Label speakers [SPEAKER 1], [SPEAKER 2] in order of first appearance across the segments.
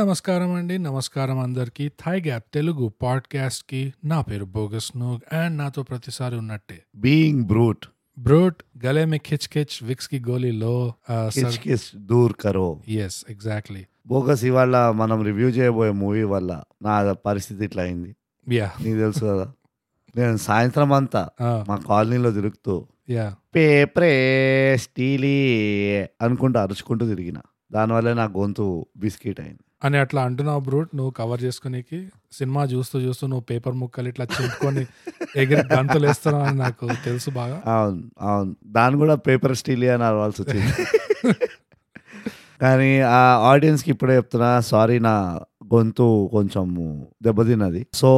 [SPEAKER 1] నమస్కారం అండి. నమస్కారం అందరికీ. థాయ్ గ్యాప్ తెలుగు పాడ్‌కాస్ట్‌కి నా పేరు బోగస్ నూగ్ అండ్ నాతో ప్రతిసారి ఉన్నట్టే
[SPEAKER 2] బీయింగ్ బ్రూట్
[SPEAKER 1] బ్రోట్ గలే మే ఖిచ్ ఖిచ్ విక్స్ కి గోలీలో ఆ, సర్
[SPEAKER 2] కిచ్ కిచ్ దూర్ కరో
[SPEAKER 1] ఎస్ ఎగ్జాక్ట్లీ
[SPEAKER 2] బోగస్ ఇవాళ మనం రివ్యూ చేయబోయే మూవీ వల్ల నా పరిస్థితి ఇట్లా అయింది
[SPEAKER 1] యా
[SPEAKER 2] నీకు తెలుసు కదా నేను సాయంత్రం అంతా మా కాలనీలో తిరుగుతూ
[SPEAKER 1] యా
[SPEAKER 2] పేపరే స్టీలీ అనుకుంటూ అరుచుకుంటూ తిరిగిన దానివల్ల నా గొంతు బిస్కెట్ అయింది
[SPEAKER 1] అని అట్లా అంటున్నావు బ్రూట్ నువ్వు కవర్ చేసుకునేకి సినిమా చూస్తూ చూస్తూ నువ్వు పేపర్ ముక్కలు ఇట్లా చింపుకొని ఎగిరి గంతులు వేస్తున్నావు అని నాకు తెలుసు బాగా
[SPEAKER 2] అవును అవును దాన్ని కూడా పేపర్ స్టీలీ అని అరవాల్సి వచ్చింది కానీ ఆ ఆడియన్స్కి ఇప్పుడే చెప్తున్నా సారీ నా గొంతు కొంచెం దెబ్బతిన్నది సో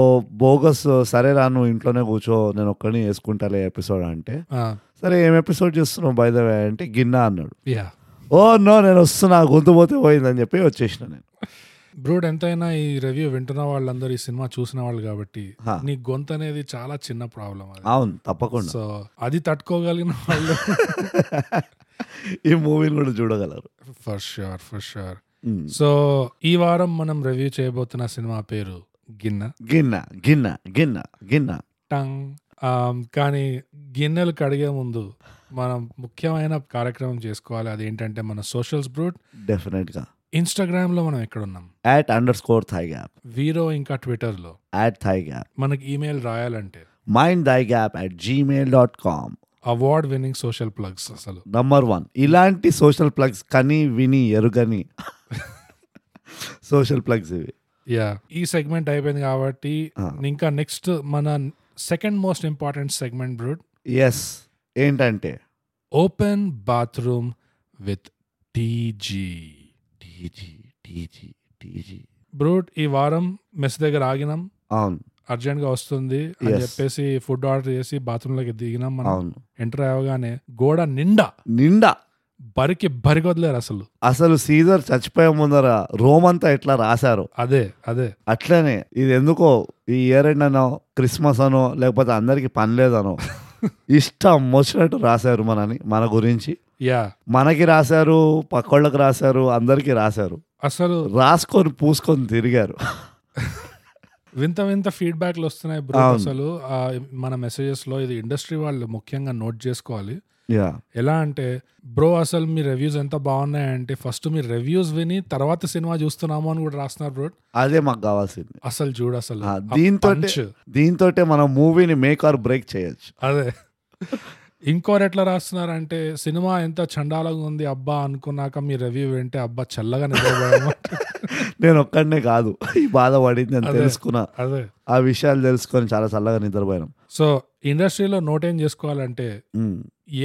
[SPEAKER 2] బోగస్ సరే రా నువ్వు ఇంట్లోనే కూర్చో నేను ఒక్కడిని వేసుకుంటాలే ఎపిసోడ్ అంటే
[SPEAKER 1] ఆ,
[SPEAKER 2] సరే ఏం ఎపిసోడ్ చేస్తున్నావు బై ద వే అంటే గిన్నా అన్నాడు
[SPEAKER 1] యా
[SPEAKER 2] ఓ నో నేను వస్తున్నా గొంతు పోతే పోయిందని చెప్పి వచ్చేసిన నేను
[SPEAKER 1] బ్రూడ్ ఎంతైనా ఈ రివ్యూ వింటున్న వాళ్ళందరూ ఈ సినిమా చూసిన వాళ్ళు కాబట్టి
[SPEAKER 2] హా.
[SPEAKER 1] నీ గొంతు అనేది చాలా చిన్న ప్రాబ్లం అది
[SPEAKER 2] అవును తప్పకుండా
[SPEAKER 1] సో అది తట్టుకోగలిగిన వాళ్ళు
[SPEAKER 2] ఈ మూవీని కూడా చూడగలరు
[SPEAKER 1] ఫర్ ష్యూర్ ఫర్ ష్యూర్
[SPEAKER 2] మ్.
[SPEAKER 1] సో ఈ వారం మనం రివ్యూ చేయబోతున్న సినిమా పేరు గిన్నె
[SPEAKER 2] గిన్నా గిన్నా గిన్నా గిన్నా
[SPEAKER 1] టంగ్ ఆమ్, కానీ గిన్నెలు కడిగే ముందు మనం ముఖ్యమైన కార్యక్రమం చేసుకోవాలి అదేంటంటే మన సోషల్స్ బ్రూట్
[SPEAKER 2] డెఫినెట్గా
[SPEAKER 1] ఇన్స్టాగ్రామ్ లో మనం ఎక్కడ ఉన్నాం
[SPEAKER 2] at underscore thai gap
[SPEAKER 1] వీరో ఇంకా ట్విట్టర్ లో
[SPEAKER 2] యాట్ థై గ్యాప్
[SPEAKER 1] మనకి ఈమెయిల్ రాయాలంటే
[SPEAKER 2] mind thai gap at Gmail dot com
[SPEAKER 1] award winning social plugs అసలు
[SPEAKER 2] నంబర్ వన్ ఇలాంటి సోషల్ ప్లగ్స్ కని విని ఎరుగని సోషల్ ప్లగ్స్ ఇవి
[SPEAKER 1] యా ఈ సెగ్మెంట్ అయిపోయింది కాబట్టి
[SPEAKER 2] ఆ.
[SPEAKER 1] ఇంకా నెక్స్ట్ మన second most important segment brute
[SPEAKER 2] yes ఏంటంటే
[SPEAKER 1] open bathroom with TG
[SPEAKER 2] TG TG TG
[SPEAKER 1] brute ఈ వారం మెస్ దగ్గర ఆగినాం
[SPEAKER 2] అవును
[SPEAKER 1] అర్జెంట్ గా వస్తుంది అని
[SPEAKER 2] Yes.
[SPEAKER 1] చెప్పేసి ఫుడ్ ఆర్డర్ చేసి బాత్రూమ్ లోకి దిగినాం మనం
[SPEAKER 2] అవును
[SPEAKER 1] ఎంటర్ అవగానే గోడ నిండా
[SPEAKER 2] నిండా
[SPEAKER 1] బరికి బరికి వదిలేరు అసలు
[SPEAKER 2] అసలు సీజర్ చచ్చిపోయే ముందర రోమ్ అంతా ఎట్లా రాశారు
[SPEAKER 1] అదే అదే
[SPEAKER 2] అట్లనే ఇది ఎందుకో ఈ ఇయర్ ఎండ్ అనో క్రిస్మస్ అనో లేకపోతే అందరికి పని లేదనో ఇష్టం వచ్చినట్టు రాశారు మనని మన గురించి
[SPEAKER 1] యా
[SPEAKER 2] మనకి రాశారు పక్కోళ్ళకి రాశారు అందరికీ రాశారు
[SPEAKER 1] అసలు
[SPEAKER 2] రాసుకొని పూసుకొని తిరిగారు
[SPEAKER 1] వింత వింత ఫీడ్బ్యాక్లు వస్తున్నాయి బ్రో
[SPEAKER 2] అవును.
[SPEAKER 1] అసలు ఆ, మన మెసేజెస్ లో ఇది ఇండస్ట్రీ వాళ్ళు ముఖ్యంగా నోట్ చేసుకోవాలి
[SPEAKER 2] యా
[SPEAKER 1] ఎలా అంటే బ్రో అసలు మీ రివ్యూస్ ఎంత బాగున్నాయంటే ఫస్ట్ మీ రివ్యూస్ విని తర్వాత సినిమా చూస్తున్నాము అని కూడా రాస్తున్నారు బ్రో
[SPEAKER 2] అదే మాకు కావాల్సింది
[SPEAKER 1] అసలు చూడు అసలు
[SPEAKER 2] ఆ,
[SPEAKER 1] ఆ
[SPEAKER 2] దీంతోటే-
[SPEAKER 1] punch.
[SPEAKER 2] దీంతో మనం మూవీని మేక్ ఆర్ బ్రేక్ చేయొచ్చు
[SPEAKER 1] అదే ఇంకోరు ఎట్లా రాస్తున్నారంటే సినిమా ఎంత చండాలంగా ఉంది అబ్బా అనుకున్నాక మీ రివ్యూ వింటే అబ్బా చల్లగా నిద్రపోయాము
[SPEAKER 2] నేను ఒక్కడనే కాదు ఈ బాధ పడింది నేను
[SPEAKER 1] అదే.
[SPEAKER 2] తెలుసుకున్నా
[SPEAKER 1] అదే
[SPEAKER 2] ఆ విషయాలు తెలుసుకొని చాలా చల్లగా నిద్రపోయినాం
[SPEAKER 1] సో ఇండస్ట్రీలో నోట్ ఏం చేసుకోవాలంటే
[SPEAKER 2] ఉమ్,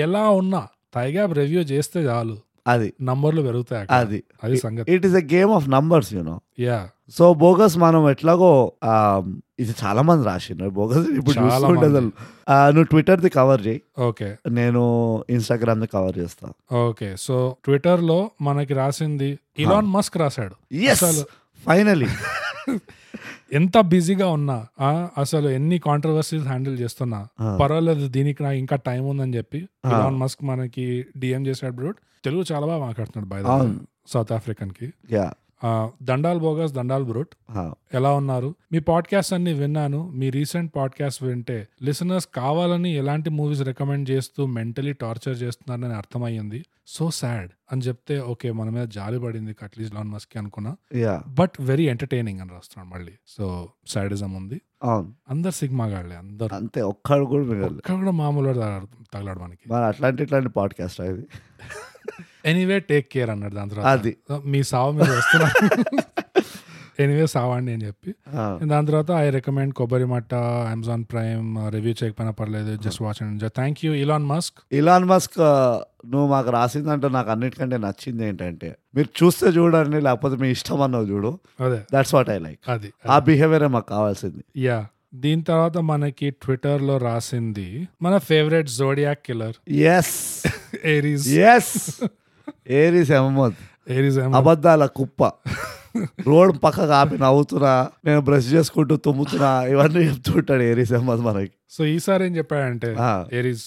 [SPEAKER 1] ఎలా ఉన్నా తైగా రివ్యూ చేస్తే చాలు
[SPEAKER 2] అది
[SPEAKER 1] నంబర్లు పెరుగుతాయి అక్కడ.
[SPEAKER 2] అది
[SPEAKER 1] అది సంగతి
[SPEAKER 2] it is a game of numbers you know
[SPEAKER 1] yeah
[SPEAKER 2] so Bogus మనం ఎట్లాగో ఆ, ఇది చాలా మంది రాసిండ్రు బోగస్ ఇప్పుడు
[SPEAKER 1] చాలా
[SPEAKER 2] చూసుకుంటే
[SPEAKER 1] మంది.
[SPEAKER 2] అసలు. ఆ, నువ్వు ట్విట్టర్ది కవర్ చేయి
[SPEAKER 1] ఓకే
[SPEAKER 2] నేను ఇన్స్టాగ్రామ్ది కవర్ చేస్తా
[SPEAKER 1] ఓకే సో ట్విట్టర్ లో మనకి రాసింది ఇలాన్ మస్క్ రాశాడు
[SPEAKER 2] ఎస్
[SPEAKER 1] అసలు
[SPEAKER 2] ఫైనలీ
[SPEAKER 1] ఎంత బిజీగా ఉన్నా ఆ, అసలు ఎన్ని కాంట్రవర్సీస్ హ్యాండిల్ చేస్తున్నా
[SPEAKER 2] ఆ.
[SPEAKER 1] పర్వాలేదు దీనికి నాకు ఇంకా టైం ఉందని చెప్పి
[SPEAKER 2] ఆ.
[SPEAKER 1] ఇలాన్ మస్క్ మనకి డిఎం చేశాడు బ్రూట్ తెలుగు చాలా బాగా మాట్లాడుతున్నాడు బై
[SPEAKER 2] అవును
[SPEAKER 1] సౌత్ ఆఫ్రికన్ కి
[SPEAKER 2] యా
[SPEAKER 1] ఆ, దండాల్ బోగస్ దండాల్ బ్రూట్
[SPEAKER 2] ah,
[SPEAKER 1] ఎలా ఉన్నారు మీ పాడ్కాస్ట్ అన్ని విన్నాను మీ రీసెంట్ పాడ్కాస్ట్ వింటే లిసనర్స్ కావాలని ఎలాంటి మూవీస్ రికమెండ్ చేస్తూ మెంటలీ టార్చర్ చేస్తున్నారని అర్థమయ్యింది సో సాడ్ అని చెప్తే ఓకే మన మీద జాలి పడింది అట్లీస్ట్ లాన్ మస్క్ అనుకున్నా
[SPEAKER 2] యా
[SPEAKER 1] బట్ వెరీ ఎంటర్టైనింగ్ అని రాస్తున్నాడు మళ్ళీ సో సాడిజం ఉంది
[SPEAKER 2] అవును
[SPEAKER 1] అందరు సిగ్మాగాళ్ళే అందరు
[SPEAKER 2] అంతే ఒక్కడు కూడా మిగలదు
[SPEAKER 1] ఒక్క కూడా మామూలు వాడు తగలాడు- తగలాడు మనకి
[SPEAKER 2] మరి అట్లాంటి ఇట్లాంటి పాడ్కాస్ట్ అది
[SPEAKER 1] ఎనీవే టేక్ కేర్ అన్నాడు దాని తర్వాత
[SPEAKER 2] అది
[SPEAKER 1] మీ సావు మీద వస్తున్నారు ఎనీవే సావండి అని చెప్పి
[SPEAKER 2] ఆ,
[SPEAKER 1] దాని తర్వాత I recommend Kobbari Matta Amazon Prime review చేయకపోయినా పర్లేదు just watch and thank you Elon Musk
[SPEAKER 2] Elon Musk ఆ, ah, నువ్వు మాకు రాసిందంటే నాకు అన్నిటికంటే నచ్చింది ఏంటంటే మీరు చూస్తే చూడండి లేకపోతే మీ ఇష్టం అన్నది చూడు
[SPEAKER 1] అదే
[SPEAKER 2] దట్స్ వాట్ ఐ లైక్
[SPEAKER 1] అది
[SPEAKER 2] ఆ బిహేవియర్ మాకు కావాల్సింది
[SPEAKER 1] యా దీని తర్వాత మనకి ట్విట్టర్ లో రాసింది మన favourite zodiac killer
[SPEAKER 2] yes
[SPEAKER 1] Aries
[SPEAKER 2] yes Aries Ahmed
[SPEAKER 1] Aries
[SPEAKER 2] అబద్ధాల కుప్ప రోడ్ పక్కకు ఆపి నవ్వుతున్నా నేను బ్రష్ చేసుకుంటూ తుమ్ముతున్నా ఇవన్నీ చెప్తుంటాడు ఏరీస్ అహ్మద్ మనకి
[SPEAKER 1] సో ఈసారి ఏం చెప్పాడంటే
[SPEAKER 2] ఆ,
[SPEAKER 1] ఏరీస్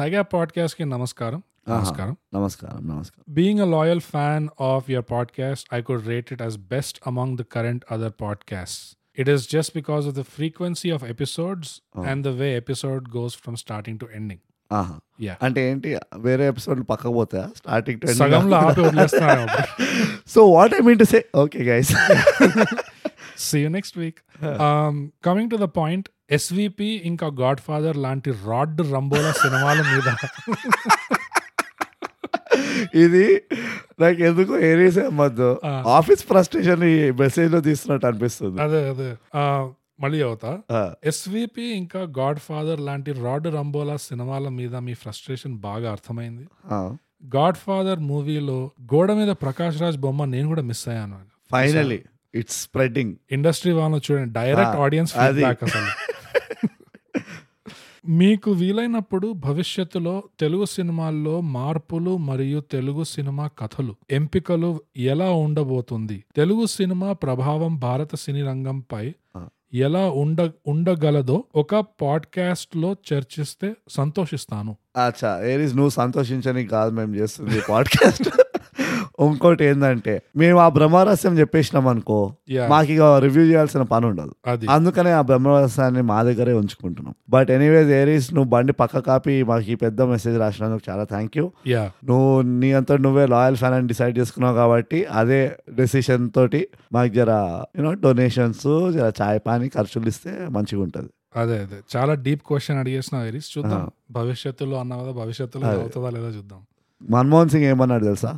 [SPEAKER 1] తగా పాడ్కాస్ట్ కి నమస్కారం నమస్కారం
[SPEAKER 2] నమస్కారం నమస్కారం
[SPEAKER 1] Being a loyal fan of your podcast, I could rate it as best among the current other podcasts. It is just because of the frequency of episodes
[SPEAKER 2] Oh.
[SPEAKER 1] and the way episode goes from starting to ending.
[SPEAKER 2] ఆహా
[SPEAKER 1] Yeah.
[SPEAKER 2] అంటే ఏంటి వేరే episode పక్కకు పోతాయా starting
[SPEAKER 1] సగంలో ఆపి వదిలేస్తున్నాను.
[SPEAKER 2] So what I mean to say okay guys
[SPEAKER 1] See you next week. Um, coming to the point, SVP ఇంకా God father లాంటి రాడ్ రంబోల సినిమాల మీద
[SPEAKER 2] ఇది నాకు ఎందుకు ఏరీస్ అమ్మద్దు
[SPEAKER 1] ఆ.
[SPEAKER 2] ఆఫీస్ ఫ్రస్ట్రేషన్ ఈ మెసేజ్ లో తీస్తున్నట్టు అనిపిస్తుంది
[SPEAKER 1] అదే అదే ఆ, మళ్ళీ అవుతా
[SPEAKER 2] ఆ,
[SPEAKER 1] ఎస్విపి ఇంకా గాడ్ ఫాదర్ లాంటి రాడ్ రంబోలా సినిమాల మీద మీ ఫ్రస్ట్రేషన్ బాగా అర్థమైంది
[SPEAKER 2] ఆ.
[SPEAKER 1] గాడ్ ఫాదర్ మూవీలో గోడ మీద ప్రకాష్ రాజ్ బొమ్మ నేను కూడా మిస్ అయ్యాను
[SPEAKER 2] ఫైనలీ ఇట్స్ స్ప్రెడ్డింగ్
[SPEAKER 1] ఇండస్ట్రీ వాళ్ళు చూడండి డైరెక్ట్
[SPEAKER 2] ఆ,
[SPEAKER 1] ఆడియన్స్
[SPEAKER 2] అది.
[SPEAKER 1] ఫీడ్బ్యాక్ అసలు మీకు వీలైనప్పుడు భవిష్యత్తులో తెలుగు సినిమాల్లో మార్పులు మరియు తెలుగు సినిమా కథలు ఎంపికలు ఎలా ఉండబోతుంది తెలుగు సినిమా ప్రభావం భారత సినీ రంగంపై
[SPEAKER 2] ఆ.
[SPEAKER 1] ఎలా ఉండ ఉండగలదో ఒక పాడ్కాస్ట్ లో చర్చిస్తే సంతోషిస్తాను
[SPEAKER 2] అచ్చా ఏరీస్ నువ్వు సంతోషించడానికి కాదు మేము చేస్తుంది పాడ్కాస్ట్ ఇంకోటి ఏంటంటే మేము ఆ బ్రహ్మరహస్యం చెప్పేసినాం అనుకో
[SPEAKER 1] Yeah,
[SPEAKER 2] మాకు ఇక రివ్యూ చేయాల్సిన పని ఉండదు
[SPEAKER 1] అది
[SPEAKER 2] అందుకనే ఆ బ్రహ్మరహస్యాన్ని మా దగ్గరే ఉంచుకుంటున్నాం బట్ ఎనీవేస్ ఏరీస్ నువ్వు బండి పక్క కాపి మాకు ఈ పెద్ద మెసేజ్ రాసినందుకు చాలా థ్యాంక్ యూ
[SPEAKER 1] యా
[SPEAKER 2] నువ్వు నీ అంతా నువ్వే లాయల్ ఫ్యాన్ అని డిసైడ్ చేసుకున్నావు కాబట్టి అదే డెసిషన్ తోటి మాకు జర యూనో డొనేషన్స్ జర చాయ్ పాని ఖర్చులు ఇస్తే మంచిగా ఉంటుంది
[SPEAKER 1] అదే అదే చాలా డీప్ క్వశ్చన్ అడిగేసిన వెరీస్ చూద్దాం
[SPEAKER 2] ఆ.
[SPEAKER 1] భవిష్యత్తులో అన్నా కదా భవిష్యత్తులో
[SPEAKER 2] అదే.
[SPEAKER 1] అవుతుందా లేదా చూద్దాం
[SPEAKER 2] మన్మోహన్ సింగ్ ఏమన్నాడు తెలుసా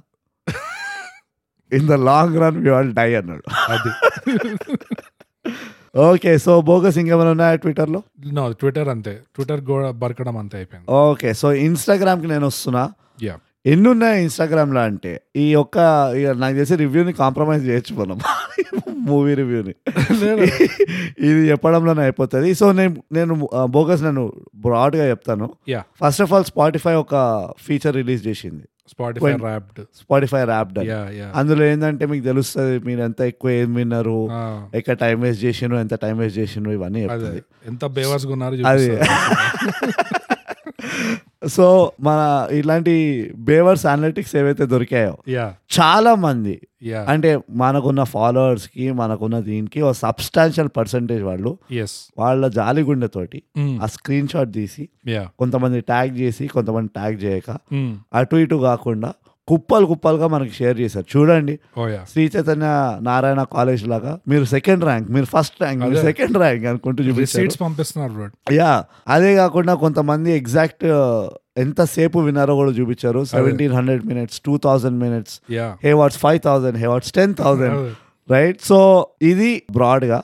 [SPEAKER 2] in the long run you all die అన్నాడు
[SPEAKER 1] అది
[SPEAKER 2] ఓకే సో బోగస్ ఇంకేమైనా ఉన్నాయా ట్విట్టర్లో
[SPEAKER 1] నో ట్విట్టర్ అంతే ట్విట్టర్ కూడా బరకడం అంతే అయిపోయింది
[SPEAKER 2] ఓకే సో ఇన్స్టాగ్రామ్కి నేను వస్తున్నా
[SPEAKER 1] Yeah.
[SPEAKER 2] ఎన్ని ఉన్నాయి ఇన్స్టాగ్రామ్లో అంటే ఈ ఒక్క ఇక నాకు తెలిసి రివ్యూని కాంప్రమైజ్ చేయొచ్చు మనం మూవీ రివ్యూని
[SPEAKER 1] లేదు
[SPEAKER 2] ఇది చెప్పడంలోనే అయిపోతుంది సో నేను నేను బోగస్ నేను బ్రాడ్గా చెప్తాను
[SPEAKER 1] Yeah.
[SPEAKER 2] First of all Spotify ఒక ఫీచర్ రిలీజ్ చేసింది
[SPEAKER 1] Spotify wrapped
[SPEAKER 2] Spotify wrapped
[SPEAKER 1] yeah yeah
[SPEAKER 2] అందులో ఏంటంటే మీకు తెలుస్తుంది మీరు ఎంత ఎక్కువ ఏం విన్నారు ఎక్కడ టైం వేస్ట్ చేసినారు ఎంత టైం వేస్ట్ చేసినారు ఇవన్నీ
[SPEAKER 1] అదే
[SPEAKER 2] చెప్తుంది
[SPEAKER 1] ఎంత బేవర్స్ గా ఉన్నారు
[SPEAKER 2] అది
[SPEAKER 1] చూపిస్తారు.
[SPEAKER 2] సో మన ఇలాంటి బేవర్స్ అనలిటిక్స్ ఏవైతే దొరికాయో
[SPEAKER 1] యా
[SPEAKER 2] చాలా మంది
[SPEAKER 1] యా
[SPEAKER 2] అంటే మనకున్న followers కి మనకున్న దీనికి ఒక సబ్స్టాన్షియల్ పర్సంటేజ్ వాళ్ళు
[SPEAKER 1] ఎస్
[SPEAKER 2] వాళ్ళ జాలిగుండెతోటి ఆ స్క్రీన్ షాట్ తీసి
[SPEAKER 1] యా
[SPEAKER 2] కొంతమంది ట్యాగ్ చేసి కొంతమంది ట్యాగ్ చేయక
[SPEAKER 1] Hmm.
[SPEAKER 2] అటు ఇటు కాకుండా కుప్పలు కుప్పలుగా మనకి షేర్ చేశారు చూడండి
[SPEAKER 1] oh yeah
[SPEAKER 2] Sri Chaitanya Narayana college లాగా మీరు సెకండ్ ర్యాంక్ మీరు ఫస్ట్ ర్యాంక్ మీరు
[SPEAKER 1] అదే.
[SPEAKER 2] సెకండ్ ర్యాంక్ అనుకుంటూ చూపించారు
[SPEAKER 1] రిసీట్స్ పంపిస్తున్నారు బ్రో
[SPEAKER 2] యా అదే కాకుండా కొంతమంది ఎగ్జాక్ట్ ఎంతసేపు విన్నారో కూడా చూపించారు seventeen hundred minutes two thousand minutes
[SPEAKER 1] yeah
[SPEAKER 2] hey what's five thousand hey what's ten thousand
[SPEAKER 1] అదే.
[SPEAKER 2] రైట్ సో ఇది బ్రాడ్గా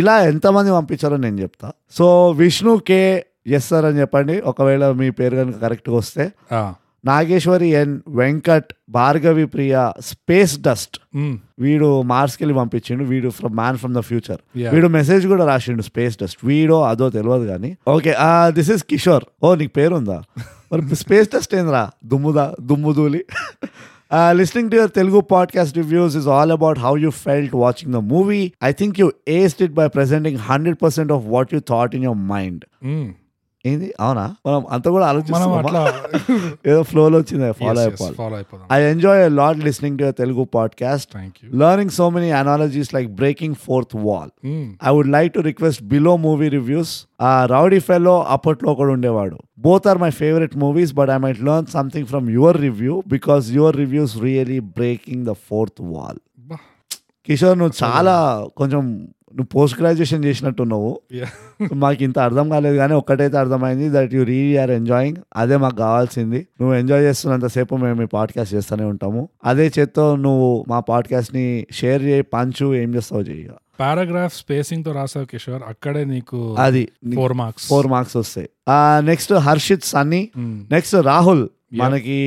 [SPEAKER 2] ఇలా ఎంతమంది పంపించారో నేను చెప్తా so Vishnu K S sir అని చెప్పండి ఒకవేళ మీ పేరు కనుక కరెక్ట్గా వస్తే Nageswari N Venkat Bhargavi Priya space dust
[SPEAKER 1] Hmm.
[SPEAKER 2] వీడు మార్స్కి వెళ్ళి పంపించిండు వీడు from man from the future
[SPEAKER 1] Yeah.
[SPEAKER 2] వీడు మెసేజ్ కూడా రాసిండు స్పేస్ డస్ట్ వీడో అదో తెలియదు కానీ ఓకే దిస్ ఇస్ కిషోర్ ఓ నీకు పేరు ఉందా మరి స్పేస్ డస్ట్ ఏందిరా దుమ్ముదా దుమ్ము దూలి listening to your Telugu podcast reviews is all about how you felt watching the movie I think you aced it by presenting hundred percent of what you thought in your mind ఏంది అవునా మనం అంత కూడా
[SPEAKER 1] Hmm. మనం అట్లా
[SPEAKER 2] ఆలోచిస్తున్నాం ఏదో ఫ్లోలో వచ్చింది ఫాలో అయిపోవాలి
[SPEAKER 1] ఫాలో అయిపోదాం
[SPEAKER 2] I enjoy lot listening to your Telugu podcast
[SPEAKER 1] thank you
[SPEAKER 2] learning so many analogies like breaking fourth wall
[SPEAKER 1] Hmm.
[SPEAKER 2] i would like to request below movie reviews uh, rowdy fellow అప్పట్లో కూడా ఉండేవాడు both are my favorite movies but i might learn something from your review because your reviews really breaking the fourth wall Kishore నువ్వు చాలా కొంచెం నువ్వు post graduation చేసినట్టున్నావు మాకు ఇంత అర్థం కాలేదు కానీ ఒక్కటైతే అర్థమైంది that you're are enjoying అదే మాకు కావాల్సింది నువ్వు ఎంజాయ్ చేస్తున్నంతసేపు మేము ఈ పాడ్కాస్ట్ చేస్తూనే ఉంటాము అదే చేత్తో నువ్వు మా పాడ్కాస్ట్ ని షేర్ చేయి పంచు ఏం చేస్తావు చెయ్యి
[SPEAKER 1] పారాగ్రాఫ్ స్పేసింగ్ తో రాసావు కిషోర్ అక్కడే నీకు
[SPEAKER 2] అది
[SPEAKER 1] ఫోర్ మార్క్స్
[SPEAKER 2] ఫోర్ మార్క్స్ వస్తాయి నెక్స్ట్ హర్షిత్ సన్నీ నెక్స్ట్ రాహుల్ మనకి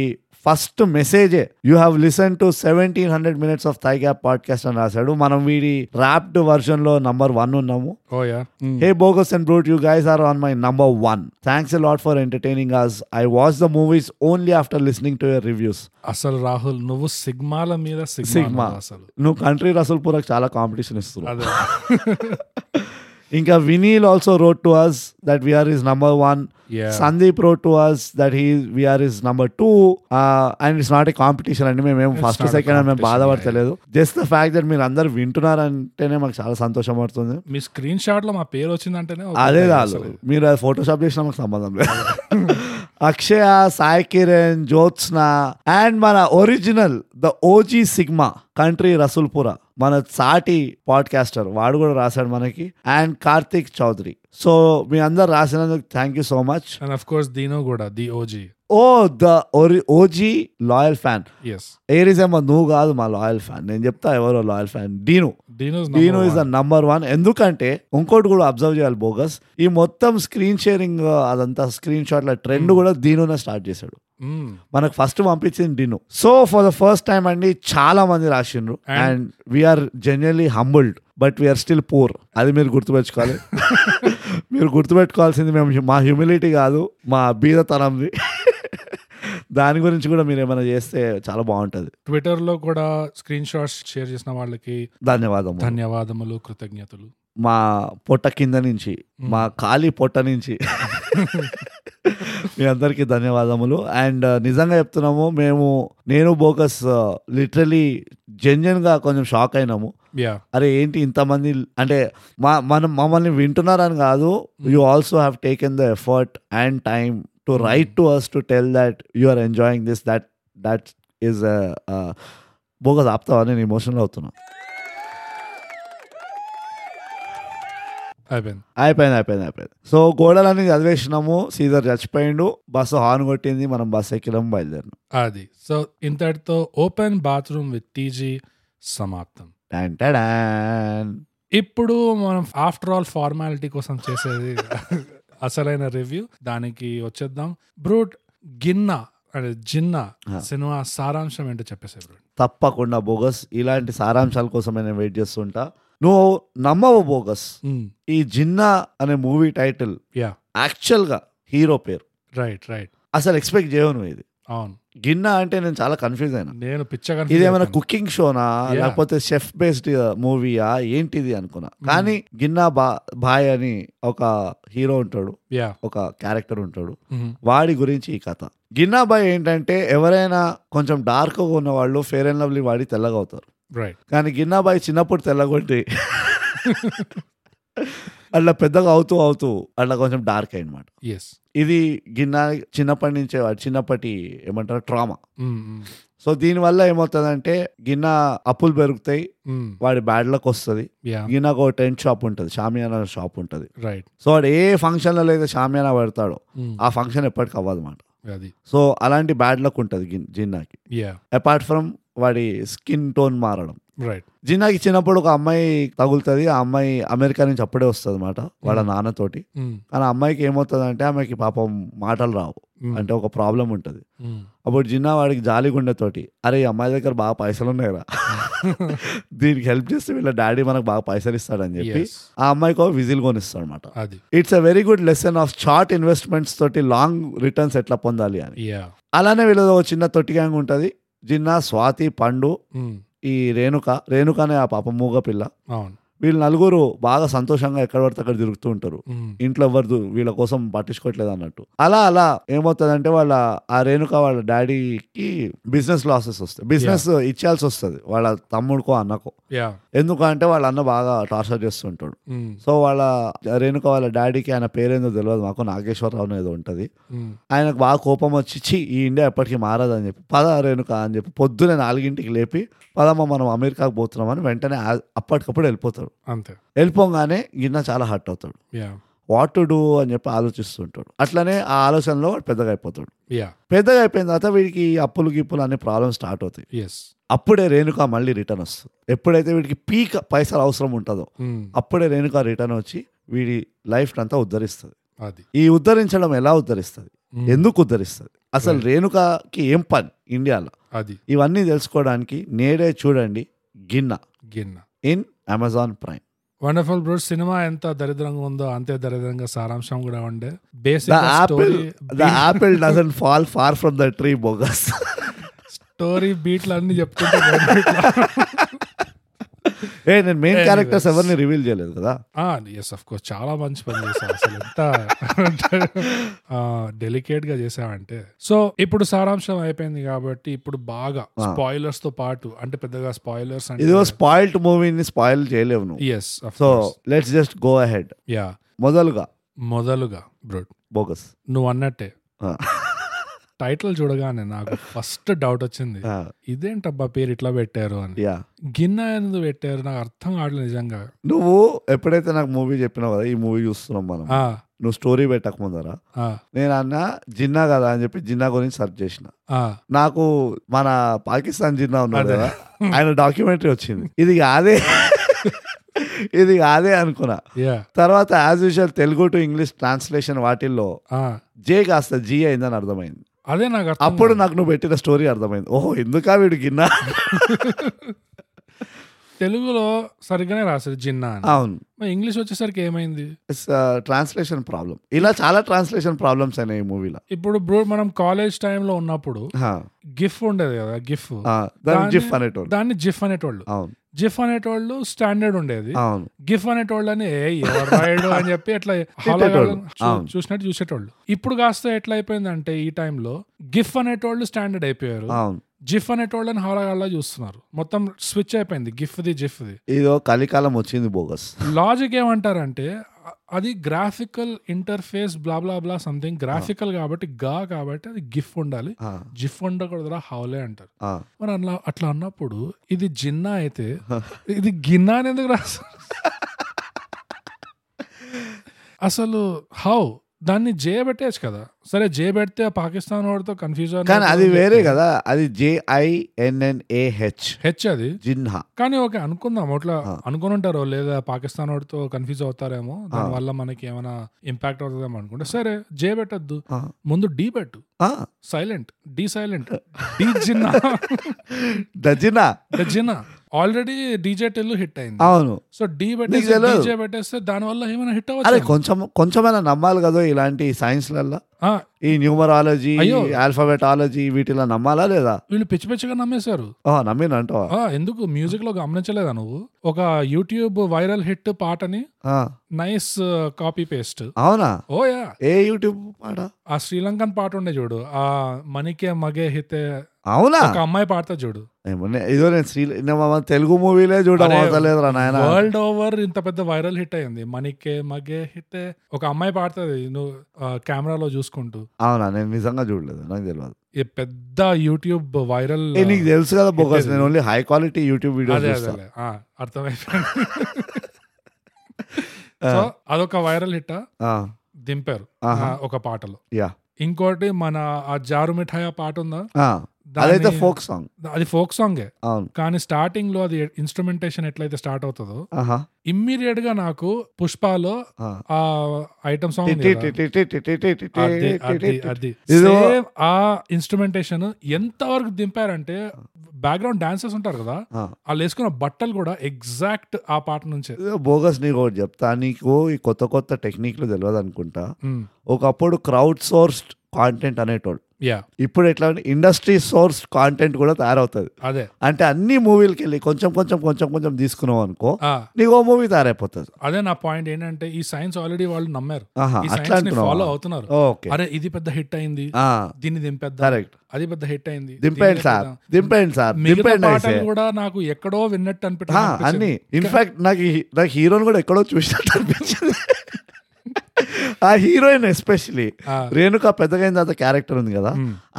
[SPEAKER 2] ఫస్ట్ మెసేజే you have listen to seventeen hundred minutes of thigh gap podcast అని రాశాడు మనం వీడి ర్యాప్డ్ వర్షన్ లో నంబర్ వన్ ఉన్నాము
[SPEAKER 1] oh yeah
[SPEAKER 2] Hmm. Hey Bogus and Brute, you guys are on my number one. Thanks a lot for entertaining us. I watch the movies only after listening to your reviews.
[SPEAKER 1] అసలు రాహుల్ నువ్వు సిగ్మాల మీద
[SPEAKER 2] sigma.
[SPEAKER 1] Sigma అన్నావు అసలు
[SPEAKER 2] నువ్వు country రసూల్పూర్కి చాలా competition ఇస్తున్నావు
[SPEAKER 1] అదే
[SPEAKER 2] ఇంకా Vineel also wrote to us that we are his number one
[SPEAKER 1] Yeah.
[SPEAKER 2] Sandeep wrote to us that he we are his number two uh, and it's not a competition అండి మేము
[SPEAKER 1] It's
[SPEAKER 2] first
[SPEAKER 1] not a
[SPEAKER 2] second అని మేము
[SPEAKER 1] competition,
[SPEAKER 2] బాధపడతలేదు just the fact that మీరు అందరు వింటున్నారంటేనే మాకు చాలా సంతోషం పడుతుంది
[SPEAKER 1] మీ స్క్రీన్ షాట్ లో మా పేరు వచ్చిందంటేనే ఒక
[SPEAKER 2] అదే
[SPEAKER 1] ధైర్యం
[SPEAKER 2] రాదు
[SPEAKER 1] అసలు.
[SPEAKER 2] మీరు అది ఫోటోషాప్ చేసినా మాకు సంబంధం లేదు అక్షయ సాయి కిరణ్ జ్యోత్స్న అండ్ మన original the OG sigma country Rasoolpura మన సాటి పాడ్కాస్టర్ వాడు కూడా రాశాడు మనకి అండ్ కార్తీక్ చౌదరి సో మీ అందరు రాసినందుకు thank you so much
[SPEAKER 1] and of course దీనో కూడా ది ఓజీ
[SPEAKER 2] ఓ ద ఒరి ఓజీ లాయల్ ఫ్యాన్
[SPEAKER 1] ఎస్
[SPEAKER 2] ఏరిజమ్మ నువ్వు కాదు మా లాయల్ ఫ్యాన్ నేను చెప్తా ఎవరో loyal fan డీను
[SPEAKER 1] డీనోస్
[SPEAKER 2] D no is the number one ఎందుకంటే ఇంకోటి కూడా అబ్జర్వ్ చేయాలి బోగస్ ఈ మొత్తం స్క్రీన్ షేరింగ్ అదంతా స్క్రీన్ షాట్ల ట్రెండ్ కూడా దీనినే స్టార్ట్ చేశాడు
[SPEAKER 1] Hmm.
[SPEAKER 2] మనకు ఫస్ట్ పంపించింది డిను so for the first time అండి చాలా మంది రాసిండ్రు
[SPEAKER 1] And-
[SPEAKER 2] and we are genuinely humbled but we are still poor అది మీరు గుర్తుపెట్టుకోవాలి మీరు గుర్తుపెట్టుకోవాల్సింది మేము మా హ్యూమిలిటీ కాదు మా బీదతనంది దాని గురించి కూడా మీరు ఏమైనా చేస్తే చాలా బాగుంటుంది
[SPEAKER 1] ట్విట్టర్ లో కూడా స్క్రీన్ షాట్స్ షేర్ చేసిన వాళ్ళకి
[SPEAKER 2] ధన్యవాదం
[SPEAKER 1] ధన్యవాదములు కృతజ్ఞతలు
[SPEAKER 2] మా పొట్ట కింద నుంచి మా ఖాళీ పొట్ట నుంచి మీ అందరికీ ధన్యవాదములు అండ్ uh, నిజంగా చెప్తున్నాము మేము నేను బోకస్ uh, లిటరలీ జెన్యున్గా కొంచెం షాక్ అయినాము
[SPEAKER 1] యా
[SPEAKER 2] అరే ఏంటి ఇంతమంది అంటే మా మనం మమ్మల్ని వింటున్నారని కాదు you also have taken the effort and time to write to us to tell that you are enjoying this that that is bogus uh, ఆపుతావా నేను ఇమోషనల్ అవుతున్నా
[SPEAKER 1] అయిపోయింది
[SPEAKER 2] అయిపోయింది అయిపోయింది అయిపోయింది సో గోడలన్నీ చదివేసినాము సీజర్ చచ్చిపోయిండు బస్సు హార్న్ కొట్టింది మనం బస్సు ఎక్కినాం బయలుదేరినాం
[SPEAKER 1] అది సో ఇంతటితో ఓపెన్ బాత్రూమ్ విత్ టీజీ సమాప్తం
[SPEAKER 2] టాన్ టాడాన్.
[SPEAKER 1] ఇప్పుడు మనం ఆఫ్టర్ ఆల్ ఫార్మాలిటీ కోసం చేసేది అసలైన రివ్యూ దానికి వచ్చేద్దాం బ్రూట్ గిన్న అంటే జిన్న సినిమా సారాంశం ఏంటో చెప్పేసే బ్రూట్
[SPEAKER 2] తప్పకుండా బోగస్ ఇలాంటి సారాంశాల కోసం నేను వెయిట్ చేస్తుంటా నువ్వు నమ్మవు బోగస్ ఈ జిన్నా అనే movie title
[SPEAKER 1] yeah
[SPEAKER 2] actually hero పేరు
[SPEAKER 1] రైట్ రైట్
[SPEAKER 2] అసలు ఎక్స్పెక్ట్ చేయవు నువ్వు ఇది
[SPEAKER 1] అవును
[SPEAKER 2] గిన్నా అంటే నేను చాలా కన్ఫ్యూజ్ అయినా
[SPEAKER 1] నేను పిచ్చగా
[SPEAKER 2] ఇది ఏమైనా కుకింగ్ షోనా
[SPEAKER 1] Yeah.
[SPEAKER 2] లేకపోతే చెఫ్ బేస్డ్ మూవీయా ఏంటిది అనుకున్నా కానీ గిన్నా బా బాయ్ అని ఒక హీరో ఉంటాడు
[SPEAKER 1] యా
[SPEAKER 2] ఒక క్యారెక్టర్ ఉంటాడు
[SPEAKER 1] mm-hmm.
[SPEAKER 2] వాడి గురించి ఈ కథ గిన్నాబాయ్ ఏంటంటే ఎవరైనా కొంచెం డార్క్గా ఉన్నవాళ్ళు ఫేర్ అండ్ లవ్లీ వాడి తెల్లగా అవుతారు
[SPEAKER 1] రైట్
[SPEAKER 2] కానీ గిన్నాబాయ్ చిన్నప్పుడు తెల్లగొట్టి అట్లా పెద్దగా అవుతూ అవుతూ అట్లా కొంచెం డార్క్ అన్నమాట
[SPEAKER 1] ఎస్
[SPEAKER 2] ఇది గిన్నా చిన్నప్పటి నుంచే వాడి చిన్నప్పటి ఏమంటారు ట్రామా
[SPEAKER 1] Mm,
[SPEAKER 2] సో దీనివల్ల ఏమవుతుందంటే గిన్నా అప్పులు పెరుగుతాయి
[SPEAKER 1] mm.
[SPEAKER 2] వాడి బ్యాడ్ లక్ వస్తుంది
[SPEAKER 1] యా
[SPEAKER 2] గిన్నకు ఒక టెంట్ షాప్ ఉంటుంది షామియానా షాప్ ఉంటుంది
[SPEAKER 1] రైట్
[SPEAKER 2] సో వాడు ఏ ఫంక్షన్లలో అయితే షామియానా పెడతాడో ఆ ఫంక్షన్ ఎప్పటికి అవ్వదన్నమాట
[SPEAKER 1] Mm. అది
[SPEAKER 2] సో అలాంటి బ్యాడ్ లక్ ఉంటుంది గిన్ జిన్నాకి
[SPEAKER 1] యా
[SPEAKER 2] అపార్ట్ ఫ్రమ్ వాడి స్కిన్ టోన్ మారడం
[SPEAKER 1] రైట్
[SPEAKER 2] జిన్నాకి చిన్నప్పుడు ఒక అమ్మాయి తగులుతుంది ఆ అమ్మాయి అమెరికా నుంచి అప్పుడే వస్తుంది అనమాట వాళ్ళ నాన్నతోటి
[SPEAKER 1] Mm,
[SPEAKER 2] కానీ ఆ అమ్మాయికి ఏమవుతుంది అంటే ఆమెకి పాపం మాటలు రావు
[SPEAKER 1] mm,
[SPEAKER 2] అంటే ఒక ప్రాబ్లం ఉంటుంది అప్పుడు జిన్నా వాడికి జాలి గుండెతోటి అరే ఈ అమ్మాయి దగ్గర బాగా పైసలు ఉన్నాయిరా దీనికి హెల్ప్ చేస్తే వీళ్ళ డాడీ మనకు బాగా పైసలు ఇస్తాడని చెప్పి
[SPEAKER 1] Yes.
[SPEAKER 2] ఆ అమ్మాయికి విజిల్ కొనిస్తాడు అనమాట
[SPEAKER 1] అది
[SPEAKER 2] it's a very good lesson of short investments తోటి లాంగ్ రిటర్న్స్ ఎట్లా పొందాలి అని
[SPEAKER 1] యా
[SPEAKER 2] అలానే వీళ్ళది ఒక చిన్న తొట్టి గ్యాంగ్ ఉంటుంది జిన్నా స్వాతి పండు
[SPEAKER 1] mm,
[SPEAKER 2] ఈ రేణుక రేణుక అనే ఆ పాప మూగ పిల్ల
[SPEAKER 1] అవును
[SPEAKER 2] వీళ్ళు నలుగురు బాగా సంతోషంగా ఎక్కడ పడితే అక్కడ తిరుగుతూ ఉంటారు
[SPEAKER 1] Mm.
[SPEAKER 2] ఇంట్లో ఎవరు దు- వీళ్ళ కోసం పట్టించుకోవట్లేదు అన్నట్టు అలా అలా ఏమవుతుందంటే వాళ్ళ ఆ రేణుక వాళ్ళ డాడీకి బిజినెస్ లాసెస్ వస్తాయి బిజినెస్ ఇచ్చేయాల్సి వస్తుంది వాళ్ళ తమ్ముడికో అన్నకో
[SPEAKER 1] Yeah.
[SPEAKER 2] ఎందుకంటే వాళ్ళ అన్న బాగా టార్చర్ చేస్తుంటాడు
[SPEAKER 1] Mm.
[SPEAKER 2] సో వాళ్ళ రేణుక వాళ్ళ డాడీకి ఆయన పేరేందో తెలియదు మాకు నాగేశ్వరరావు ఏదో ఉంటుంది
[SPEAKER 1] Mm.
[SPEAKER 2] ఆయనకు బాగా కోపం వచ్చి "ఛీ, ఈ ఇండియా ఎప్పటికీ మారదు అని చెప్పి పద రేణుక అని చెప్పి పొద్దునే నాలుగింటికి లేపి పదమ్మ మనం అమెరికాకు పోతున్నామని వెంటనే ఆ- అప్పటికప్పుడు వెళ్ళిపోతాడు
[SPEAKER 1] అంతే
[SPEAKER 2] వెళ్ళిపోగానే గిన్న చాలా హర్ట్ అవుతాడు
[SPEAKER 1] యా
[SPEAKER 2] వాట్ టు డూ అని చెప్పి ఆలోచిస్తుంటాడు అట్లనే ఆ ఆలోచనలో వాడు పెద్దగా అయిపోతాడు
[SPEAKER 1] యా
[SPEAKER 2] పెద్దగా అయిపోయిన తర్వాత వీడికి ఈ అప్పులు గిప్పులు అనే ప్రాబ్లమ్ స్టార్ట్ అవుతాయి
[SPEAKER 1] ఎస్
[SPEAKER 2] అప్పుడే రేణుక మళ్ళీ రిటర్న్ వస్తుంది ఎప్పుడైతే వీడికి పీక్ పైసలు అవసరం ఉంటుందో
[SPEAKER 1] Mm.
[SPEAKER 2] అప్పుడే రేణుక రిటర్న్ వచ్చి వీడి లైఫ్ అంతా ఉద్ధరిస్తుంది
[SPEAKER 1] అది
[SPEAKER 2] ఈ ఉద్ధరించడం ఎలా ఉద్ధరిస్తుంది
[SPEAKER 1] Mm.
[SPEAKER 2] ఎందుకు ఉద్ధరిస్తుంది అసలు రేణుకకి ఏం పని ఇండియాలో
[SPEAKER 1] అది
[SPEAKER 2] ఇవన్నీ తెలుసుకోవడానికి నేడే చూడండి Ginna
[SPEAKER 1] Ginna
[SPEAKER 2] in Amazon Prime
[SPEAKER 1] wonderful bro సినిమా ఎంత దరిద్రంగా ఉందో అంతే దరిద్రంగా సారాంశం కూడా ఉండే
[SPEAKER 2] the
[SPEAKER 1] basic
[SPEAKER 2] apple
[SPEAKER 1] story
[SPEAKER 2] the apple doesn't fall far from the tree Bogus
[SPEAKER 1] story బీట్లు అన్ని చెప్తుంటే
[SPEAKER 2] ఏ నేను మెయిన్ క్యారెక్టర్స్ ఎవరిని రివీల్ చేయలేదు కదా
[SPEAKER 1] ఎస్ అఫ్ కోర్స్ చాలా మంచి పని చేసావు అసలు ఎంత డెలికేట్ గా చేసావంటే సో ఇప్పుడు సారాంశం అయిపోయింది కాబట్టి ఇప్పుడు బాగా స్పాయిలర్స్ తో పాటు అంటే పెద్దగా స్పాయిలర్స్
[SPEAKER 2] ఇది స్పాయిల్డ్ మూవీని స్పాయిల్ చేయలేవు నువ్వు
[SPEAKER 1] yes
[SPEAKER 2] so let's just go ahead
[SPEAKER 1] yeah
[SPEAKER 2] మొదలుగా
[SPEAKER 1] మొదలుగా బ్రోడ్
[SPEAKER 2] బోగస్
[SPEAKER 1] నువ్వు అన్నట్టే టైటిల్ చూడగానే నాకు ఫస్ట్ డౌట్ వచ్చింది
[SPEAKER 2] Ah,
[SPEAKER 1] ఇదేంటబ్బా పేరు ఇట్లా పెట్టారు అని
[SPEAKER 2] యా
[SPEAKER 1] గిన్నె ఎందుకు పెట్టారు నాకు అర్థం కావట్లేదు నిజంగా
[SPEAKER 2] నువ్వు ఎప్పుడైతే నాకు మూవీ చెప్పినావు కదా ఈ మూవీ చూస్తున్నాం మనం
[SPEAKER 1] ఆ,
[SPEAKER 2] నువ్వు స్టోరీ పెట్టక ముందరా
[SPEAKER 1] ఆ,
[SPEAKER 2] నేను అన్న జిన్నా కదా అని చెప్పి జిన్నా గురించి సెర్చ్ చేసిన
[SPEAKER 1] ఆ,
[SPEAKER 2] నాకు మన పాకిస్తాన్ జిన్నా ఉన్నాడు
[SPEAKER 1] అదే.
[SPEAKER 2] కదా ఆయన డాక్యుమెంటరీ వచ్చింది ఇది కాదే ఇది కాదే అనుకున్నా
[SPEAKER 1] యా
[SPEAKER 2] తర్వాత as usual Telugu to English translation వాటిల్లో
[SPEAKER 1] ఆ,
[SPEAKER 2] జే కాస్త జీ అయిందని అర్థమైంది
[SPEAKER 1] అదే నాకు అర్థం
[SPEAKER 2] అప్పుడు నాకు నువ్వు పెట్టిన స్టోరీ అర్థమైంది ఓహో ఎందుకా వీడు గిన్నా
[SPEAKER 1] కాదు. తెలుగులో సరిగ్గానే రాశారు జిన్నా అని
[SPEAKER 2] అవును
[SPEAKER 1] మరి ఇంగ్లీష్ వచ్చేసరికి ఏమైంది
[SPEAKER 2] ట్రాన్స్లేషన్ ప్రాబ్లం ఇలా చాలా ట్రాన్స్లేషన్ ప్రాబ్లమ్స్ అయినాయి ఈ మూవీలో
[SPEAKER 1] ఇప్పుడు బ్రో మనం కాలేజ్ టైంలో ఉన్నప్పుడు గిఫ్ ఉండేది కదా గిఫ్
[SPEAKER 2] దాని
[SPEAKER 1] దాన్ని-
[SPEAKER 2] జిఫ్ అనేటోడు
[SPEAKER 1] దాన్ని జిఫ్ అనేటోళ్ళు
[SPEAKER 2] అవును
[SPEAKER 1] జిఫ్ అనేటోళ్ళు స్టాండర్డ్ ఉండేది
[SPEAKER 2] అవును
[SPEAKER 1] గిఫ్ అనేటోళ్ళు అని "ఏ, ఎవరు రాయడు అని చెప్పి అట్లా హాలో
[SPEAKER 2] తిట్టేటోళ్ళు.
[SPEAKER 1] చూ-
[SPEAKER 2] అవును.
[SPEAKER 1] చూసినట్టు చూసేటోళ్ళు ఇప్పుడు కాస్త ఎట్లా అయిపోయిందంటే ఈ టైంలో గిఫ్ అనేటోళ్ళు స్టాండర్డ్ అయిపోయారు
[SPEAKER 2] అవును
[SPEAKER 1] జిఫ్ అనేటోళ్ళని హాలగాళ్ళ చూస్తున్నారు మొత్తం స్విచ్ అయిపోయింది గిఫ్ ది జిఫ్ ది
[SPEAKER 2] ఇదో కలికాలం వచ్చింది బోగస్
[SPEAKER 1] లాజిక్ ఏమంటారంటే అ- అది graphical interface blah blah blah something graphical కాబట్టి గా కాబట్టి అది గిఫ్ ఉండాలి
[SPEAKER 2] ఆ,
[SPEAKER 1] జిఫ్ ఉండకూడదురా హౌలే అంటారు
[SPEAKER 2] ఆ.
[SPEAKER 1] మరి అట్లా అట్లా అన్నప్పుడు ఇది జిన్నా అయితే ఇది గిన్నా అని ఎందుకు రాసు అసలు హౌ దాన్ని జే పెట్టేయచ్చు కదా సరే జే పెడితే ఆ పాకిస్తాన్ వాడితో కన్ఫ్యూజ్
[SPEAKER 2] కానీ అది వేరే కదా అది జేఐఎన్ఎన్ఏహెచ్
[SPEAKER 1] హెచ్ అది
[SPEAKER 2] జిన్హా
[SPEAKER 1] కానీ ఓకే అనుకుందాం అట్లా అనుకుని ఉంటారు లేదా పాకిస్తాన్ వాడితో కన్ఫ్యూజ్ అవుతారేమో దానివల్ల మనకి ఏమైనా ఇంపాక్ట్ అవుతుందేమో అనుకుంటే సరే జే పెట్టద్దు
[SPEAKER 2] ఆ.
[SPEAKER 1] ముందు డి పెట్టు
[SPEAKER 2] ఆ,
[SPEAKER 1] silent D silent D Ginna
[SPEAKER 2] the Jinnah
[SPEAKER 1] the Jinnah already DJ Tillu hit అయింది
[SPEAKER 2] అవును
[SPEAKER 1] సో డి పెట్టేస్తే
[SPEAKER 2] తెలియదు.
[SPEAKER 1] డీజే పెట్టేస్తే దానివల్ల ఏమైనా హిట్
[SPEAKER 2] అరే
[SPEAKER 1] అవ్వచ్చు
[SPEAKER 2] కొంచెం కొంచెమైనా నమ్మాలి కదా ఇలాంటి సైన్స్లల్లో
[SPEAKER 1] ఆ,
[SPEAKER 2] ఈ న్యూమరాలజీ
[SPEAKER 1] అయ్యో.
[SPEAKER 2] ఆల్ఫాబెటాలజీ వీటిలో నమ్మాలా లేదా
[SPEAKER 1] వీళ్ళు పిచ్చి పిచ్చిగా నమ్మేశారు
[SPEAKER 2] ఆ, నమ్మిన అంటావా
[SPEAKER 1] ఆ, ఎందుకు మ్యూజిక్ లో గమనించలేదా నువ్వు ఒక యూట్యూబ్ వైరల్ హిట్ పాటని
[SPEAKER 2] ఆ,
[SPEAKER 1] నైస్ కాపీ పేస్ట్
[SPEAKER 2] అవునా
[SPEAKER 1] ఓ యా
[SPEAKER 2] ఏ యూట్యూబ్ పాట
[SPEAKER 1] ఆ శ్రీలంకన్ పాట ఉండే చూడు ఆ మణికే మగే హితే
[SPEAKER 2] అవునా
[SPEAKER 1] ఒక అమ్మాయి పాడతా చూడు
[SPEAKER 2] ఏమో నే- ఇదో నేను శ్రీ నేను మా తెలుగు మూవీలే
[SPEAKER 1] అరే,
[SPEAKER 2] చూడలేదురా నాయన
[SPEAKER 1] వరల్డ్ ఓవర్ ఇంత పెద్ద వైరల్ హిట్ అయింది మణికే మగే హితే ఒక అమ్మాయి పాడుతుంది నువ్వు ఆ, కెమెరాలో చూసుకుంటూ
[SPEAKER 2] అవునా నేను నిజంగా చూడలేదు నాకు తెలియదు
[SPEAKER 1] ఈ పెద్ద యూట్యూబ్ వైరల్
[SPEAKER 2] ఏ, నీకు తెలుసు కదా బొగస్
[SPEAKER 1] లేదు.
[SPEAKER 2] నేను only high quality YouTube videos
[SPEAKER 1] అదే
[SPEAKER 2] చూస్తా
[SPEAKER 1] అదే ఆ, అర్థమైపోయింది సో అదొక వైరల్ హిట్
[SPEAKER 2] ఆ,
[SPEAKER 1] దింపారు
[SPEAKER 2] ఆహా.
[SPEAKER 1] ఆ, ఒక పాటలో
[SPEAKER 2] యా
[SPEAKER 1] ఇంకోటి మన ఆ జారు మిఠాయి ఆ పాట ఉందా
[SPEAKER 2] ఆ, అదైతే
[SPEAKER 1] దాన్ని-
[SPEAKER 2] ఫోక్ సాంగ్
[SPEAKER 1] అది ఫోక్ సాంగే
[SPEAKER 2] అవును
[SPEAKER 1] కానీ స్టార్టింగ్ లో అది ఇన్స్ట్రుమెంటేషన్ ఎట్లయితే స్టార్ట్ అవుతుందో
[SPEAKER 2] ఆహా
[SPEAKER 1] ఇమ్మీడియట్ గా నాకు పుష్పాలో
[SPEAKER 2] ఆ.
[SPEAKER 1] ఆ ఐటమ్ సాంగ్ ఉంది
[SPEAKER 2] టి-
[SPEAKER 1] కదా,
[SPEAKER 2] టి- టి- టి- టి- టి- టి- టి-
[SPEAKER 1] అది
[SPEAKER 2] టి-
[SPEAKER 1] అది
[SPEAKER 2] టి- టి-
[SPEAKER 1] అది
[SPEAKER 2] ఇదో-
[SPEAKER 1] Same ఆ ఇన్స్ట్రుమెంటేషన్ ఎంత వరకు దింపారంటే బ్యాక్గ్రౌండ్ డాన్సర్స్ ఉంటారు కదా
[SPEAKER 2] ఆ.
[SPEAKER 1] వాళ్ళు వేసుకున్న బట్టలు కూడా ఎగ్జాక్ట్ ఆ పాట నుంచే
[SPEAKER 2] ఇదో బోగస్ నీకు ఒకటి చెప్తా నీకు ఈ కొత్త కొత్త టెక్నిక్లు తెలియదు అనుకుంటా
[SPEAKER 1] మ్,
[SPEAKER 2] ఒకప్పుడు క్రౌడ్ సోర్స్డ్ కాంటెంట్ అనేటోడు
[SPEAKER 1] యా
[SPEAKER 2] ఇప్పుడు ఎట్లా ఇండస్ట్రీ సోర్స్డ్ కాంటెంట్ కూడా తయారవుతుంది
[SPEAKER 1] అదే
[SPEAKER 2] అంటే అన్ని మూవీలకి వెళ్ళి కొంచెం కొంచెం కొంచెం కొంచెం తీసుకున్నావు అనుకో
[SPEAKER 1] ఆ
[SPEAKER 2] నీకు ఓ మూవీ తయారైపోతుంది
[SPEAKER 1] అదే నా పాయింట్ ఏంటంటే ఈ సైన్స్ ఆల్రెడీ వాళ్ళు నమ్మారు
[SPEAKER 2] ఆహా,
[SPEAKER 1] ఈ
[SPEAKER 2] అట్లా
[SPEAKER 1] సైన్స్ ని
[SPEAKER 2] అంటున్నావా?
[SPEAKER 1] ఫాలో అవుతున్నారు
[SPEAKER 2] ఓకే
[SPEAKER 1] అరే ఇది పెద్ద హిట్ అయింది దీన్ని దింపేద్దాం
[SPEAKER 2] కరెక్ట్
[SPEAKER 1] అది పెద్ద హిట్ అయింది
[SPEAKER 2] దింపేయండి
[SPEAKER 1] దీన్ని
[SPEAKER 2] సార్
[SPEAKER 1] దింపేద్దాం.
[SPEAKER 2] దింపేయండి సార్
[SPEAKER 1] మిగతా
[SPEAKER 2] దింపేయండి అయితే
[SPEAKER 1] పాటలు కూడా నాకు ఎక్కడో విన్నట్టు అనిపించింది
[SPEAKER 2] ఆ, అన్ని ఇన్ఫాక్ట్ నాకు ఈ- నాకు హీరోని కూడా ఎక్కడో చూసినట్టు అనిపించింది ఆ హీరోయిన్ ఎస్పెషలీ
[SPEAKER 1] ఆ.
[SPEAKER 2] రేణుక పెద్దగైన తర్వాత క్యారెక్టర్ ఉంది కదా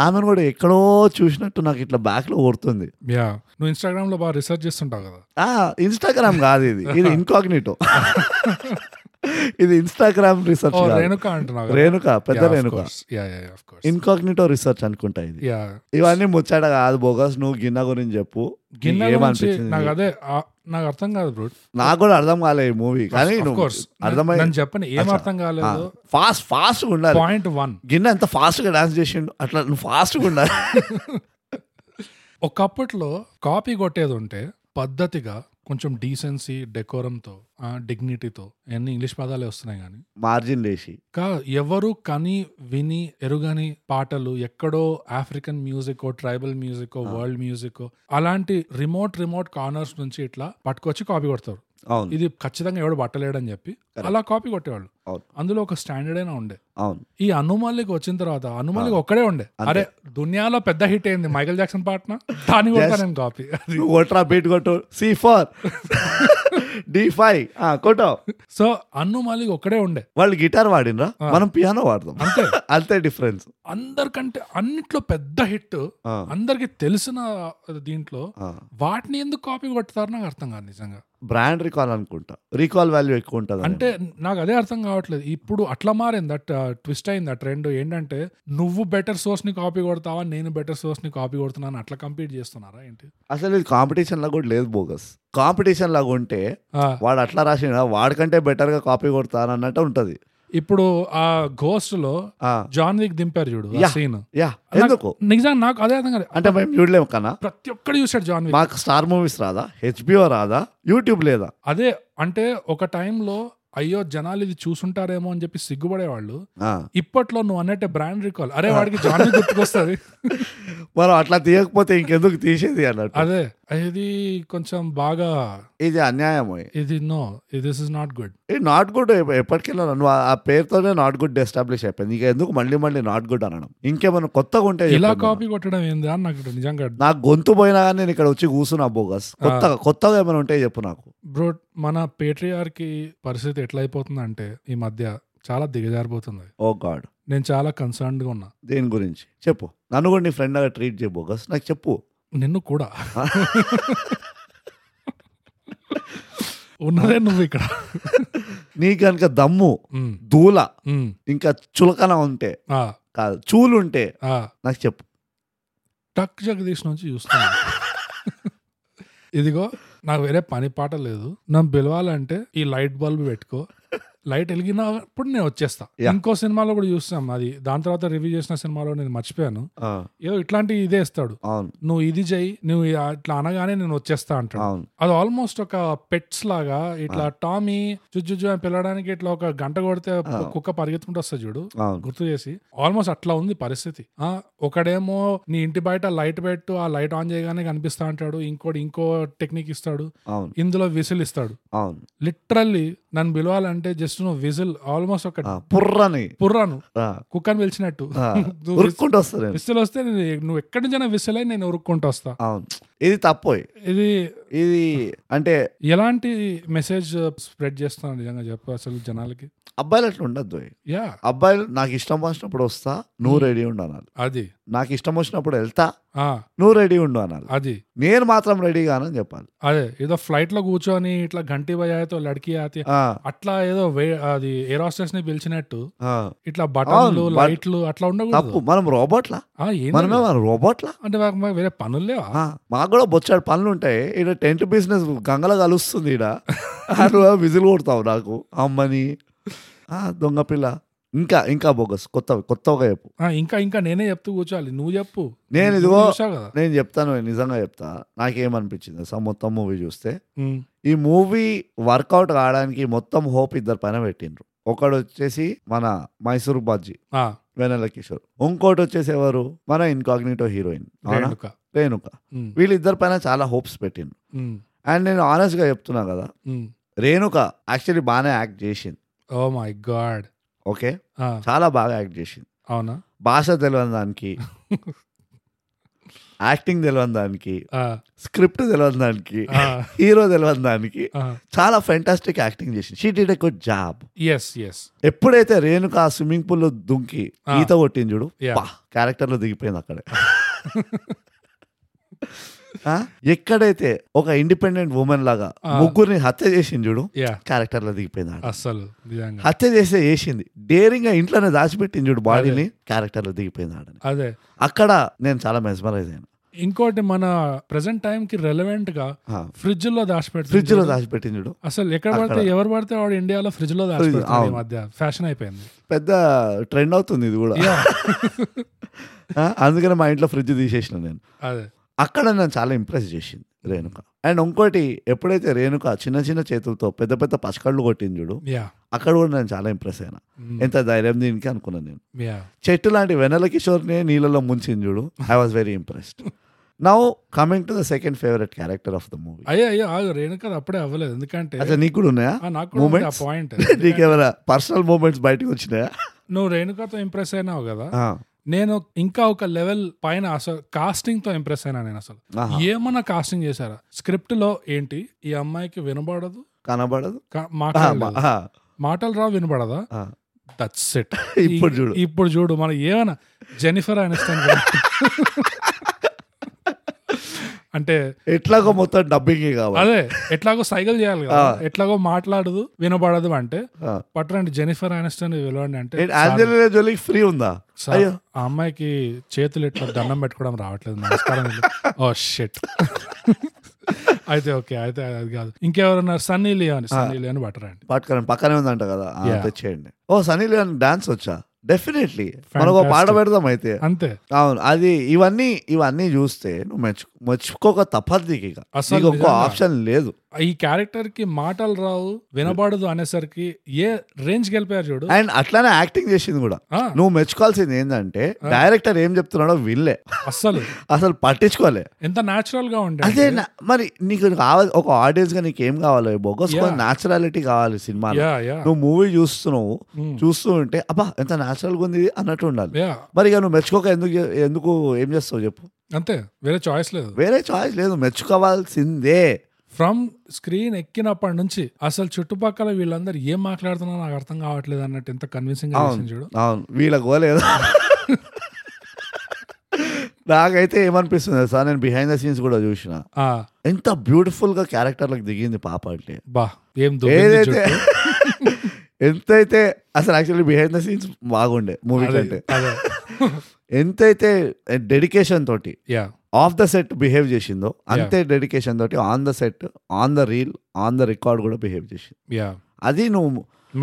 [SPEAKER 2] ఆమెను కూడా ఎక్కడో చూసినట్టు నాకు ఇట్లా బ్యాక్ లో కొడుతుంది
[SPEAKER 1] యా నువ్వు ఇన్స్టాగ్రామ్ లో బాగా రీసెర్చ్ చేస్తుంటావు కదా
[SPEAKER 2] ఆ ఇన్స్టాగ్రామ్ కాదు ఇది ఇది ఇన్కాగ్నిటో ఇది ఇన్స్టాగ్రామ్ రీసెర్చ్
[SPEAKER 1] ఓ
[SPEAKER 2] కాదు.
[SPEAKER 1] రేణుక అంటున్నావు కదా?
[SPEAKER 2] రేణుక పెద్ద
[SPEAKER 1] Yeah, of
[SPEAKER 2] Renuka
[SPEAKER 1] course. Yeah, yeah, yeah, of course.
[SPEAKER 2] Incognito research అనుకుంటా ఇది
[SPEAKER 1] Yeah.
[SPEAKER 2] ఇవన్నీ ముచ్చట కాదు బోగస్ నువ్వు గిన్నె గురించి చెప్పు
[SPEAKER 1] గిన్నె
[SPEAKER 2] నీకు
[SPEAKER 1] గురించి
[SPEAKER 2] ఏమనిపించింది?
[SPEAKER 1] నాకు అదే ఆ, నాకు అర్థం కాదు బ్రో
[SPEAKER 2] నాకు కూడా అర్థం కాలే ఈ మూవీ కానీ
[SPEAKER 1] ఆఫ్
[SPEAKER 2] నువ్వు
[SPEAKER 1] కోర్స్
[SPEAKER 2] అర్థమై
[SPEAKER 1] నేను చెప్పను ఏం అర్థం కాలేదు
[SPEAKER 2] ఫాస్ట్ ఫాస్ట్ ఉండాలి
[SPEAKER 1] పాయింట్ వన్
[SPEAKER 2] గిన్నె ఎంత ఫాస్ట్ గా డాన్స్ చేసిండు అట్లా నువ్వు ఫాస్ట్ గా ఉండాలి
[SPEAKER 1] ఒకప్పట్లో కాపీ కొట్టేది ఉంటే పద్ధతిగా కొంచెం డీసెన్సీ డెకోరంతో డిగ్నిటీతో అన్ని ఇంగ్లీష్ పదాలే వస్తున్నాయి కానీ
[SPEAKER 2] మార్జిన్ లేసి
[SPEAKER 1] ఇంకా ఎవరు కని విని ఎరుగని పాటలు ఎక్కడో African music tribal music world music అలాంటి రిమోట్ రిమోట్ కార్నర్స్ నుంచి ఇట్లా పట్టుకొచ్చి కాపీ కొడతారు
[SPEAKER 2] అవును
[SPEAKER 1] ఇది ఖచ్చితంగా ఎవడు పట్టలేడని చెప్పి అలా కాపీ కొట్టేవాళ్ళు
[SPEAKER 2] అవును.
[SPEAKER 1] అందులో ఒక స్టాండర్డ్ అయినా ఉండే
[SPEAKER 2] అవును
[SPEAKER 1] ఈ అనుమల్లికి వచ్చిన తర్వాత అనుమల్లికి ఒక్కడే ఉండే అరే దునియాలో పెద్ద హిట్ అయింది మైకల్ జాక్సన్ పాటన దాని కొడతా నేను కాపీ అది
[SPEAKER 2] నువ్వు ఓట్రా బీట్ కొట్టు సి ఫోర్ డి ఫైవ్ కొట్టావు
[SPEAKER 1] సో అనుమల్లికి ఒక్కడే ఉండే
[SPEAKER 2] వాళ్ళు గిటార్ వాడినరా మనం పియానో వాడదాం అంతే డిఫరెన్స్
[SPEAKER 1] అందరికంటే అన్నిట్లో పెద్ద హిట్
[SPEAKER 2] ఆ.
[SPEAKER 1] అందరికి తెలిసిన దీంట్లో వాటిని ఎందుకు కాపీ కొడతారు నాకు అర్థం కాదు నిజంగా
[SPEAKER 2] బ్రాండ్ రికాల్ అనుకుంటా రీకాల్ వాల్యూ ఎక్కువ ఉంటుంది
[SPEAKER 1] అంటే నాకు అదే అర్థం కావట్లేదు ఇప్పుడు అట్లా మారింది అట్ ట్విస్ట్ అయింది ఆ ట్రెండ్ ఏంటంటే నువ్వు బెటర్ సోర్స్ ని కాపీ కొడతావా నేను బెటర్ సోర్స్ ని కాపీ కొడుతున్నాను అట్లా కంపీట్ చేస్తున్నారా ఏంటి
[SPEAKER 2] అసలు ఇది కాంపిటీషన్ లాగా కూడా లేదు బోగస్ కాంపిటీషన్ లాగా ఉంటే
[SPEAKER 1] ఆ,
[SPEAKER 2] వాడు అట్లా రాసిన వాడికంటే బెటర్ గా కాపీ కొడతాను అన్నట్టు ఉంటది
[SPEAKER 1] ఇప్పుడు ఆ గోస్ట్ లో
[SPEAKER 2] ఆ,
[SPEAKER 1] జాన్ విక్ దింపారు చూడు
[SPEAKER 2] Yeah.
[SPEAKER 1] సీన్
[SPEAKER 2] యా ఎందుకు
[SPEAKER 1] నిజంగా నాకు అదే అర్థం కాదు
[SPEAKER 2] అంటే మేము చూడలేము కన్నా
[SPEAKER 1] ప్రతి ఒక్కడు చూసాడు జాన్ విక్
[SPEAKER 2] మాకు స్టార్ మూవీస్ రాదా హెచ్బిఓ రాదా యూట్యూబ్ లేదా
[SPEAKER 1] అదే అంటే ఒక టైంలో అయ్యో జనాలు ఇది చూసుంటారేమో అని చెప్పి సిగ్గుపడేవాళ్ళు
[SPEAKER 2] ఆ.
[SPEAKER 1] ఇప్పట్లో నువ్వు అన్నట్టే బ్రాండ్ రికాల్ అరే వాడికి జాన్ విక్ గుర్తుకొస్తుంది
[SPEAKER 2] మనం అట్లా తీయకపోతే ఇంకెందుకు తీసేది అన్నట్టు
[SPEAKER 1] అదే ఇది కొంచెం బాగా
[SPEAKER 2] ఇది అన్యాయమే
[SPEAKER 1] ఇది no this is not good
[SPEAKER 2] ఇది నాట్ గుడ్ ఎప్పటికెళ్ళా నువ్వు ఆ- ఆ పేరుతోనే నాట్ గుడ్ ఎస్టాబ్లిష్ అయిపోయింది ఇంకా ఎందుకు మళ్ళీ మళ్ళీ నాట్ గుడ్ అనడం ఇంకేమైనా కొత్తగా ఉంటే
[SPEAKER 1] ఇలా
[SPEAKER 2] చెప్పండి.
[SPEAKER 1] కాపీ కొట్టడం ఏంది అని నాకు ఇప్పుడు నిజంగా
[SPEAKER 2] నా గొంతు పోయినా కానీ నేను ఇక్కడ వచ్చి కూర్చున్నా బోగస్ కొత్తగా కొత్తగా ఏమైనా ఉంటే చెప్పు నాకు
[SPEAKER 1] బ్రో మన పేట్రియార్ కి పరిస్థితి ఎట్లా అయిపోతుందంటే ఈ మధ్య చాలా దిగజారిపోతుంది
[SPEAKER 2] ఓ గాడ్
[SPEAKER 1] నేను చాలా కన్సర్న్డ్ గా ఉన్నా
[SPEAKER 2] దేని గురించి చెప్పు నన్ను కూడా నీ ఫ్రెండ్ లాగా ట్రీట్ చేయ బోగస్ నాకు చెప్పు
[SPEAKER 1] నిన్ను కూడా ఉన్నదే నువ్వు ఇక్కడ
[SPEAKER 2] నీ కనుక దమ్ము
[SPEAKER 1] ఉమ్,
[SPEAKER 2] దూల
[SPEAKER 1] ఉమ్,
[SPEAKER 2] ఇంకా చులకన ఉంటే
[SPEAKER 1] ఆ,
[SPEAKER 2] కాదు చూలు ఉంటే
[SPEAKER 1] ఆ.
[SPEAKER 2] నాకు చెప్పు
[SPEAKER 1] టక్ జగదీష్ నుంచి చూస్తాను ఇదిగో నాకు వేరే పని పాట లేదు నన్ను పిలవాలంటే ఈ లైట్ బల్బ్ పెట్టుకో లైట్ వెలిగినప్పుడు నేను వచ్చేస్తా
[SPEAKER 2] Yeah.
[SPEAKER 1] ఇంకో సినిమాలో కూడా చూస్తాం అది దాని తర్వాత రివ్యూ చేసిన సినిమాలో నేను మర్చిపోయాను
[SPEAKER 2] ఆ,
[SPEAKER 1] ఏదో ఇట్లాంటి ఇదే ఇస్తాడు
[SPEAKER 2] అవును
[SPEAKER 1] నువ్వు ఇది చెయ్యి నువ్వు ఇలా- ఇట్లా అనగానే నేను వచ్చేస్తా అంటాడు
[SPEAKER 2] అవును
[SPEAKER 1] అది ఆల్మోస్ట్ ఒక పెట్స్ లాగా ఇట్లా టామీ జుజ్జుజ్జు అని పిలవడానికి ఇట్లా ఒక గంట కొడితే కుక్క పరిగెత్తుకుంటూ వస్తుంది చూడు
[SPEAKER 2] అవును
[SPEAKER 1] గుర్తు చేసి ఆల్మోస్ట్ అట్లా ఉంది పరిస్థితి ఆ ఒకడేమో నీ ఇంటి బయట లైట్ పెట్టు ఆ లైట్ ఆన్ చేయగానే కనిపిస్తా అంటాడు ఇంకోటి ఇంకో టెక్నిక్ ఇస్తాడు
[SPEAKER 2] అవును
[SPEAKER 1] ఇందులో విజిల్ ఇస్తాడు
[SPEAKER 2] అవును
[SPEAKER 1] లిటరల్లీ నన్ను పిలవాలంటే జస్ట్ నువ్వు విజిల్ ఆల్మోస్ట్ ఒక
[SPEAKER 2] ఆ, పుర్రని
[SPEAKER 1] పుర్రాను
[SPEAKER 2] ఆ,
[SPEAKER 1] కుక్కని పిలిచినట్టు
[SPEAKER 2] ఆ, ఉరుక్కుంటూ వస్తా నేను
[SPEAKER 1] విసిల్ వస్తే నేను- నువ్వు ఎక్కడి నుంచైనా విసిల్ అయి నేను ఉరుక్కుంటూ వస్తా
[SPEAKER 2] అవును ఇది తప్పోయి
[SPEAKER 1] ఇది
[SPEAKER 2] ఇది అంటే
[SPEAKER 1] ఎలాంటి మెసేజ్ స్ప్రెడ్ చేస్తున్నాను నిజంగా చెప్పు అసలు జనాలకి
[SPEAKER 2] అబ్బాయిలు అట్లా ఉండద్దు
[SPEAKER 1] యా
[SPEAKER 2] అబ్బాయిలు నాకు ఇష్టం వచ్చినప్పుడు వస్తా నువ్వు రెడీ ఉండు అనాలి
[SPEAKER 1] అది
[SPEAKER 2] నాకు ఇష్టం వచ్చినప్పుడు వెళ్తా
[SPEAKER 1] ఆ
[SPEAKER 2] నువ్వు రెడీ ఉండు అనాలి
[SPEAKER 1] అది
[SPEAKER 2] నేను మాత్రం రెడీ కానని చెప్పాలి
[SPEAKER 1] అదే ఏదో ఫ్లైట్ లో కూర్చొని ఇట్లా గంటి భయాతో లడికి ఆతి
[SPEAKER 2] ఆ,
[SPEAKER 1] అట్లా ఏదో వే- అది ఎయిర్ హోస్టెస్ ని పిలిచినట్టు
[SPEAKER 2] ఆ.
[SPEAKER 1] ఇట్లా బటన్లు
[SPEAKER 2] అవును, బట్-
[SPEAKER 1] లైట్లు అట్లా
[SPEAKER 2] తప్పు
[SPEAKER 1] ఉండకూడదు
[SPEAKER 2] మనం రోబోట్లా
[SPEAKER 1] ఆ, ఏంది
[SPEAKER 2] మనమే
[SPEAKER 1] అది?
[SPEAKER 2] మన రోబోట్లా
[SPEAKER 1] అంటే మాకు మాకు వేరే పనులు లేవా
[SPEAKER 2] ఆ, మాకు కూడా బొచ్చాడు పనులు ఉంటాయి ఇక్కడ టెంట్ బిజినెస్ గంగలో కలుస్తుంది ఈడ అట్లా విజిల్ కొడతావు నాకు అమ్మని ఆ, దొంగ పిల్ల ఇంకా ఇంకా బోగస్ కొత్త కొత్తగా చెప్పు
[SPEAKER 1] ఆ, ఇంకా ఇంకా నేనే చెప్తూ కూర్చోాలి నువ్వు చెప్పు
[SPEAKER 2] నేను
[SPEAKER 1] నువ్వు
[SPEAKER 2] ఇదిగో-
[SPEAKER 1] చూసావు కదా
[SPEAKER 2] నేను చెప్తాను నిజంగా చెప్తా నాకేమనిపించింది అసలు మొత్తం మూవీ చూస్తే
[SPEAKER 1] ఉమ్,
[SPEAKER 2] ఈ మూవీ వర్కౌట్ కావడానికి మొత్తం హోప్ ఇద్దరు పైన పెట్టిండ్రు ఒకడు వచ్చేసి మన మైసూర్ బాజీ
[SPEAKER 1] ఆ,
[SPEAKER 2] వెనల్ల కిషోర్ ఇంకోటి వచ్చేసి ఎవరు మన ఇన్కాగ్నిటో హీరోయిన్ అవునా?
[SPEAKER 1] రేణుక.
[SPEAKER 2] రేణుక
[SPEAKER 1] ఉమ్,
[SPEAKER 2] వీళ్ళిద్దరి పైన చాలా హోప్స్ పెట్టిండ్రు
[SPEAKER 1] ఉమ్,
[SPEAKER 2] అండ్ నేను honest గా చెప్తున్నా కదా
[SPEAKER 1] ఉమ్.
[SPEAKER 2] రేణుక యాక్చువల్లీ బాగానే యాక్ట్ చేసింది
[SPEAKER 1] ఓ మై గాడ్
[SPEAKER 2] ఓకే
[SPEAKER 1] ఆ,
[SPEAKER 2] చాలా బాగా యాక్ట్ చేసింది
[SPEAKER 1] అవునా
[SPEAKER 2] భాష తెలియని దానికి యాక్టింగ్ తెలియని దానికి
[SPEAKER 1] ఆ,
[SPEAKER 2] స్క్రిప్ట్ తెలియని దానికి
[SPEAKER 1] ఆ,
[SPEAKER 2] హీరో తెలియని దానికి
[SPEAKER 1] ఆ.
[SPEAKER 2] చాలా ఫెంటాస్టిక్ యాక్టింగ్ చేసింది she did a good job
[SPEAKER 1] yes yes
[SPEAKER 2] ఎప్పుడైతే రేణుక ఆ స్విమ్మింగ్ పూల్ లో దుంకి
[SPEAKER 1] ఆ.
[SPEAKER 2] ఈత కొట్టింది చూడు
[SPEAKER 1] Yeah.
[SPEAKER 2] క్యారెక్టర్ లో దిగిపోయింది అక్కడే ఆ? ఎక్కడైతే ఒక ఇండిపెండెంట్ ఉమెన్ లాగా
[SPEAKER 1] ఆ.
[SPEAKER 2] ముగ్గురిని హత్య చేసింది చూడు
[SPEAKER 1] యా
[SPEAKER 2] క్యారెక్టర్ లో దిగిపోయింది ఆడ.
[SPEAKER 1] అస్సలు నిజంగా
[SPEAKER 2] హత్య చేస్తే చేసింది డేరింగ్ గా ఇంట్లోనే దాచిపెట్టింది చూడు బాడీని క్యారెక్టర్ లో దిగిపోయింది ఆడని
[SPEAKER 1] అదే
[SPEAKER 2] అక్కడ నేను చాలా మెస్మరైజ్ అయ్యాను
[SPEAKER 1] ఇంకోటి మన ప్రెసెంట్ టైం కి రెలవెంట్ గా
[SPEAKER 2] ఆ.
[SPEAKER 1] ఫ్రిడ్జ్ లో దాచిపెడుతుంది
[SPEAKER 2] ఫ్రిడ్జ్ లో దాచిపెట్టింది చూడు
[SPEAKER 1] అసలు ఎక్కడ పడితే ఎవరు పడితే వాడు ఇండియాలో ఫ్రిడ్జ్ లో దాచిపెడుతున్నాడు ఈ మధ్య ఫ్యాషన్ అయిపోయింది
[SPEAKER 2] పెద్ద ట్రెండ్ అవుతుంది ఇది కూడా
[SPEAKER 1] Yeah.
[SPEAKER 2] ఆ? అందుకనే మా ఇంట్లో ఫ్రిడ్జ్ తీసేసిన నేను
[SPEAKER 1] అదే
[SPEAKER 2] అక్కడ నన్ను చాలా ఇంప్రెస్ చేసింది రేణుక అండ్ ఇంకోటి ఎప్పుడైతే రేణుక చిన్న చిన్న చేతులతో పెద్ద పెద్ద పసకళ్ళు కొట్టింది చూడు
[SPEAKER 1] యా
[SPEAKER 2] అక్కడ కూడా నేను చాలా ఇంప్రెస్ అయినా ఎంత ధైర్యం దీనికి అనుకున్నాను నేను
[SPEAKER 1] యా
[SPEAKER 2] చెట్టు లాంటి వెనల కిషోర్నే నీళ్ళలో ముంచింది చూడు I was very impressed now coming to the second favourite character of the movie
[SPEAKER 1] అయ్యో అయ్యో ఆగు రేణుక అది అప్పుడే అవ్వలేదు ఎందుకంటే
[SPEAKER 2] అసలు నీకు కూడా ఉన్నాయా
[SPEAKER 1] ఆ, నాకు కూడా ఉంది ఆ
[SPEAKER 2] Moments?
[SPEAKER 1] పాయింట్
[SPEAKER 2] నీకు ఏమైనా పర్సనల్ మూమెంట్స్ బయటకు వచ్చినాయా
[SPEAKER 1] నువ్వు రేణుకతో ఇంప్రెస్ అయినావు కదా
[SPEAKER 2] ఆ,
[SPEAKER 1] నేను ఇంకా ఒక లెవెల్ పైన అసలు కాస్టింగ్ తో ఇంప్రెస్ అయినా నేను అసలు
[SPEAKER 2] ఆహా.
[SPEAKER 1] ఏమన్నా కాస్టింగ్ చేశారా స్క్రిప్ట్ లో ఏంటి ఈ అమ్మాయికి వినబడదు
[SPEAKER 2] కనబడదు
[SPEAKER 1] కా-
[SPEAKER 2] ఆ,
[SPEAKER 1] మాట్లాడలేదు.
[SPEAKER 2] మా- ఆ,
[SPEAKER 1] మాటలు రావు వినబడదా
[SPEAKER 2] ఆ.
[SPEAKER 1] దట్స్ ఇట్
[SPEAKER 2] ఇప్పుడు చూడు.
[SPEAKER 1] ఇప్పుడు చూడు మనం ఏమన్నా జెనిఫర్ అనిస్తాను అంటే
[SPEAKER 2] ఎట్లాగో మొత్తం డబ్బింగ్ కావాలి
[SPEAKER 1] అదే ఎట్లాగో సైకిల్ చేయాలి కదా ఎట్లాగో మాట్లాడదు వినబడదు అంటే
[SPEAKER 2] ఆ.
[SPEAKER 1] పట్టండి జెనిఫర్ అనిస్టన్ పిలవండి అంటే
[SPEAKER 2] ఏంటి, ఆంజనేయ జోలికి ఫ్రీ ఉందా
[SPEAKER 1] సార్,
[SPEAKER 2] అయ్యో
[SPEAKER 1] ఆ అమ్మాయికి చేతులు ఇట్లా దండం పెట్టుకోవడం రావట్లేదు నమస్కారం ఇల్లు. ఓ షిట్ అయితే ఓకే అయితే అది కాదు ఇంకెవరున్నారు సన్నీ లియోని సన్నీ లియోని పట్టరండి
[SPEAKER 2] పట్టుకొని పక్కనే ఉందంట కదా ఆ,
[SPEAKER 1] Yeah.
[SPEAKER 2] తెచ్చేయండి ఓ సనీ లియోన్ డాన్స్ వచ్చా డెఫినెట్లీ మనకు ఒక పాట
[SPEAKER 1] Fantastic.
[SPEAKER 2] పెడదాం అయితే
[SPEAKER 1] అంతే
[SPEAKER 2] అవును అది ఇవన్నీ ఇవన్నీ చూస్తే నువ్వు మెచ్చు మెచ్చుకోక తప్పదు నీకు ఇక
[SPEAKER 1] అసలు
[SPEAKER 2] నీకు ఒక్క
[SPEAKER 1] నిజంగా.
[SPEAKER 2] ఆప్షన్ లేదు
[SPEAKER 1] ఈ క్యారెక్టర్ కి మాటలు రావు వినబడదు అనేసరికి ఏ రేంజ్ గెలిపారు చూడు
[SPEAKER 2] అండ్ అట్లానే యాక్టింగ్ చేసింది కూడా
[SPEAKER 1] ఆ,
[SPEAKER 2] నువ్వు మెచ్చుకోవాల్సింది ఏంటంటే
[SPEAKER 1] Ah.
[SPEAKER 2] డైరెక్టర్ ఏం చెప్తున్నాడో వినలే
[SPEAKER 1] అస్సలు
[SPEAKER 2] అసలు పట్టించుకోలే
[SPEAKER 1] ఎంత న్యాచురల్ గా ఉండే
[SPEAKER 2] అదే నా- మరి నీకు కావాలి ఒక ఆడియన్స్ గా నీకు ఏం కావాలి బొగస్
[SPEAKER 1] Yeah.
[SPEAKER 2] న్యాచురాలిటీ కావాలి సినిమాలో
[SPEAKER 1] యా యా
[SPEAKER 2] నువ్వు మూవీ చూస్తున్నావు
[SPEAKER 1] Hmm.
[SPEAKER 2] చూస్తూ ఉంటే అబ్బా ఎంత న్యాచురల్ గా ఉంది ఇది అన్నట్టు ఉండాలి
[SPEAKER 1] యా
[SPEAKER 2] మరి ఇక నువ్వు మెచ్చుకోక ఎందుకు చే- ఎందుకు ఏం చేస్తావు చెప్పు
[SPEAKER 1] అంతే వేరే చాయిస్ లేదు
[SPEAKER 2] వేరే చాయిస్ లేదు మెచ్చుకోవాల్సిందే
[SPEAKER 1] ఫ్రమ్ స్క్రీన్ ఎక్కినప్పటి నుంచి అసలు చుట్టుపక్కల వీళ్ళందరూ ఏం మాట్లాడుతున్నారో నాకు అర్థం కావట్లేదు అన్నట్టు ఎంత కన్విన్సింగ్ గా చేసింది చూడు
[SPEAKER 2] అవును వీళ్ళ గోలేదు నాకైతే ఏమనిపిస్తుంది సార్ నేను బిహైండ్ ద సీన్స్ కూడా చూసిన
[SPEAKER 1] ఆ
[SPEAKER 2] ఎంత బ్యూటిఫుల్ గా క్యారెక్టర్లకు దిగింది పాప అంటే
[SPEAKER 1] బా ఏం దువ్వింది
[SPEAKER 2] ఏదైతే
[SPEAKER 1] జుట్టు.
[SPEAKER 2] ఎంతైతే అసలు యాక్చువల్లీ బిహైండ్ ద సీన్స్ బాగుండే మూవీ
[SPEAKER 1] అదే,
[SPEAKER 2] కంటే
[SPEAKER 1] అదే.
[SPEAKER 2] ఎంతైతే డెడికేషన్ తోటి
[SPEAKER 1] yeah
[SPEAKER 2] off the set behave చేసిందో అంతే డెడికేషన్ తోటి on the set on the reel on the record కూడా బిహేవ్ చేసింది
[SPEAKER 1] యా
[SPEAKER 2] అది నువ్వు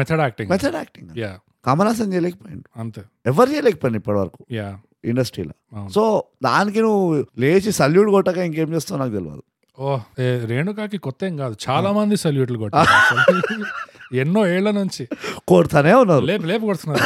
[SPEAKER 1] method acting
[SPEAKER 2] method acting
[SPEAKER 1] yeah
[SPEAKER 2] Kamal Haasan చేయలేకపోయిండు
[SPEAKER 1] అంతే
[SPEAKER 2] ఎవరు చేయలేకపోయింది ఇప్పటి వరకు
[SPEAKER 1] యా
[SPEAKER 2] ఇండస్ట్రీలో
[SPEAKER 1] అవును.
[SPEAKER 2] సో దానికి నువ్వు లేచి సల్యూట్ కొట్టక ఇంకేం చేస్తావు నాకు తెలియదు
[SPEAKER 1] ఓ Oh, ఏ, రేణుకాకి కొత్త ఏం కాదు
[SPEAKER 2] Ah.
[SPEAKER 1] చాలా మంది సల్యూట్లు కొట్టారు అసలు. ఎన్నో ఏళ్ల నుంచి
[SPEAKER 2] కోరుతానే ఉన్నారు
[SPEAKER 1] లేపు లేపు కొడుతున్నారు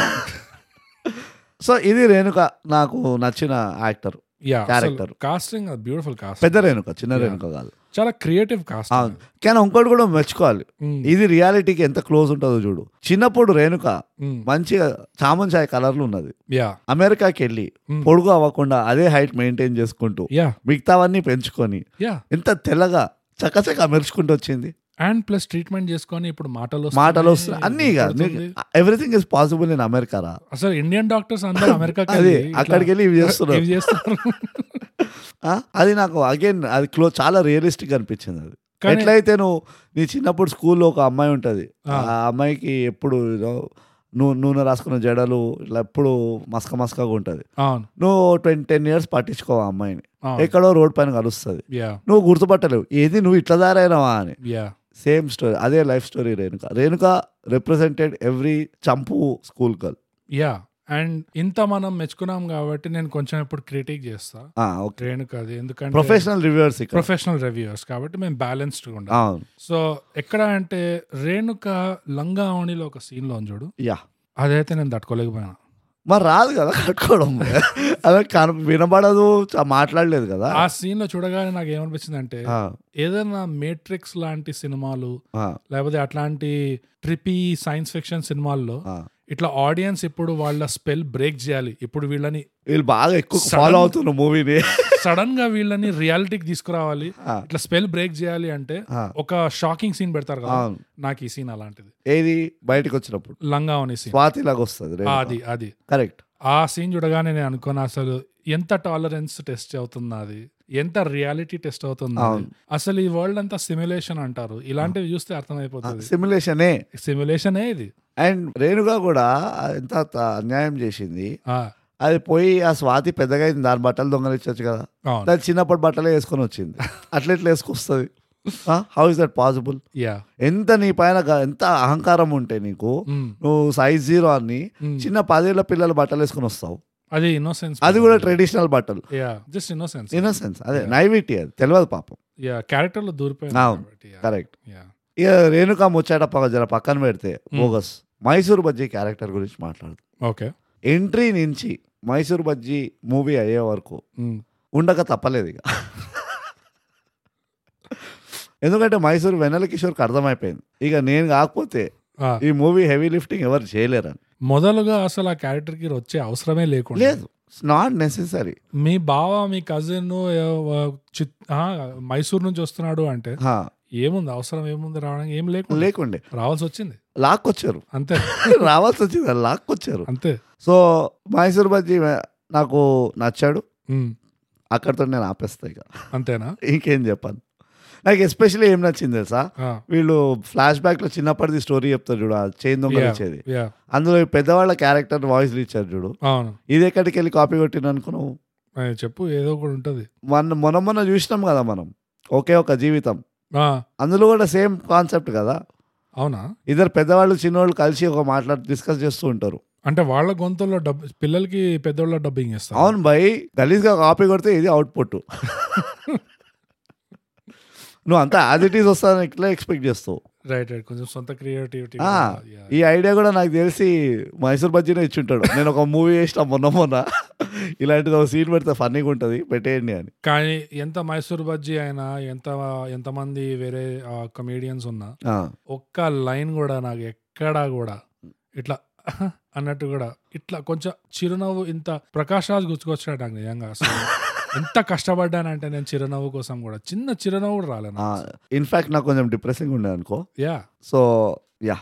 [SPEAKER 2] సో ఇది రేణుక నాకు నచ్చిన actor
[SPEAKER 1] yeah
[SPEAKER 2] Character.
[SPEAKER 1] Casting beautiful cast
[SPEAKER 2] పెద్ద రేణుక చిన్న రేణుక కాదు
[SPEAKER 1] చాలా Mm, క్రియేటివ్ కాస్ట్
[SPEAKER 2] అవును కానీ ఇంకోటి కూడా మెచ్చుకోవాలి ఇది రియాలిటీకి ఎంత క్లోజ్ ఉంటుందో చూడు చిన్నప్పుడు రేణుక
[SPEAKER 1] mm.
[SPEAKER 2] మంచిగా చామన్ చాయ్ కలర్లు ఉన్నది
[SPEAKER 1] యా
[SPEAKER 2] అమెరికాకి వెళ్ళి
[SPEAKER 1] Hmm.
[SPEAKER 2] పొడుగు అవ్వకుండా అదే హైట్ మెయింటైన్ చేసుకుంటూ
[SPEAKER 1] యా
[SPEAKER 2] మిగతావన్నీ పెంచుకొని
[SPEAKER 1] యా
[SPEAKER 2] ఎంత తెల్లగా చక్కచక్క మెరుచుకుంటూ వచ్చింది
[SPEAKER 1] అండ్ ప్లస్ ట్రీట్మెంట్ చేసుకొని ఇప్పుడు మాటలు వస్తున్నాయి,
[SPEAKER 2] మాటలు వస్తున్నాయి అన్నీ ఇక
[SPEAKER 1] పడుతుంది.
[SPEAKER 2] Everything is possible in America రా
[SPEAKER 1] అసలు ఇండియన్ డాక్టర్స్ అందరూ అమెరికా
[SPEAKER 2] అదే, అక్కడికి వెళ్ళి ఇవి చేస్తున్నారు.
[SPEAKER 1] చేస్తున్నారు
[SPEAKER 2] ఆ, అది నాకు అగైన్ అది క్లో చాలా రియలిస్టిక్ అనిపించింది అది
[SPEAKER 1] కానీ-
[SPEAKER 2] ఎట్లయితే నువ్వు నీ చిన్నప్పుడు స్కూల్లో ఒక అమ్మాయి ఉంటుంది ఆ అమ్మాయికి ఎప్పుడు you know, నూ- నూనె రాసుకున్న జడలు ఇట్లా ఎప్పుడు మసక మసకగా ఉంటుంది
[SPEAKER 1] అవును
[SPEAKER 2] నువ్వు ట్వంటీ టెన్ ఇయర్స్ పట్టించుకోవు ఆ అమ్మాయిని
[SPEAKER 1] అవును
[SPEAKER 2] ఎక్కడో రోడ్ పైన కలుస్తుంది
[SPEAKER 1] యా
[SPEAKER 2] నువ్వు గుర్తుపట్టలేవు ఏది నువ్వు ఇట్లా దారైనవా అని
[SPEAKER 1] యా
[SPEAKER 2] సేమ్ స్టోరీ అదే life story Renuka Renuka represented every చంపు స్కూల్ గర్ల్
[SPEAKER 1] యా అండ్ ఇంత మనం మెచ్చుకున్నాం కాబట్టి నేను కొంచెం ఇప్పుడు క్రిటిక్ చేస్తా
[SPEAKER 2] ఓకే
[SPEAKER 1] రేణుక అది ఎందుకంటే
[SPEAKER 2] ప్రొఫెషనల్ రివ్యూవర్స్ ఇక్కడ
[SPEAKER 1] ప్రొఫెషనల్ రివ్యూయర్స్ కాబట్టి మేము బ్యాలెన్స్డ్ ఉండాలి
[SPEAKER 2] అవును
[SPEAKER 1] సో ఎక్కడ అంటే రేణుక లంగా ఓణిలో ఒక సీన్ లో ఉంది చూడు
[SPEAKER 2] యా
[SPEAKER 1] అదైతే నేను తట్టుకోలేకపోయాను
[SPEAKER 2] మరి రాదు కదా కట్టుకోవడం అదే కన- వినబడదు చ- మాట్లాడలేదు కదా
[SPEAKER 1] ఆ సీన్ లో చూడగానే నాకు ఏమనిపించింది అంటే
[SPEAKER 2] ఆ,
[SPEAKER 1] ఏదైనా మేట్రిక్స్ లాంటి సినిమాలు
[SPEAKER 2] ఆ,
[SPEAKER 1] లేకపోతే అట్లాంటి ట్రిపీ సైన్స్ ఫిక్షన్ సినిమాల్లో
[SPEAKER 2] ఆ.
[SPEAKER 1] ఇట్లా ఆడియన్స్ ఇప్పుడు వాళ్ళ స్పెల్ బ్రేక్ చేయాలి ఇప్పుడు వీళ్ళని
[SPEAKER 2] వీళ్ళు బాగా ఎక్కువ
[SPEAKER 1] Sudden-
[SPEAKER 2] ఫాలో అవుతున్న మూవీని
[SPEAKER 1] సడన్ గా వీళ్ళని రియాలిటీకి తీసుకురావాలి
[SPEAKER 2] ఆ.
[SPEAKER 1] ఇట్లా స్పెల్ బ్రేక్ చేయాలి అంటే
[SPEAKER 2] ఆ.
[SPEAKER 1] ఒక షాకింగ్ సీన్ పెడతారు కదా
[SPEAKER 2] అవును.
[SPEAKER 1] నాకు ఈ సీన్ అలాంటిది
[SPEAKER 2] ఏది బయటకు వచ్చినప్పుడు
[SPEAKER 1] లంగా అనే సీన్
[SPEAKER 2] స్వాతి లాగా వస్తుంది
[SPEAKER 1] అది అది
[SPEAKER 2] కరెక్ట్
[SPEAKER 1] ఆ సీన్ చూడగానే నేను అనుకున్నా అసలు ఎంత టాలరెన్స్ టెస్ట్ అవుతుంది అది ఎంత రియాలిటీ టెస్ట్ అవుతుంది అది? అసలు ఈ వరల్డ్ అంతా సిమ్యులేషన్ అంటారు ఇలాంటివి చూస్తే అర్థమైపోతుంది
[SPEAKER 2] సిమ్యులేషనే
[SPEAKER 1] సిమ్యులేషనే ఇది
[SPEAKER 2] అండ్ రేణుగా కూడా ఎంత త- అన్యాయం చేసింది
[SPEAKER 1] ఆ,
[SPEAKER 2] అది పోయి ఆ స్వాతి పెద్దగా అయింది దాని బట్టలు దొంగలించవచ్చు కదా
[SPEAKER 1] అవును
[SPEAKER 2] దాని చిన్నప్పటి బట్టలే వేసుకొని వచ్చింది అట్లా ఇట్లా వేసుకొస్తుంది how is that possible
[SPEAKER 1] yeah
[SPEAKER 2] ఎంత నీ పైన గ- ఎంత అహంకారం ఉంటే నీకు
[SPEAKER 1] ఉమ్,
[SPEAKER 2] నువ్వు సైజ్ జీరో అని
[SPEAKER 1] ఉమ్.
[SPEAKER 2] చిన్న పదేళ్ల పిల్లలు బట్టలు వేసుకుని వస్తావు
[SPEAKER 1] అది ఇన్నోసెన్స్
[SPEAKER 2] అది కూడా ట్రెడిషనల్ బట్టలు
[SPEAKER 1] యా జస్ట్ ఇన్నోసెన్స్
[SPEAKER 2] ఇన్నోసెన్స్ అదే నైవిటీ అది తెలియదు పాపం
[SPEAKER 1] యా క్యారెక్టర్ లో
[SPEAKER 2] అవును.
[SPEAKER 1] దూరిపోయింది
[SPEAKER 2] కరెక్ట్ ఇక రేణుకా ముచ్చట పక్క జర పక్కన పెడితే బోగస్ మైసూర్ బజ్జీ క్యారెక్టర్ గురించి మాట్లాడు
[SPEAKER 1] ఓకే
[SPEAKER 2] ఎంట్రీ నుంచి మైసూర్ బజ్జీ మూవీ అయ్యే వరకు
[SPEAKER 1] Mm.
[SPEAKER 2] ఉండక తప్పలేదు ఇక ఎందుకంటే మైసూర్ వెనల్ కిషోర్కి అర్థమైపోయింది ఇక నేను కాకపోతే ఈ మూవీ హెవీ లిఫ్టింగ్ ఎవరు చేయలేరని
[SPEAKER 1] మొదలుగా అసలు ఆ క్యారెక్టర్ కి వచ్చే అవసరమే లేకుండా
[SPEAKER 2] లేదు ఇట్స్ నాట్ నెసెసరీ
[SPEAKER 1] మీ బావ మీ కజిన్ మైసూర్ నుంచి వస్తున్నాడు అంటే ఏముంది అవసరం ఏముంది రావడానికి ఏం లేకుండా
[SPEAKER 2] లేకుండే
[SPEAKER 1] రావాల్సి వచ్చింది
[SPEAKER 2] లాక్కొచ్చారు
[SPEAKER 1] అంతే
[SPEAKER 2] రావాల్సి వచ్చింది అది లాక్కొచ్చారు
[SPEAKER 1] అంతే
[SPEAKER 2] సో మైసూర్ బజ్జీ నాకు నచ్చాడు
[SPEAKER 1] ఉమ్,
[SPEAKER 2] అక్కడితో నేను ఆపేస్తా ఇక
[SPEAKER 1] Mm. అంతేనా
[SPEAKER 2] ఇంకేం చెప్పాను నాకు ఎస్పెషల్లీ ఏం నచ్చింది తెలుసా
[SPEAKER 1] ఆ,
[SPEAKER 2] వీళ్ళు ఫ్లాష్ బ్యాక్ లో చిన్నప్పటిది స్టోరీ చెప్తారు చూడు చేయిన్ దొంగలు
[SPEAKER 1] yeah,
[SPEAKER 2] ఇచ్చేది
[SPEAKER 1] yeah,
[SPEAKER 2] అందులో ఈ పెద్దవాళ్ళ క్యారెక్టర్ వాయిస్ ఇచ్చారు చూడు
[SPEAKER 1] అవును
[SPEAKER 2] ఇది ఎక్కడికి వెళ్ళి కాపీ కొట్టిన అనుకున్నావు
[SPEAKER 1] ఆ, చెప్పు ఏదో ఒకటి ఉంటది
[SPEAKER 2] మన మొన్న మొన్న చూసినాం కదా మనం ఒకే ఒక జీవితం
[SPEAKER 1] ఆ,
[SPEAKER 2] అందులో కూడా సేమ్ కాన్సెప్ట్ కదా
[SPEAKER 1] అవునా
[SPEAKER 2] ఇద్దరు పెద్దవాళ్ళు చిన్నవాళ్ళు కలిసి ఒక మాట్లాడి డిస్కస్ చేస్తూ ఉంటారు
[SPEAKER 1] అంటే వాళ్ళ గొంతుల్లో డబ్ పిల్లలకి పెద్దోళ్ళ డబ్బింగ్ ఇస్తారు
[SPEAKER 2] అవును భయ్ గలీజ్గా కాపీ కొడితే ఇది అవుట్పుట్ నువ్వు అంతా యాజ్ ఇట్ ఈస్ వస్తాను ఇట్లా ఎక్స్పెక్ట్ చేస్తావు
[SPEAKER 1] రైట్ రైట్ కొంచెం సొంత క్రియేటివిటీ
[SPEAKER 2] ఆ, ఈ ఐడియా కూడా నాకు తెలిసి మైసూర్ బజ్జీనే ఇచ్చుంటాడు నేను ఒక మూవీ చేసిన మొన్న మొన్న ఇలాంటిది ఒక సీన్ పెడితే ఫన్నీగా ఉంటుంది పెట్టేయండి అని
[SPEAKER 1] కానీ ఎంత మైసూర్ బజ్జీ అయినా ఎంత ఎంతమంది వేరే కమేడియన్స్ ఉన్నా
[SPEAKER 2] ఆ,
[SPEAKER 1] ఒక్క లైన్ కూడా నాకు ఎక్కడా కూడా ఇట్లా అన్నట్టు కూడా ఇట్లా కొంచెం చిరునవ్వు ఇంత ప్రకాశాలు గుర్తుకొచ్చాడు నాకు నిజంగా అసలు ఎంత కష్టపడ్డానంటే నేను చిరునవ్వు కోసం కూడా చిన్న చిరునవ్వు కూడా రాలే
[SPEAKER 2] ఆ, ఇన్ఫాక్ట్ నాకు కొంచెం డిప్రెసింగ్ ఉండే అనుకో
[SPEAKER 1] యా
[SPEAKER 2] సో యా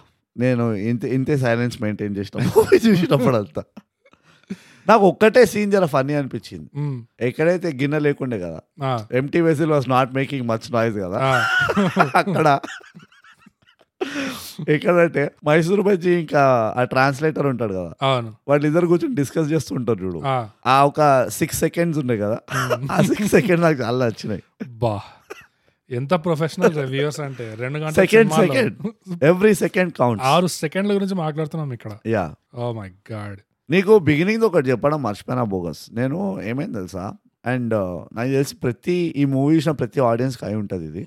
[SPEAKER 2] నేను ఇంత ఇంతే సైలెన్స్ మెయింటైన్ చేసిన మూవీ చూసినప్పుడు అంతా నాకు ఒక్కటే సీన్ జర ఫన్నీ అనిపించింది ఎక్కడైతే గిన్నె లేకుండే కదా empty vessel was not making much noise కదా అక్కడ ఎక్కడంటే మైసూర్ బజ్జీ ఇంకా ఆ ట్రాన్స్లేటర్ ఉంటాడు కదా
[SPEAKER 1] అవును
[SPEAKER 2] వాళ్ళిద్దరు కూర్చొని డిస్కస్ చేస్తూ ఉంటారు చూడు
[SPEAKER 1] ఆ,
[SPEAKER 2] ఆ ఒక సిక్స్ సెకండ్స్ ఉన్నాయి కదా ఆ సిక్స్ సెకండ్ నాకు చాలా నచ్చినాయి
[SPEAKER 1] బా ఎంత ప్రొఫెషనల్ రివ్యూస్ అంటే రెండు గంటల
[SPEAKER 2] సెకండ్
[SPEAKER 1] సినిమాలో
[SPEAKER 2] సెకండ్ ఎవ్రీ సెకండ్ కౌంట్
[SPEAKER 1] ఆరు సెకండ్ల గురించి మాట్లాడుతున్నాం ఇక్కడ Oh
[SPEAKER 2] yeah
[SPEAKER 1] oh my god
[SPEAKER 2] నీకు బిగినింగ్ ఒకటి చెప్పడం మర్చిపోయినా బోగస్ నేను ఏమైంది తెలుసా అండ్ uh, నాకు తెలిసి ప్రతి ఈ మూవీ చూసిన ప్రతి ఆడియన్స్కి అయి ఉంటుంది ఇది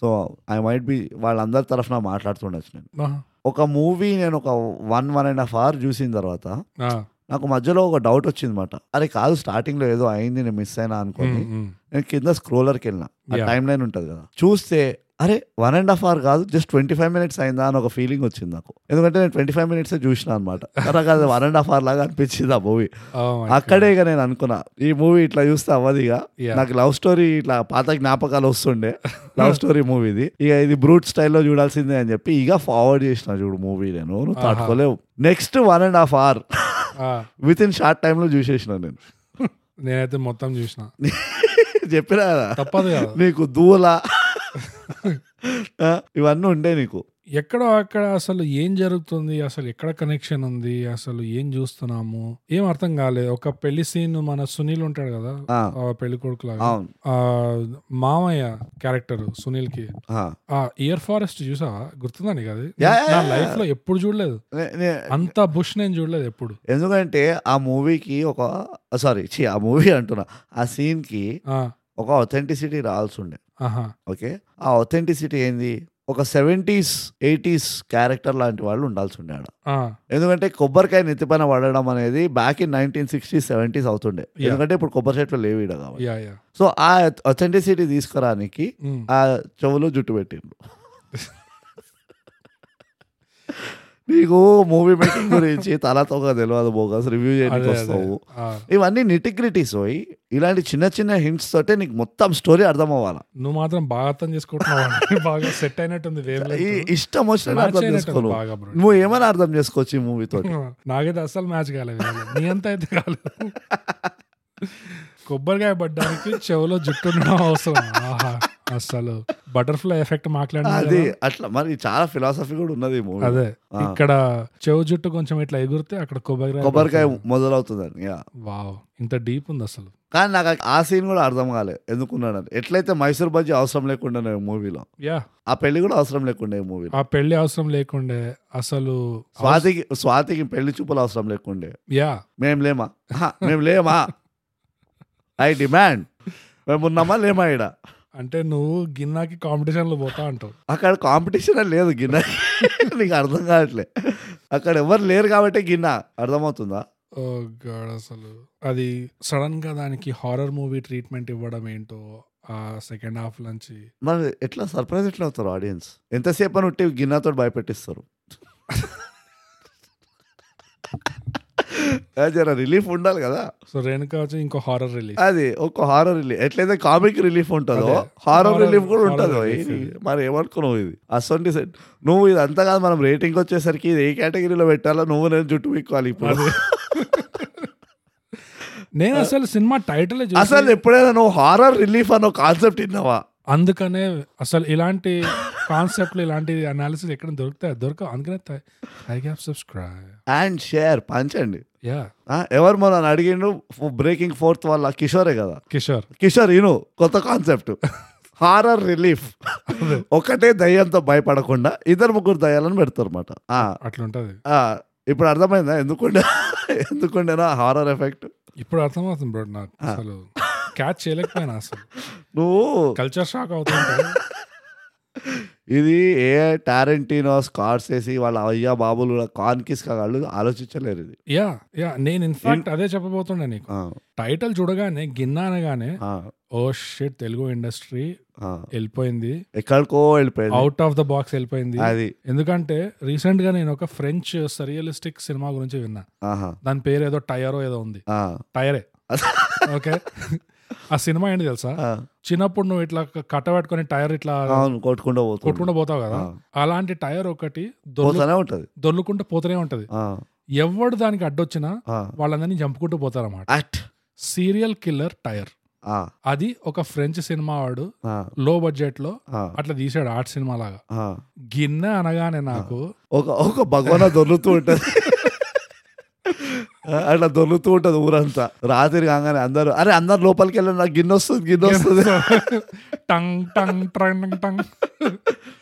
[SPEAKER 2] సో ఐ మైట్ బి వాళ్ళందరి తరఫున మాట్లాడుతుండొచ్చు నేను ఒక మూవీ నేను ఒక one one and half hour చూసిన తర్వాత నాకు మధ్యలో ఒక డౌట్ వచ్చింది అనమాట అరే కాదు స్టార్టింగ్ లో ఏదో అయింది నేను మిస్ అయినా అనుకోండి నేను కింద స్క్రోలర్కి వెళ్ళిన ఆ
[SPEAKER 1] Yeah.
[SPEAKER 2] టైం లైన్ ఉంటుంది కదా చూస్తే అరే వన్ అండ్ హాఫ్ అవర్ కాదు జస్ట్ ట్వంటీ ఫైవ్ మినిట్స్ అయిందా అని ఒక ఫీలింగ్ వచ్చింది నాకు ఎందుకంటే నేను ట్వంటీ ఫైవ్ మినిట్స్ చూసిన అనమాట నాకు అది వన్ అండ్ హాఫ్ అవర్ లాగా అనిపించింది ఆ మూవీ అక్కడే ఇక నేను అనుకున్నా ఈ మూవీ ఇట్లా చూస్తే అవ్వదు ఇక
[SPEAKER 1] Yeah.
[SPEAKER 2] నాకు లవ్ స్టోరీ ఇట్లా పాత జ్ఞాపకాలు వస్తుండే లవ్ స్టోరీ మూవీ ఇది ఇక ఇది బ్రూట్ స్టైల్లో చూడాల్సిందే అని చెప్పి ఇక ఫార్వర్డ్ చేసిన చూడు మూవీ నేను నువ్వు
[SPEAKER 1] Aha.
[SPEAKER 2] తట్టుకోలేవు next one and half hour with in short టైంలో చూసేసిన నేను
[SPEAKER 1] నేనైతే మొత్తం చూసిన
[SPEAKER 2] చెప్పినా కదా
[SPEAKER 1] తప్పదు కదా
[SPEAKER 2] నీకు దూల ఆ, ఇవన్నీ ఉండే నీకు
[SPEAKER 1] ఎక్కడో అక్కడ అసలు ఏం జరుగుతుంది అసలు ఎక్కడ కనెక్షన్ ఉంది అసలు ఏం చూస్తున్నాము ఏం అర్థం కాలేదు ఒక పెళ్లి సీన్ మన సునీల్ ఉంటాడు కదా
[SPEAKER 2] ఆ,
[SPEAKER 1] ఆ పెళ్లి కొడుకు లాగా
[SPEAKER 2] అవును
[SPEAKER 1] ఆ, మామయ్య క్యారెక్టర్ సునీల్ కి
[SPEAKER 2] ఆ.
[SPEAKER 1] ఆ ఇయర్ ఫారెస్ట్ చూసావా గుర్తుందా నీకు అది
[SPEAKER 2] యా, యా,
[SPEAKER 1] నా
[SPEAKER 2] యా.
[SPEAKER 1] లైఫ్ లో ఎప్పుడు చూడలేదు
[SPEAKER 2] నే- నే-
[SPEAKER 1] అంత బుష్ నేను చూడలేదు ఎప్పుడు
[SPEAKER 2] ఎందుకంటే ఆ మూవీకి ఒక సారీ ఛీ ఆ మూవీ అంటున్నా ఆ సీన్కి
[SPEAKER 1] ఆ,
[SPEAKER 2] ఒక అథెంటిసిటీ రావాల్సి ఉండే
[SPEAKER 1] ఆహా
[SPEAKER 2] ఓకే ఆ అథెంటిసిటీ ఏంది ఒక సెవెంటీస్ ఎయిటీస్ క్యారెక్టర్ లాంటి వాళ్ళు ఉండాల్సి ఉండే ఆడ
[SPEAKER 1] ఆ,
[SPEAKER 2] ఎందుకంటే కొబ్బరికాయ నెత్తిపైన పడడం అనేది back in nineteen sixty seventies అవుతుండే
[SPEAKER 1] Yeah.
[SPEAKER 2] ఎందుకంటే ఇప్పుడు కొబ్బరి చెట్లు లేవు ఈడ కాబట్టి
[SPEAKER 1] యా యా
[SPEAKER 2] సో ఆ అథెంటిసిటీ తీసుకురానికి
[SPEAKER 1] ఉమ్.
[SPEAKER 2] ఆ చెవులో జుట్టు పెట్టిండు నీకు మూవీ మేకింగ్ గురించి తలతో తెలియదు బోగస్ రివ్యూ చేయడానికి
[SPEAKER 1] అదే, అదే.
[SPEAKER 2] వస్తావు
[SPEAKER 1] ఆ,
[SPEAKER 2] ఇవన్నీ నిటిగ్రిటీస్ పోయి ఇలాంటి చిన్న చిన్న హింట్స్ తోటే నీకు మొత్తం స్టోరీ అర్థం అవ్వాలి
[SPEAKER 1] నువ్వు మాత్రం బాగా అర్థం చేసుకుంటున్నావు అంటే బాగా సెట్ అయినట్టుంది వేవ్
[SPEAKER 2] ఈ ఇష్టం వచ్చినట్టు అర్థం చేసుకోను
[SPEAKER 1] బాగా bro.
[SPEAKER 2] నువ్వు ఏమైనా అర్థం చేసుకోవచ్చు ఈ మూవీతో
[SPEAKER 1] నాకైతే అస్సలు మ్యాచ్ కాలేదు నీ అంత అయితే కాలేదు కొబ్బరికాయ పడ్డానికి చెవులో జుట్టు ఉండడం అవసరం ఆహా అసలు బటర్ఫ్లై ఎఫెక్ట్
[SPEAKER 2] అది
[SPEAKER 1] మాట్లాడినది
[SPEAKER 2] అట్లా మరి చాలా ఫిలాసఫీ కూడా ఉన్నది ఈ మూవీ
[SPEAKER 1] అదే
[SPEAKER 2] ఆ.
[SPEAKER 1] ఇక్కడ చెవు జుట్టు కొంచెం ఇట్లా ఎగురితే అక్కడ కొబ్బరికాయ
[SPEAKER 2] కొబ్బరికాయ మొదలవుతుందని యా
[SPEAKER 1] వావ్ ఇంత డీప్ ఉంది అసలు
[SPEAKER 2] కానీ నాకు ఆ- ఆ సీన్ కూడా అర్థం కాలేదు ఎందుకున్నాడని ఎట్లయితే మైసూర్ బజ్జీ అవసరం లేకుండా మూవీలో
[SPEAKER 1] యా
[SPEAKER 2] ఆ పెళ్లి కూడా అవసరం లేకుండా మూవీలో
[SPEAKER 1] ఆ పెళ్లి అవసరం లేకుండే అసలు
[SPEAKER 2] స్వాతికి స్వాతికి పెళ్లి చూపులు అవసరం లేకుండే
[SPEAKER 1] యా
[SPEAKER 2] మేము లేమా ఆహా, మేము లేమా ఐ డిమాండ్ మేము ఉన్నామా లేమా ఇడ
[SPEAKER 1] అంటే నువ్వు గిన్నాకి కాంపిటీషన్ లో పోతా అంటావు
[SPEAKER 2] అక్కడ కాంపిటీషన్ లేదు గిన్నె నీకు అర్థం కావట్లే అక్కడ ఎవరు లేరు కాబట్టి గిన్నె అర్థమవుతుందా
[SPEAKER 1] ఓ గాడ్ అసలు అది సడన్ గా దానికి హారర్ మూవీ ట్రీట్మెంట్ ఇవ్వడం ఏంటో ఆ సెకండ్ హాఫ్ నుంచి
[SPEAKER 2] మరి ఎట్లా సర్ప్రైజ్ ఎట్లా అవుతారు ఆడియన్స్ ఎంతసేపు అని ఉంటే గిన్నెతో భయపెట్టిస్తారు ఆ, జర రిలీఫ్ ఉండాలి కదా
[SPEAKER 1] సో రేణుక వచ్చి ఇంకో హారర్ రిలీజ్
[SPEAKER 2] అది ఒక హారర్ రిలీఫ్ ఎట్లయితే కామిక్ రిలీఫ్ ఉంటుందో
[SPEAKER 1] అదే.
[SPEAKER 2] హారర్
[SPEAKER 1] Horror-
[SPEAKER 2] రిలీఫ్ కూడా
[SPEAKER 1] horror
[SPEAKER 2] ఉంటుందో
[SPEAKER 1] relief
[SPEAKER 2] ఇది. మరి ఏమనుకున్నావు ఇది అసొంటి సెట్ నువ్వు ఇది అంతా కాదు మనం రేటింగ్ వచ్చేసరికి ఇది ఏ కేటగిరీలో పెట్టాలో నువ్వు నేను జుట్టు పీక్కోవాలి ఇప్పుడు
[SPEAKER 1] నేను అసలు సినిమా టైటిల్
[SPEAKER 2] అసలు ఎప్పుడైనా నువ్వు హారర్ రిలీఫ్ అన్న కాన్సెప్ట్ విన్నావా
[SPEAKER 1] అందుకనే అసలు ఇలాంటి కాన్సెప్ట్లు ఇలాంటి అనాలిసిస్ ఎక్కడ దొరుకుతాయి దొరకవు అందుకనే I gap subscribe
[SPEAKER 2] and share పంచండి
[SPEAKER 1] యా
[SPEAKER 2] ఆ, ఎవరు మన అడిగిండు బ్రేకింగ్ ఫోర్త్ వాళ్ళ కిషోరే కదా
[SPEAKER 1] కిషోర్
[SPEAKER 2] కిషోర్ ఇను కొత్త కాన్సెప్ట్ హారర్ రిలీఫ్ ఒకటే దయ్యంతో భయపడకుండా ఇద్దరు ముగ్గురు దయ్యాలను పెడతారు అనమాట
[SPEAKER 1] అట్లుంటది
[SPEAKER 2] ఇప్పుడు అర్థమైందా ఎందుకుండే ఎందుకుండేనా హారర్ ఎఫెక్ట్
[SPEAKER 1] ఇప్పుడు అర్థమవుతుంది బ్రో నాకు అసలు క్యాచ్ చేయలేకపోయినా అసలు
[SPEAKER 2] నువ్వు
[SPEAKER 1] కల్చర్ షాక్ అవుతుంటే
[SPEAKER 2] ఇది ఏ టారెంటీనో స్కార్స్ వేసి వాళ్ళ అయ్యా బాబులు కూడా కాన్కిస్ కాగాళ్ళు ఆలోచించలేరు ఇది
[SPEAKER 1] యా యా నేను ఇన్ఫాక్ట్ అదే చెప్పబోతుండే నీకు
[SPEAKER 2] ఆ,
[SPEAKER 1] టైటిల్ చూడగానే గిన్నా అనగానే
[SPEAKER 2] ఆ,
[SPEAKER 1] ఓ షిట్ తెలుగు ఇండస్ట్రీ
[SPEAKER 2] ఆ.
[SPEAKER 1] వెళ్ళిపోయింది
[SPEAKER 2] ఎక్కడికో వెళ్ళిపోయింది
[SPEAKER 1] అవుట్ ఆఫ్ ద బాక్స్ వెళ్ళిపోయింది
[SPEAKER 2] అది
[SPEAKER 1] ఎందుకంటే రీసెంట్ గా నేను ఒక ఫ్రెంచ్ సరియలిస్టిక్ సినిమా గురించి విన్నా
[SPEAKER 2] ఆహా
[SPEAKER 1] దాని పేరు ఏదో టైరో ఏదో ఉంది
[SPEAKER 2] ఆ,
[SPEAKER 1] టైరే ఓకే ఆ సినిమా ఏంటి తెలుసా
[SPEAKER 2] ఆ.
[SPEAKER 1] చిన్నప్పుడు నువ్వు ఇట్లా కట్ట పెట్టుకొని టైర్ ఇట్లా
[SPEAKER 2] అవును కొట్టుకుంటూ పోతుంది
[SPEAKER 1] కొట్టుకుంటూ పోతావు కదా అలాంటి టైర్ ఒకటి దొర్లు-
[SPEAKER 2] పోతానే ఉంటది
[SPEAKER 1] దొర్లుకుంటూ పోతూనే ఉంటది
[SPEAKER 2] ఆ,
[SPEAKER 1] ఎవడు దానికి అడ్డొచ్చినా
[SPEAKER 2] ఆ.
[SPEAKER 1] వాళ్ళందరినీ చంపుకుంటూ పోతారన్నమాట
[SPEAKER 2] అట్
[SPEAKER 1] సీరియల్ కిల్లర్ టైర్
[SPEAKER 2] ఆ,
[SPEAKER 1] అది ఒక ఫ్రెంచ్ సినిమా వాడు
[SPEAKER 2] ఆ,
[SPEAKER 1] లో బడ్జెట్ లో
[SPEAKER 2] ఆ,
[SPEAKER 1] అట్లా తీసాడు ఆర్ట్ సినిమా లాగా
[SPEAKER 2] ఆ.
[SPEAKER 1] గిన్నె అనగానే నాకు
[SPEAKER 2] ఒక ఒక భగవన దొర్లుతూ ఉంటది ఆ, అట్లా దొర్లుతూ ఉంటది ఊరంతా రాత్రి కాగానే అందరూ అరే అందరు లోపలికి వెళ్ళండి నాకు గిన్నె వస్తుంది గిన్నె వస్తుంది
[SPEAKER 1] టంగ్ టంగ్ ట్రంగ్ టంగ్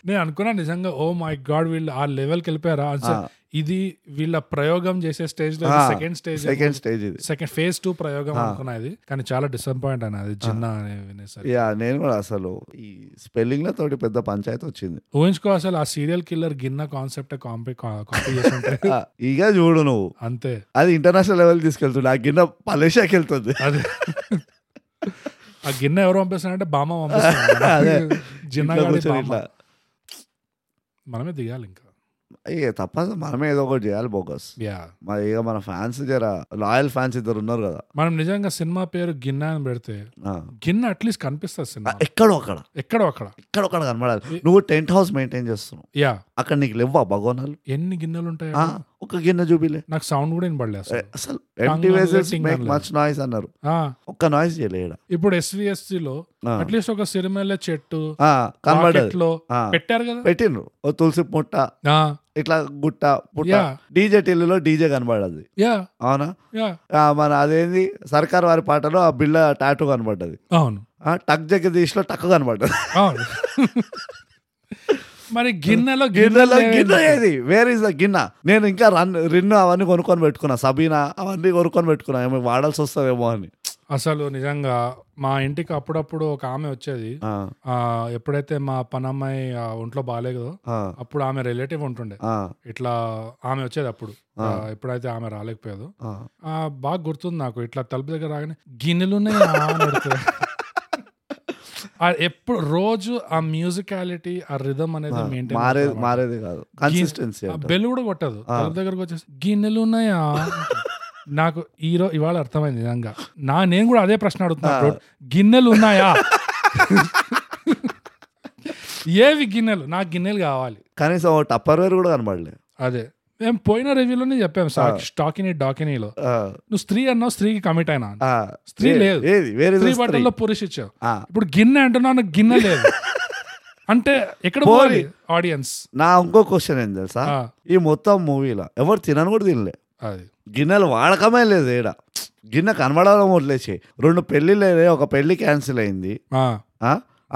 [SPEAKER 1] నేను అనుకున్నా నిజంగా ఓ మై గాడ్ వీళ్ళు ఆ లెవెల్కి వెళ్ళిపోయారా అసలు ఇది వీళ్ళ ప్రయోగం చేసే స్టేజ్ లో సెకండ్ స్టేజ్
[SPEAKER 2] సెకండ్ స్టేజ్ ఇది
[SPEAKER 1] సెకండ్ ఫేజ్ టూ ప్రయోగం అనుకున్నది కానీ చాలా డిసప్పాయింట్ అన్నది చిన్న అని వినేసరికి
[SPEAKER 2] యా నేను కూడా అసలు ఈ స్పెల్లింగ్ తోటి పెద్ద పంచాయతీ వచ్చింది
[SPEAKER 1] ఊహించుకో అసలు ఆ సీరియల్ కిల్లర్ గిన్న కాన్సెప్ట్ కాంపీ కాపీ చేస్తుంటే
[SPEAKER 2] ఆ, ఇక చూడు నువ్వు
[SPEAKER 1] అంతే
[SPEAKER 2] అది ఇంటర్నేషనల్ లెవెల్ తీసుకెళ్తుంది ఆ గిన్నె మలేషియాకి వెళ్తుంది
[SPEAKER 1] అదే ఆ గిన్నె ఎవరు పంపిస్తారంటే బామ్మ పంపిస్తారు
[SPEAKER 2] ఇట్లా కూర్చొని
[SPEAKER 1] జిన్న
[SPEAKER 2] ఇట్లా
[SPEAKER 1] మనమే దిగాలి ఇంకా
[SPEAKER 2] ఏ తప్పదు మనమే ఏదో ఒకటి చేయాలి బోకస్
[SPEAKER 1] యా
[SPEAKER 2] మరి ఇక మన ఫ్యాన్స్ జర లాయల్ ఫ్యాన్స్ ఇద్దరు ఉన్నారు కదా
[SPEAKER 1] మనం నిజంగా సినిమా పేరు గిన్నె అని పెడితే
[SPEAKER 2] ఆ.
[SPEAKER 1] గిన్నె అట్లీస్ట్ కనిపిస్తుంది
[SPEAKER 2] ఆ,
[SPEAKER 1] సినిమా
[SPEAKER 2] ఎక్కడో అక్కడ
[SPEAKER 1] ఎక్కడో అక్కడ
[SPEAKER 2] ఎక్కడో అక్కడ కనబడాలి నువ్వు టెంట్ హౌస్ మెయింటైన్ చేస్తున్నావు
[SPEAKER 1] యా
[SPEAKER 2] అక్కడ నీకు లేవా భగవనాలు
[SPEAKER 1] ఎన్ని గిన్నెలు ఉంటాయి
[SPEAKER 2] ఆ, ఒక గిన్నె చూపిలే
[SPEAKER 1] నాకు సౌండ్ కూడా వినబడలేదు
[SPEAKER 2] ఏ,
[SPEAKER 1] అసలు
[SPEAKER 2] అసలు ఎంటీ
[SPEAKER 1] Tongue
[SPEAKER 2] వేసెస్
[SPEAKER 1] tingling
[SPEAKER 2] మేక్
[SPEAKER 1] లేదు.
[SPEAKER 2] మచ్ నాయిస్ అన్నారు
[SPEAKER 1] ఆ,
[SPEAKER 2] ఒక్క నాయిస్ చేయలేడా
[SPEAKER 1] ఇప్పుడు SVSC లో అట్లీస్ట్ ఒక సిరిమల్లె చెట్టు
[SPEAKER 2] Ah. కనబడదు Ah.
[SPEAKER 1] లో
[SPEAKER 2] ఆ.
[SPEAKER 1] పెట్టారు కదా Ah.
[SPEAKER 2] పెట్టిండ్రు ఓ తులసి పుట్ట
[SPEAKER 1] ఆ,
[SPEAKER 2] ఇట్లా గుట్ట పుట్ట
[SPEAKER 1] యా
[SPEAKER 2] డీజే టీలలో డీజే కనబడదు
[SPEAKER 1] యా
[SPEAKER 2] అవునా
[SPEAKER 1] యా
[SPEAKER 2] ఆ, మన అదేంది సర్కార్ వారి పాటలో ఆ బిళ్ళ టాటూ కనబడ్డది
[SPEAKER 1] అవును
[SPEAKER 2] ఆ, టక్ జగదీష్లో టక్ కనబడ్డది
[SPEAKER 1] అవును మరి గిన్నెలో
[SPEAKER 2] గిన్నెలో
[SPEAKER 1] గిన్నెలు
[SPEAKER 2] గిన్నె ఏది వేర్ ఇస్ ద గిన్నె నేను ఇంకా రన్ రిన్ను అవన్నీ కొనుక్కొని పెట్టుకున్నా సబీనా అవన్నీ కొనుక్కొని పెట్టుకున్నా ఏమో వాడాల్సి వస్తుందేమో అని
[SPEAKER 1] అసలు నిజంగా మా ఇంటికి అప్పుడప్పుడు ఒక ఆమె వచ్చేది
[SPEAKER 2] ఆ,
[SPEAKER 1] ఆ ఎప్పుడైతే మా పనమ్మాయి ఆ, ఒంట్లో బాగాలేదో
[SPEAKER 2] ఆ,
[SPEAKER 1] అప్పుడు ఆమె రిలేటివ్ ఉంటుండే
[SPEAKER 2] ఆ,
[SPEAKER 1] ఇట్లా ఆమె వచ్చేది అప్పుడు ఆ, ఎప్పుడైతే ఆమె రాలేకపోయేదో
[SPEAKER 2] ఆ.
[SPEAKER 1] ఆ, బాగా గుర్తుంది నాకు ఇట్లా తలుపు దగ్గర రాగానే గిన్నెలున్నాయా అని అడుగుతుంది. ఆ ఎప్పుడు రోజు ఆ మ్యూజికాలిటీ ఆ రిధమ్ అనేది
[SPEAKER 2] మారేది
[SPEAKER 1] మెయింటైన్
[SPEAKER 2] మారేది కాదు కన్సిస్టెన్సీ
[SPEAKER 1] ఆ బెల్ కూడా కొట్టదు తలుపు దగ్గరకు వచ్చేసి గిన్నెలు ఉన్నాయా నాకు ఈ రో ఇవాళ అర్థమైంది నిజంగా నా నేను కూడా అదే ప్రశ్న అడుగుతున్నా bro. గిన్నెలు ఉన్నాయా ఏవి గిన్నెలు నాకు గిన్నెలు కావాలి
[SPEAKER 2] కనీసం ఓ టప్పర్ వేర్ కూడా కనబడలే
[SPEAKER 1] అదే మేము పోయిన రివ్యూలోనే చెప్పాము సార్ స్టాకిని డాకినీలో
[SPEAKER 2] ఆ,
[SPEAKER 1] నువ్వు స్త్రీ అన్నావు స్త్రీకి కమిట్ అయినా
[SPEAKER 2] ఆ,
[SPEAKER 1] స్త్రీ
[SPEAKER 2] ఏ-
[SPEAKER 1] లేదు.
[SPEAKER 2] ఏది వేర్ ఇస్
[SPEAKER 1] స్త్రీ
[SPEAKER 2] ద స్త్రీ?
[SPEAKER 1] బట్టల్లో పురుష ఇచ్చావు
[SPEAKER 2] ఆ.
[SPEAKER 1] ఇప్పుడు గిన్నె అంటున్నావు నాకు గిన్నె లేదు అంటే ఎక్కడ పోవాలి ఆడియన్స్
[SPEAKER 2] నా ఇంకో క్వశ్చన్ ఏం తెలుసా
[SPEAKER 1] ఆ.
[SPEAKER 2] ఈ మొత్తం మూవీలో ఎవరు తినను కూడా తినలే
[SPEAKER 1] అది
[SPEAKER 2] గిన్నెలు వాడకమే లేదు ఏడ గిన్నె కనబడాలో వదిలేసి రెండు పెళ్లిళ్ళు అయినాయి. ఒక పెళ్లి క్యాన్సిల్ అయింది
[SPEAKER 1] ఆ,
[SPEAKER 2] ఆ?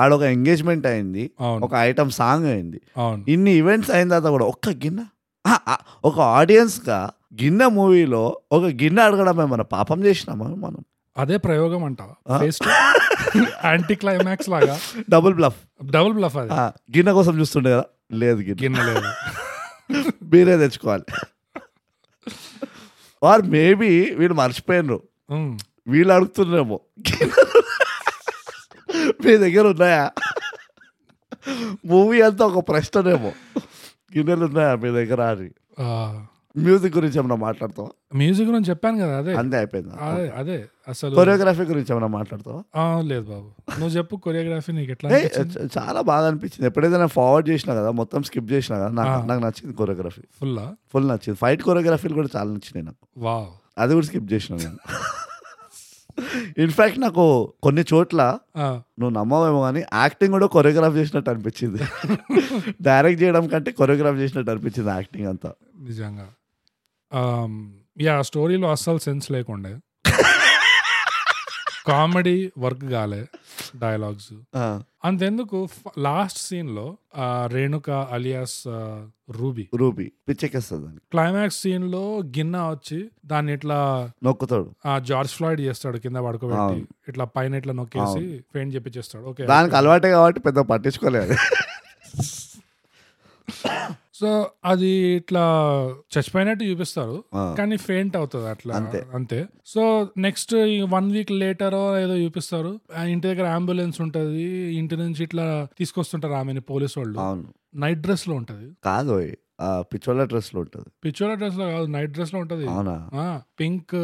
[SPEAKER 2] ఆడొక ఎంగేజ్మెంట్ అయింది
[SPEAKER 1] అవును
[SPEAKER 2] ఒక ఐటమ్ సాంగ్ అయింది
[SPEAKER 1] అవును
[SPEAKER 2] ఇన్ని ఈవెంట్స్ అయిన తర్వాత కూడా ఒక్క గిన్నె ఆ, ఆ, ఒక audience గా గిన్నె మూవీలో ఒక గిన్నె అడగడం ఏమైనా పాపం చేసినామా మనం
[SPEAKER 1] అదే ప్రయోగం అంటావా
[SPEAKER 2] ఆ.
[SPEAKER 1] యాంటీ క్లైమాక్స్ లాగా
[SPEAKER 2] డబుల్ బ్లఫ్
[SPEAKER 1] డబుల్ బ్లఫ్ అది
[SPEAKER 2] గిన్నె కోసం చూస్తుండే కదా లేదు గిన్నె
[SPEAKER 1] గిన్నె లేదు
[SPEAKER 2] మీరే తెచ్చుకోవాలి వారు మేబీ వీళ్ళు మర్చిపోయినరు
[SPEAKER 1] ఉమ్.
[SPEAKER 2] వీళ్ళు అడుగుతున్నారేమో మీ దగ్గర ఉన్నాయా మూవీ అంతా ఒక ప్రశ్ననేమో గిన్నెలు ఉన్నాయా మీ దగ్గర అని
[SPEAKER 1] ఆ,
[SPEAKER 2] మ్యూజిక్ గురించి ఏమైనా మాట్లాడతావా
[SPEAKER 1] మ్యూజిక్ గురించి చెప్పాను కదా అదే
[SPEAKER 2] అంతే అయిపోయింది
[SPEAKER 1] అదే అదే అసలు
[SPEAKER 2] కొరియోగ్రఫీ గురించి ఏమైనా మాట్లాడతావా
[SPEAKER 1] ఆ, లేదు బాబు నువ్వు చెప్పు కొరియోగ్రఫీ నీకు ఎట్లా
[SPEAKER 2] ఏయ్, చ- చాలా బాగా అనిపించింది ఎప్పుడైతే నేను ఫార్వర్డ్ చేసినా కదా మొత్తం స్కిప్ చేసినా కదా నాకు
[SPEAKER 1] ఆ.
[SPEAKER 2] నాకు నచ్చింది కొరియోగ్రఫీ
[SPEAKER 1] ఫుల్
[SPEAKER 2] ఫుల్ నచ్చింది ఫైట్ కొరియోగ్రఫీలు కూడా చాలా నచ్చినాయి నాకు
[SPEAKER 1] వావ్
[SPEAKER 2] అది కూడా స్కిప్ చేసిన నేను ఇన్ఫ్యాక్ట్ నాకు కొన్ని చోట్ల
[SPEAKER 1] ఆ,
[SPEAKER 2] నువ్వు నమ్మవేమో కానీ యాక్టింగ్ కూడా కొరియోగ్రాఫ్ చేసినట్టు అనిపించింది డైరెక్ట్ చేయడం కంటే కొరియోగ్రాఫ్ చేసినట్టు అనిపించింది యాక్టింగ్ అంతా
[SPEAKER 1] నిజంగా ఆమ్, యా స్టోరీలో అస్సలు సెన్స్ లేకుండే కామెడీ వర్క్ కాలే డైలాగ్స్
[SPEAKER 2] ఆ,
[SPEAKER 1] అంతెందుకు లాస్ట్ సీన్ లో ఆ, రేణుక అలియాస్ ఆ, రూబీ
[SPEAKER 2] రూబీ పిచ్చెక్కేస్తుంది దాన్ని
[SPEAKER 1] క్లైమాక్స్ సీన్ లో గిన్నా వచ్చి దాన్ని ఇట్లా
[SPEAKER 2] నొక్కుతాడు
[SPEAKER 1] ఆ జార్జ్ ఫ్లాయిడ్ చేస్తాడు కింద పడుకోబెట్టి
[SPEAKER 2] అవును.
[SPEAKER 1] ఇట్లా పైన ఇట్లా నొక్కేసి పెయింట్ చెప్పించేస్తాడు ఓకే
[SPEAKER 2] దానికి అలవాటే కాబట్టి పెద్ద పట్టించుకోలేదు
[SPEAKER 1] సో అది ఇట్లా చచ్చిపోయినట్టు చూపిస్తారు
[SPEAKER 2] ఆ.
[SPEAKER 1] కానీ ఫెయింట్ అవుతుంది అట్లా
[SPEAKER 2] అంతే.
[SPEAKER 1] అంతే so next one week later ఏదో చూపిస్తారు ఆ ఇంటి దగ్గర అంబులెన్స్ ఉంటది ఇంటి నుంచి ఇట్లా తీసుకొస్తుంటారు ఆమెని పోలీసు వాళ్ళు
[SPEAKER 2] అవును
[SPEAKER 1] నైట్ డ్రెస్ లో ఉంటది
[SPEAKER 2] కాదు ఓయ్, ఆ పిచ్చోళ్ళ డ్రెస్లో ఉంటుంది
[SPEAKER 1] పిచ్చోల డ్రెస్ లో కాదు నైట్ డ్రెస్ లో ఉంటది
[SPEAKER 2] అవునా
[SPEAKER 1] పింక్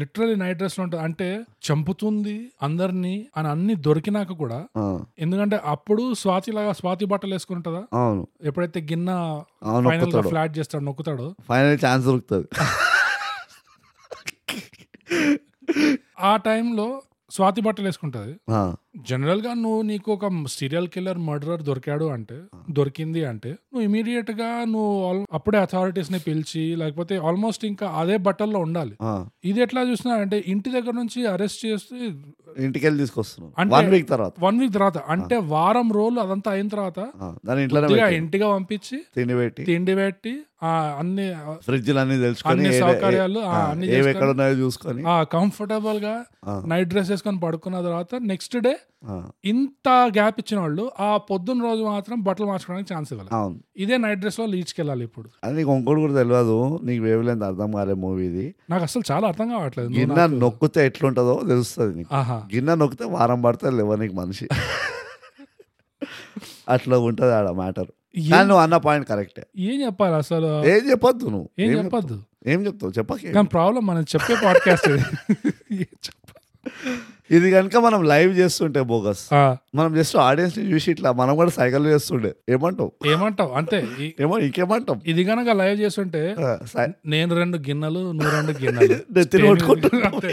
[SPEAKER 1] లిటరలీ నైట్ డ్రెస్ లో ఉంటది అంటే చంపుతుంది అందరినీ అని అన్ని దొరికినాక కూడా
[SPEAKER 2] ఆ,
[SPEAKER 1] ఎందుకంటే అప్పుడు స్వాతి లాగా స్వాతి బట్టలు వేసుకుని ఉంటుందా
[SPEAKER 2] అవును
[SPEAKER 1] ఎప్పుడైతే గిన్న
[SPEAKER 2] అవును
[SPEAKER 1] ఫైనల్ గా
[SPEAKER 2] నొక్కుతాడు
[SPEAKER 1] ఫ్లాట్ చేస్తాడు నొక్కుతాడో
[SPEAKER 2] ఫైనల్ ఛాన్స్ దొరుకుతుంది
[SPEAKER 1] ఆ టైంలో స్వాతి బట్టలు వేసుకుంటది
[SPEAKER 2] ఆ,
[SPEAKER 1] జనరల్ గా నువ్వు నీకు ఒక సీరియల్ కిల్లర్ మర్డరర్ దొరికాడు అంటే దొరికింది అంటే నువ్వు ఇమీడియట్ గా నువ్వు al- అప్పుడే అథారిటీస్ ని పిలిచి లేకపోతే ఆల్మోస్ట్ ఇంకా అదే బట్టల్లో ఉండాలి
[SPEAKER 2] ఆ.
[SPEAKER 1] ఇది ఎట్లా చూసినా అంటే ఇంటి దగ్గర నుంచి అరెస్ట్ చేస్తే
[SPEAKER 2] ఇంటికి వెళ్ళి తీసుకొస్తున్నాం
[SPEAKER 1] అంటే-
[SPEAKER 2] వన్ వీక్ తర్వాత
[SPEAKER 1] వన్ వీక్ తర్వాత అంటే వారం రోజులు అదంతా అయిన తర్వాత
[SPEAKER 2] ఆ, దాని ఇంట్లోనే
[SPEAKER 1] కొద్దిగా
[SPEAKER 2] పెట్టాడు.
[SPEAKER 1] ఇంటిగా పంపించి
[SPEAKER 2] తిండి పెట్టి
[SPEAKER 1] తిండి పెట్టి ఆ అన్ని ఆ,
[SPEAKER 2] ఫ్రిడ్జ్ అన్ని తెలుసుకొని
[SPEAKER 1] అన్ని
[SPEAKER 2] ఏ- ఏ-
[SPEAKER 1] సౌకర్యాలు, ఆ,
[SPEAKER 2] ఆ,
[SPEAKER 1] అన్ని
[SPEAKER 2] ఏవి
[SPEAKER 1] చేసుకొని-
[SPEAKER 2] ఎక్కడ ఉన్నాయో చూసుకొని
[SPEAKER 1] ఆ కంఫర్టబుల్ గా
[SPEAKER 2] ఆ,
[SPEAKER 1] నైట్ డ్రెస్ వేసుకొని పడుకున్న తర్వాత నెక్స్ట్ డే
[SPEAKER 2] ఆ,
[SPEAKER 1] ఇంత గ్యాప్ ఇచ్చిన వాళ్ళు ఆ పొద్దున్న రోజు మాత్రం బట్టలు మార్చుకోవడానికి ఛాన్స్ ఇవ్వాలి
[SPEAKER 2] అవును
[SPEAKER 1] ఇదే నైట్ డ్రెస్ లో లీడ్స్కెళ్ళాలి ఇప్పుడు
[SPEAKER 2] అది నీకు ఇంకోటి కూడా తెలియదు నీకు వేవలేంత అర్థం కాలే మూవీ ఇది
[SPEAKER 1] నాకు అసలు చాలా అర్థం కావట్లేదు నువ్వు
[SPEAKER 2] గిన్నె
[SPEAKER 1] నాకు-
[SPEAKER 2] నొక్కితే ఎట్లుంటుందో తెలుస్తుంది నీకు
[SPEAKER 1] ఆహా
[SPEAKER 2] గిన్నె నొక్కితే వారం పడితే లేవ నీకు మనిషి అట్లా ఉంటుంది ఆడ మ్యాటర్
[SPEAKER 1] ఏం-
[SPEAKER 2] కానీ నువ్వు అన్న పాయింట్ కరెక్టే
[SPEAKER 1] ఏం చెప్పాలి అసలు
[SPEAKER 2] ఏం చెప్పొద్దు నువ్వు
[SPEAKER 1] ఏం
[SPEAKER 2] ఏం చెప్-
[SPEAKER 1] చెప్పద్దు
[SPEAKER 2] ఏం చెప్తావు చెప్పకే
[SPEAKER 1] కానీ ప్రాబ్లం మనం చెప్పే పాడ్కాస్ట్ ఇది ఏం చెప్పాలి?
[SPEAKER 2] ఇది కనుక మనం లైవ్ చేస్తుంటే బోగస్
[SPEAKER 1] ఆ,
[SPEAKER 2] మనం జస్ట్ ఆడియన్స్ ని చూసి ఇట్లా మనం కూడా సైకిల్ చేస్తుండే ఏమంటావు
[SPEAKER 1] ఏమంటావు అంతే ఈ-
[SPEAKER 2] ఏమో ఇంకేమంటాం
[SPEAKER 1] ఇది గనక లైవ్ చేస్తుంటే
[SPEAKER 2] ఆ, సై-
[SPEAKER 1] నేను రెండు గిన్నెలు నువ్వు రెండు గిన్నెలు
[SPEAKER 2] నెత్తిని కొట్టుకుంటున్నావు.
[SPEAKER 1] అంతే.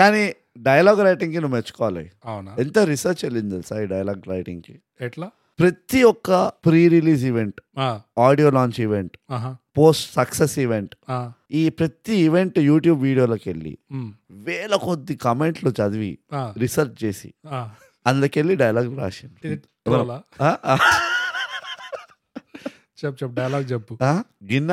[SPEAKER 2] కానీ డైలాగ్ రైటింగ్ కి నువ్వు మెచ్చుకోవాలి
[SPEAKER 1] అవునా
[SPEAKER 2] ఎంత రీసెర్చ్ వెళ్ళింది తెలుసా ఈ డైలాగ్ రైటింగ్ కి
[SPEAKER 1] ఎట్లా
[SPEAKER 2] ప్రతి ఒక్క ప్రీ రిలీజ్ ఈవెంట్
[SPEAKER 1] ఆ,
[SPEAKER 2] ఆడియో లాంచ్ ఈవెంట్
[SPEAKER 1] ఆహా,
[SPEAKER 2] పోస్ట్ సక్సెస్ ఈవెంట్
[SPEAKER 1] ఆ,
[SPEAKER 2] ఈ ప్రతి ఈవెంట్ యూట్యూబ్ వీడియోలోకి వెళ్ళి
[SPEAKER 1] ఉమ్,
[SPEAKER 2] వేల కొద్ది కామెంట్లు చదివి
[SPEAKER 1] ఆ,
[SPEAKER 2] రీసెర్చ్ చేసి
[SPEAKER 1] ఆ.
[SPEAKER 2] అందుకెళ్ళి డైలాగ్ రాసిండు
[SPEAKER 1] ఇది ట్రోలా?
[SPEAKER 2] ఆ, ఆ,
[SPEAKER 1] చెప్పు చెప్పు డైలాగ్ చెప్పు
[SPEAKER 2] ఆ, గిన్న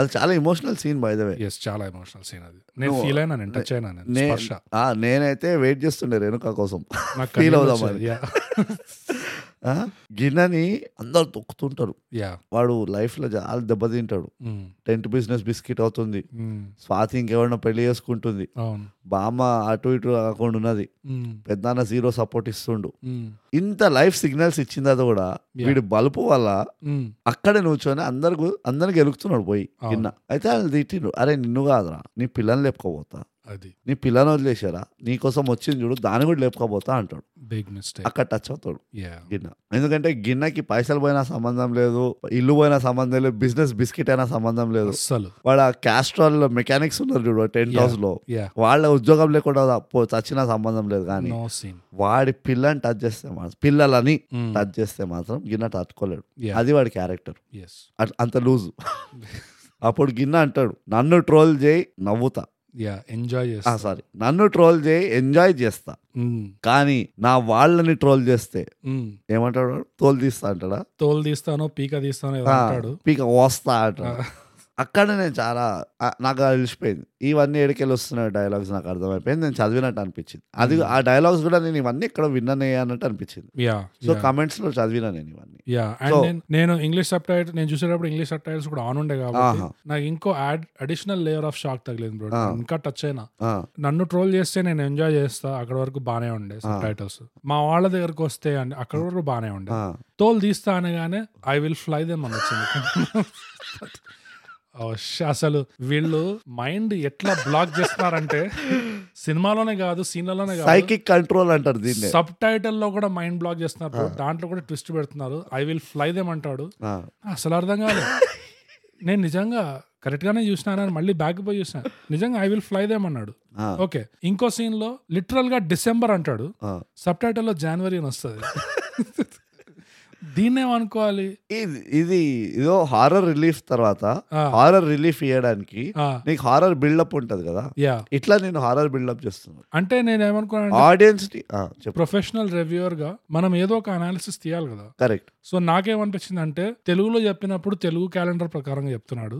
[SPEAKER 2] అది చాలా emotional scene by the way
[SPEAKER 1] yes చాలా ఎమోషనల్ సీన్ అది నేను
[SPEAKER 2] No,
[SPEAKER 1] ఫీల్ అయినా నేను టచ్ అయినా నేను
[SPEAKER 2] నే-
[SPEAKER 1] స్పర్శ
[SPEAKER 2] ఆ, నేనైతే వెయిట్ చేస్తుండే రేణుకా కోసం
[SPEAKER 1] నాకు
[SPEAKER 2] feel
[SPEAKER 1] కన్నీళ్ళు
[SPEAKER 2] అవుదాం
[SPEAKER 1] వచ్చాయి. Yeah,
[SPEAKER 2] ఆ, గిన్నని అందరు తొక్కుతుంటారు
[SPEAKER 1] yeah.
[SPEAKER 2] వాడు లైఫ్లో చాలా దెబ్బతింటాడు
[SPEAKER 1] Mm,
[SPEAKER 2] టెంట్ బిజినెస్ బిస్కెట్ అవుతుంది
[SPEAKER 1] mm,
[SPEAKER 2] స్వాతి ఇంకెవరినో పెళ్లి చేసుకుంటుంది
[SPEAKER 1] అవును
[SPEAKER 2] బామ్మ అటు ఇటు కాకుండా ఉన్నది
[SPEAKER 1] Mm,
[SPEAKER 2] పెద్దన్న జీరో సపోర్ట్ ఇస్తుండు
[SPEAKER 1] mm,
[SPEAKER 2] ఇంత లైఫ్ సిగ్నల్స్ ఇచ్చింది అది కూడా వీడి బలుపు వల్ల
[SPEAKER 1] mm,
[SPEAKER 2] అక్కడే నుంచొని అందరు అందరికి గెలుకుతున్నాడు పోయి
[SPEAKER 1] అవును.
[SPEAKER 2] కింద అయితే వాళ్ళు తిట్టిండు అరే నిన్ను కాదురా నీ పిల్లని లేపుకోపోతా
[SPEAKER 1] అది
[SPEAKER 2] నీ పిల్లని వదిలేసారా నీకోసం వచ్చింది చూడు దాన్ని కూడా లేపుకోపోతా అంటాడు
[SPEAKER 1] బిగ్ మిస్టేక్
[SPEAKER 2] అక్కడ టచ్ అవుతాడు
[SPEAKER 1] యా
[SPEAKER 2] గిన్నె ఎందుకంటే గిన్నెకి పైసలు పోయినా సంబంధం లేదు ఇల్లు పోయినా సంబంధం లేదు బిజినెస్ బిస్కెట్ అయినా సంబంధం లేదు
[SPEAKER 1] అస్సలు
[SPEAKER 2] వాడు ఆ క్యాస్ట్రాల్ మెకానిక్స్ ఉన్నారు చూడు టెంట్
[SPEAKER 1] Yeah.
[SPEAKER 2] హౌస్ లో
[SPEAKER 1] యా
[SPEAKER 2] వాళ్ళ ఉద్యోగం లేకుండా పో- చచ్చినా సంబంధం లేదు కానీ
[SPEAKER 1] నో సీన్
[SPEAKER 2] వాడి పిల్లని టచ్ చేస్తే మాత్రం పిల్లలని టచ్ చేస్తే మాత్రం గిన్నె తట్టుకోలేడు
[SPEAKER 1] Hmm. Mm. Yeah.
[SPEAKER 2] అది వాడి క్యారెక్టర్
[SPEAKER 1] ఎస్
[SPEAKER 2] అంత లూజు అప్పుడు గిన్నె అంటాడు నన్ను ట్రోల్ చేయి నవ్వుతా
[SPEAKER 1] యా ఎంజాయ్ చేస్తా Mm.
[SPEAKER 2] సారీ నన్ను ట్రోల్ చేయి ఎంజాయ్ చేస్తా
[SPEAKER 1] ఉమ్,
[SPEAKER 2] కానీ నా వాళ్ళని ట్రోల్ చేస్తే
[SPEAKER 1] ఉమ్.
[SPEAKER 2] ఏమంటాడు వాడు? తోలు తీస్తా అంటాడా
[SPEAKER 1] Mm. తోలు తీస్తాను పీక తీస్తాను ఏదో అంటాడు Uh,
[SPEAKER 2] పీక వస్తా అంటాడు అక్కడ నేను చాలా ఆ, నాకు అలిసిపోయింది ఇవన్నీ ఎడికెళ్ళి వస్తున్న డైలాగ్స్ నాకు అర్థమైపోయింది నేను చదివినట్టు అనిపించింది అది ఆ డైలాగ్స్ కూడా నేను ఇవన్నీ ఇక్కడ విన్ననే అన్నట్టు అనిపించింది
[SPEAKER 1] యా
[SPEAKER 2] సో కమెంట్స్ లో చదివినా నేను ఇవన్నీ
[SPEAKER 1] యా అండ్
[SPEAKER 2] So-
[SPEAKER 1] నేను నేను ఇంగ్లీష్ సబ్ టైటిల్ నేను చూసేటప్పుడు ఇంగ్లీష్ సబ్ టైటిల్స్ కూడా ఆన్ ఉండే కాబట్టి
[SPEAKER 2] ఆహా.
[SPEAKER 1] నాకు ఇంకో add additional layer of shock తగిలేదు బ్రో
[SPEAKER 2] ఆ.
[SPEAKER 1] ఇంకా టచ్ అయినా
[SPEAKER 2] ఆ,
[SPEAKER 1] నన్ను ట్రోల్ చేస్తే నేను ఎంజాయ్ చేస్తా అక్కడ వరకు బానే ఉండే సబ్ టైటిల్స్ మా వాళ్ళ దగ్గరకు వస్తే అండి అక్కడ వరకు బానే ఉండే
[SPEAKER 2] ఆ.
[SPEAKER 1] తోలు తీస్తా అనగానే ఐ విల్ ఫ్లై దెమ్ అని వచ్చింది అవ్వశ్, Oh, అసలు వీళ్ళు మైండ్ ఎట్లా బ్లాక్ చేస్తున్నారంటే సినిమాలోనే కాదు సీన్లలోనే కాదు
[SPEAKER 2] సైకిక్ కంట్రోల్ అంటారు దీన్ని
[SPEAKER 1] సబ్ టైటిల్ లో కూడా మైండ్ బ్లాక్ చేస్తున్నారు bro. దాంట్లో కూడా ట్విస్ట్ పెడుతున్నారు ఐ విల్ ఫ్లై దెమ్ అంటాడు
[SPEAKER 2] ఆ,
[SPEAKER 1] అసలు అర్థం కాలేదు నేను నిజంగా కరెక్ట్ గానే చూసినాను మళ్ళీ బ్యాక్ పోయి చూసాను నిజంగా ఐ విల్ ఫ్లై దేమ్ అన్నాడు
[SPEAKER 2] ఆ,
[SPEAKER 1] ఓకే ఇంకో సీన్ లో లిటరల్ గా డిసెంబర్ అంటాడు
[SPEAKER 2] ఆ.
[SPEAKER 1] సబ్ టైటిల్ లో జనవరి అని వస్తుంది దీన్నేమనుకోవాలి
[SPEAKER 2] ఇది ఇది ఇదో హారర్ రిలీఫ్ తర్వాత
[SPEAKER 1] ఆ.
[SPEAKER 2] హారర్ రిలీఫ్ ఇవ్వడానికి
[SPEAKER 1] ఆ,
[SPEAKER 2] నీకు హారర్ బిల్డప్ ఉంటది కదా
[SPEAKER 1] యా
[SPEAKER 2] ఇట్లా నేను హారర్ బిల్డప్ చేస్తున్నాను
[SPEAKER 1] అంటే నేను ఏమనుకున్నాను
[SPEAKER 2] ఆడియన్స్ ని ఆ, చెప్పు
[SPEAKER 1] ప్రొఫెషనల్ రివ్యూయర్ గా మనం ఏదో ఒక అనాలిసిస్ తీయాలి కదా
[SPEAKER 2] కరెక్ట్
[SPEAKER 1] సో నాకేమనిపించింది అంటే తెలుగులో చెప్పినప్పుడు తెలుగు క్యాలెండర్ ప్రకారంగా చెప్తున్నాడు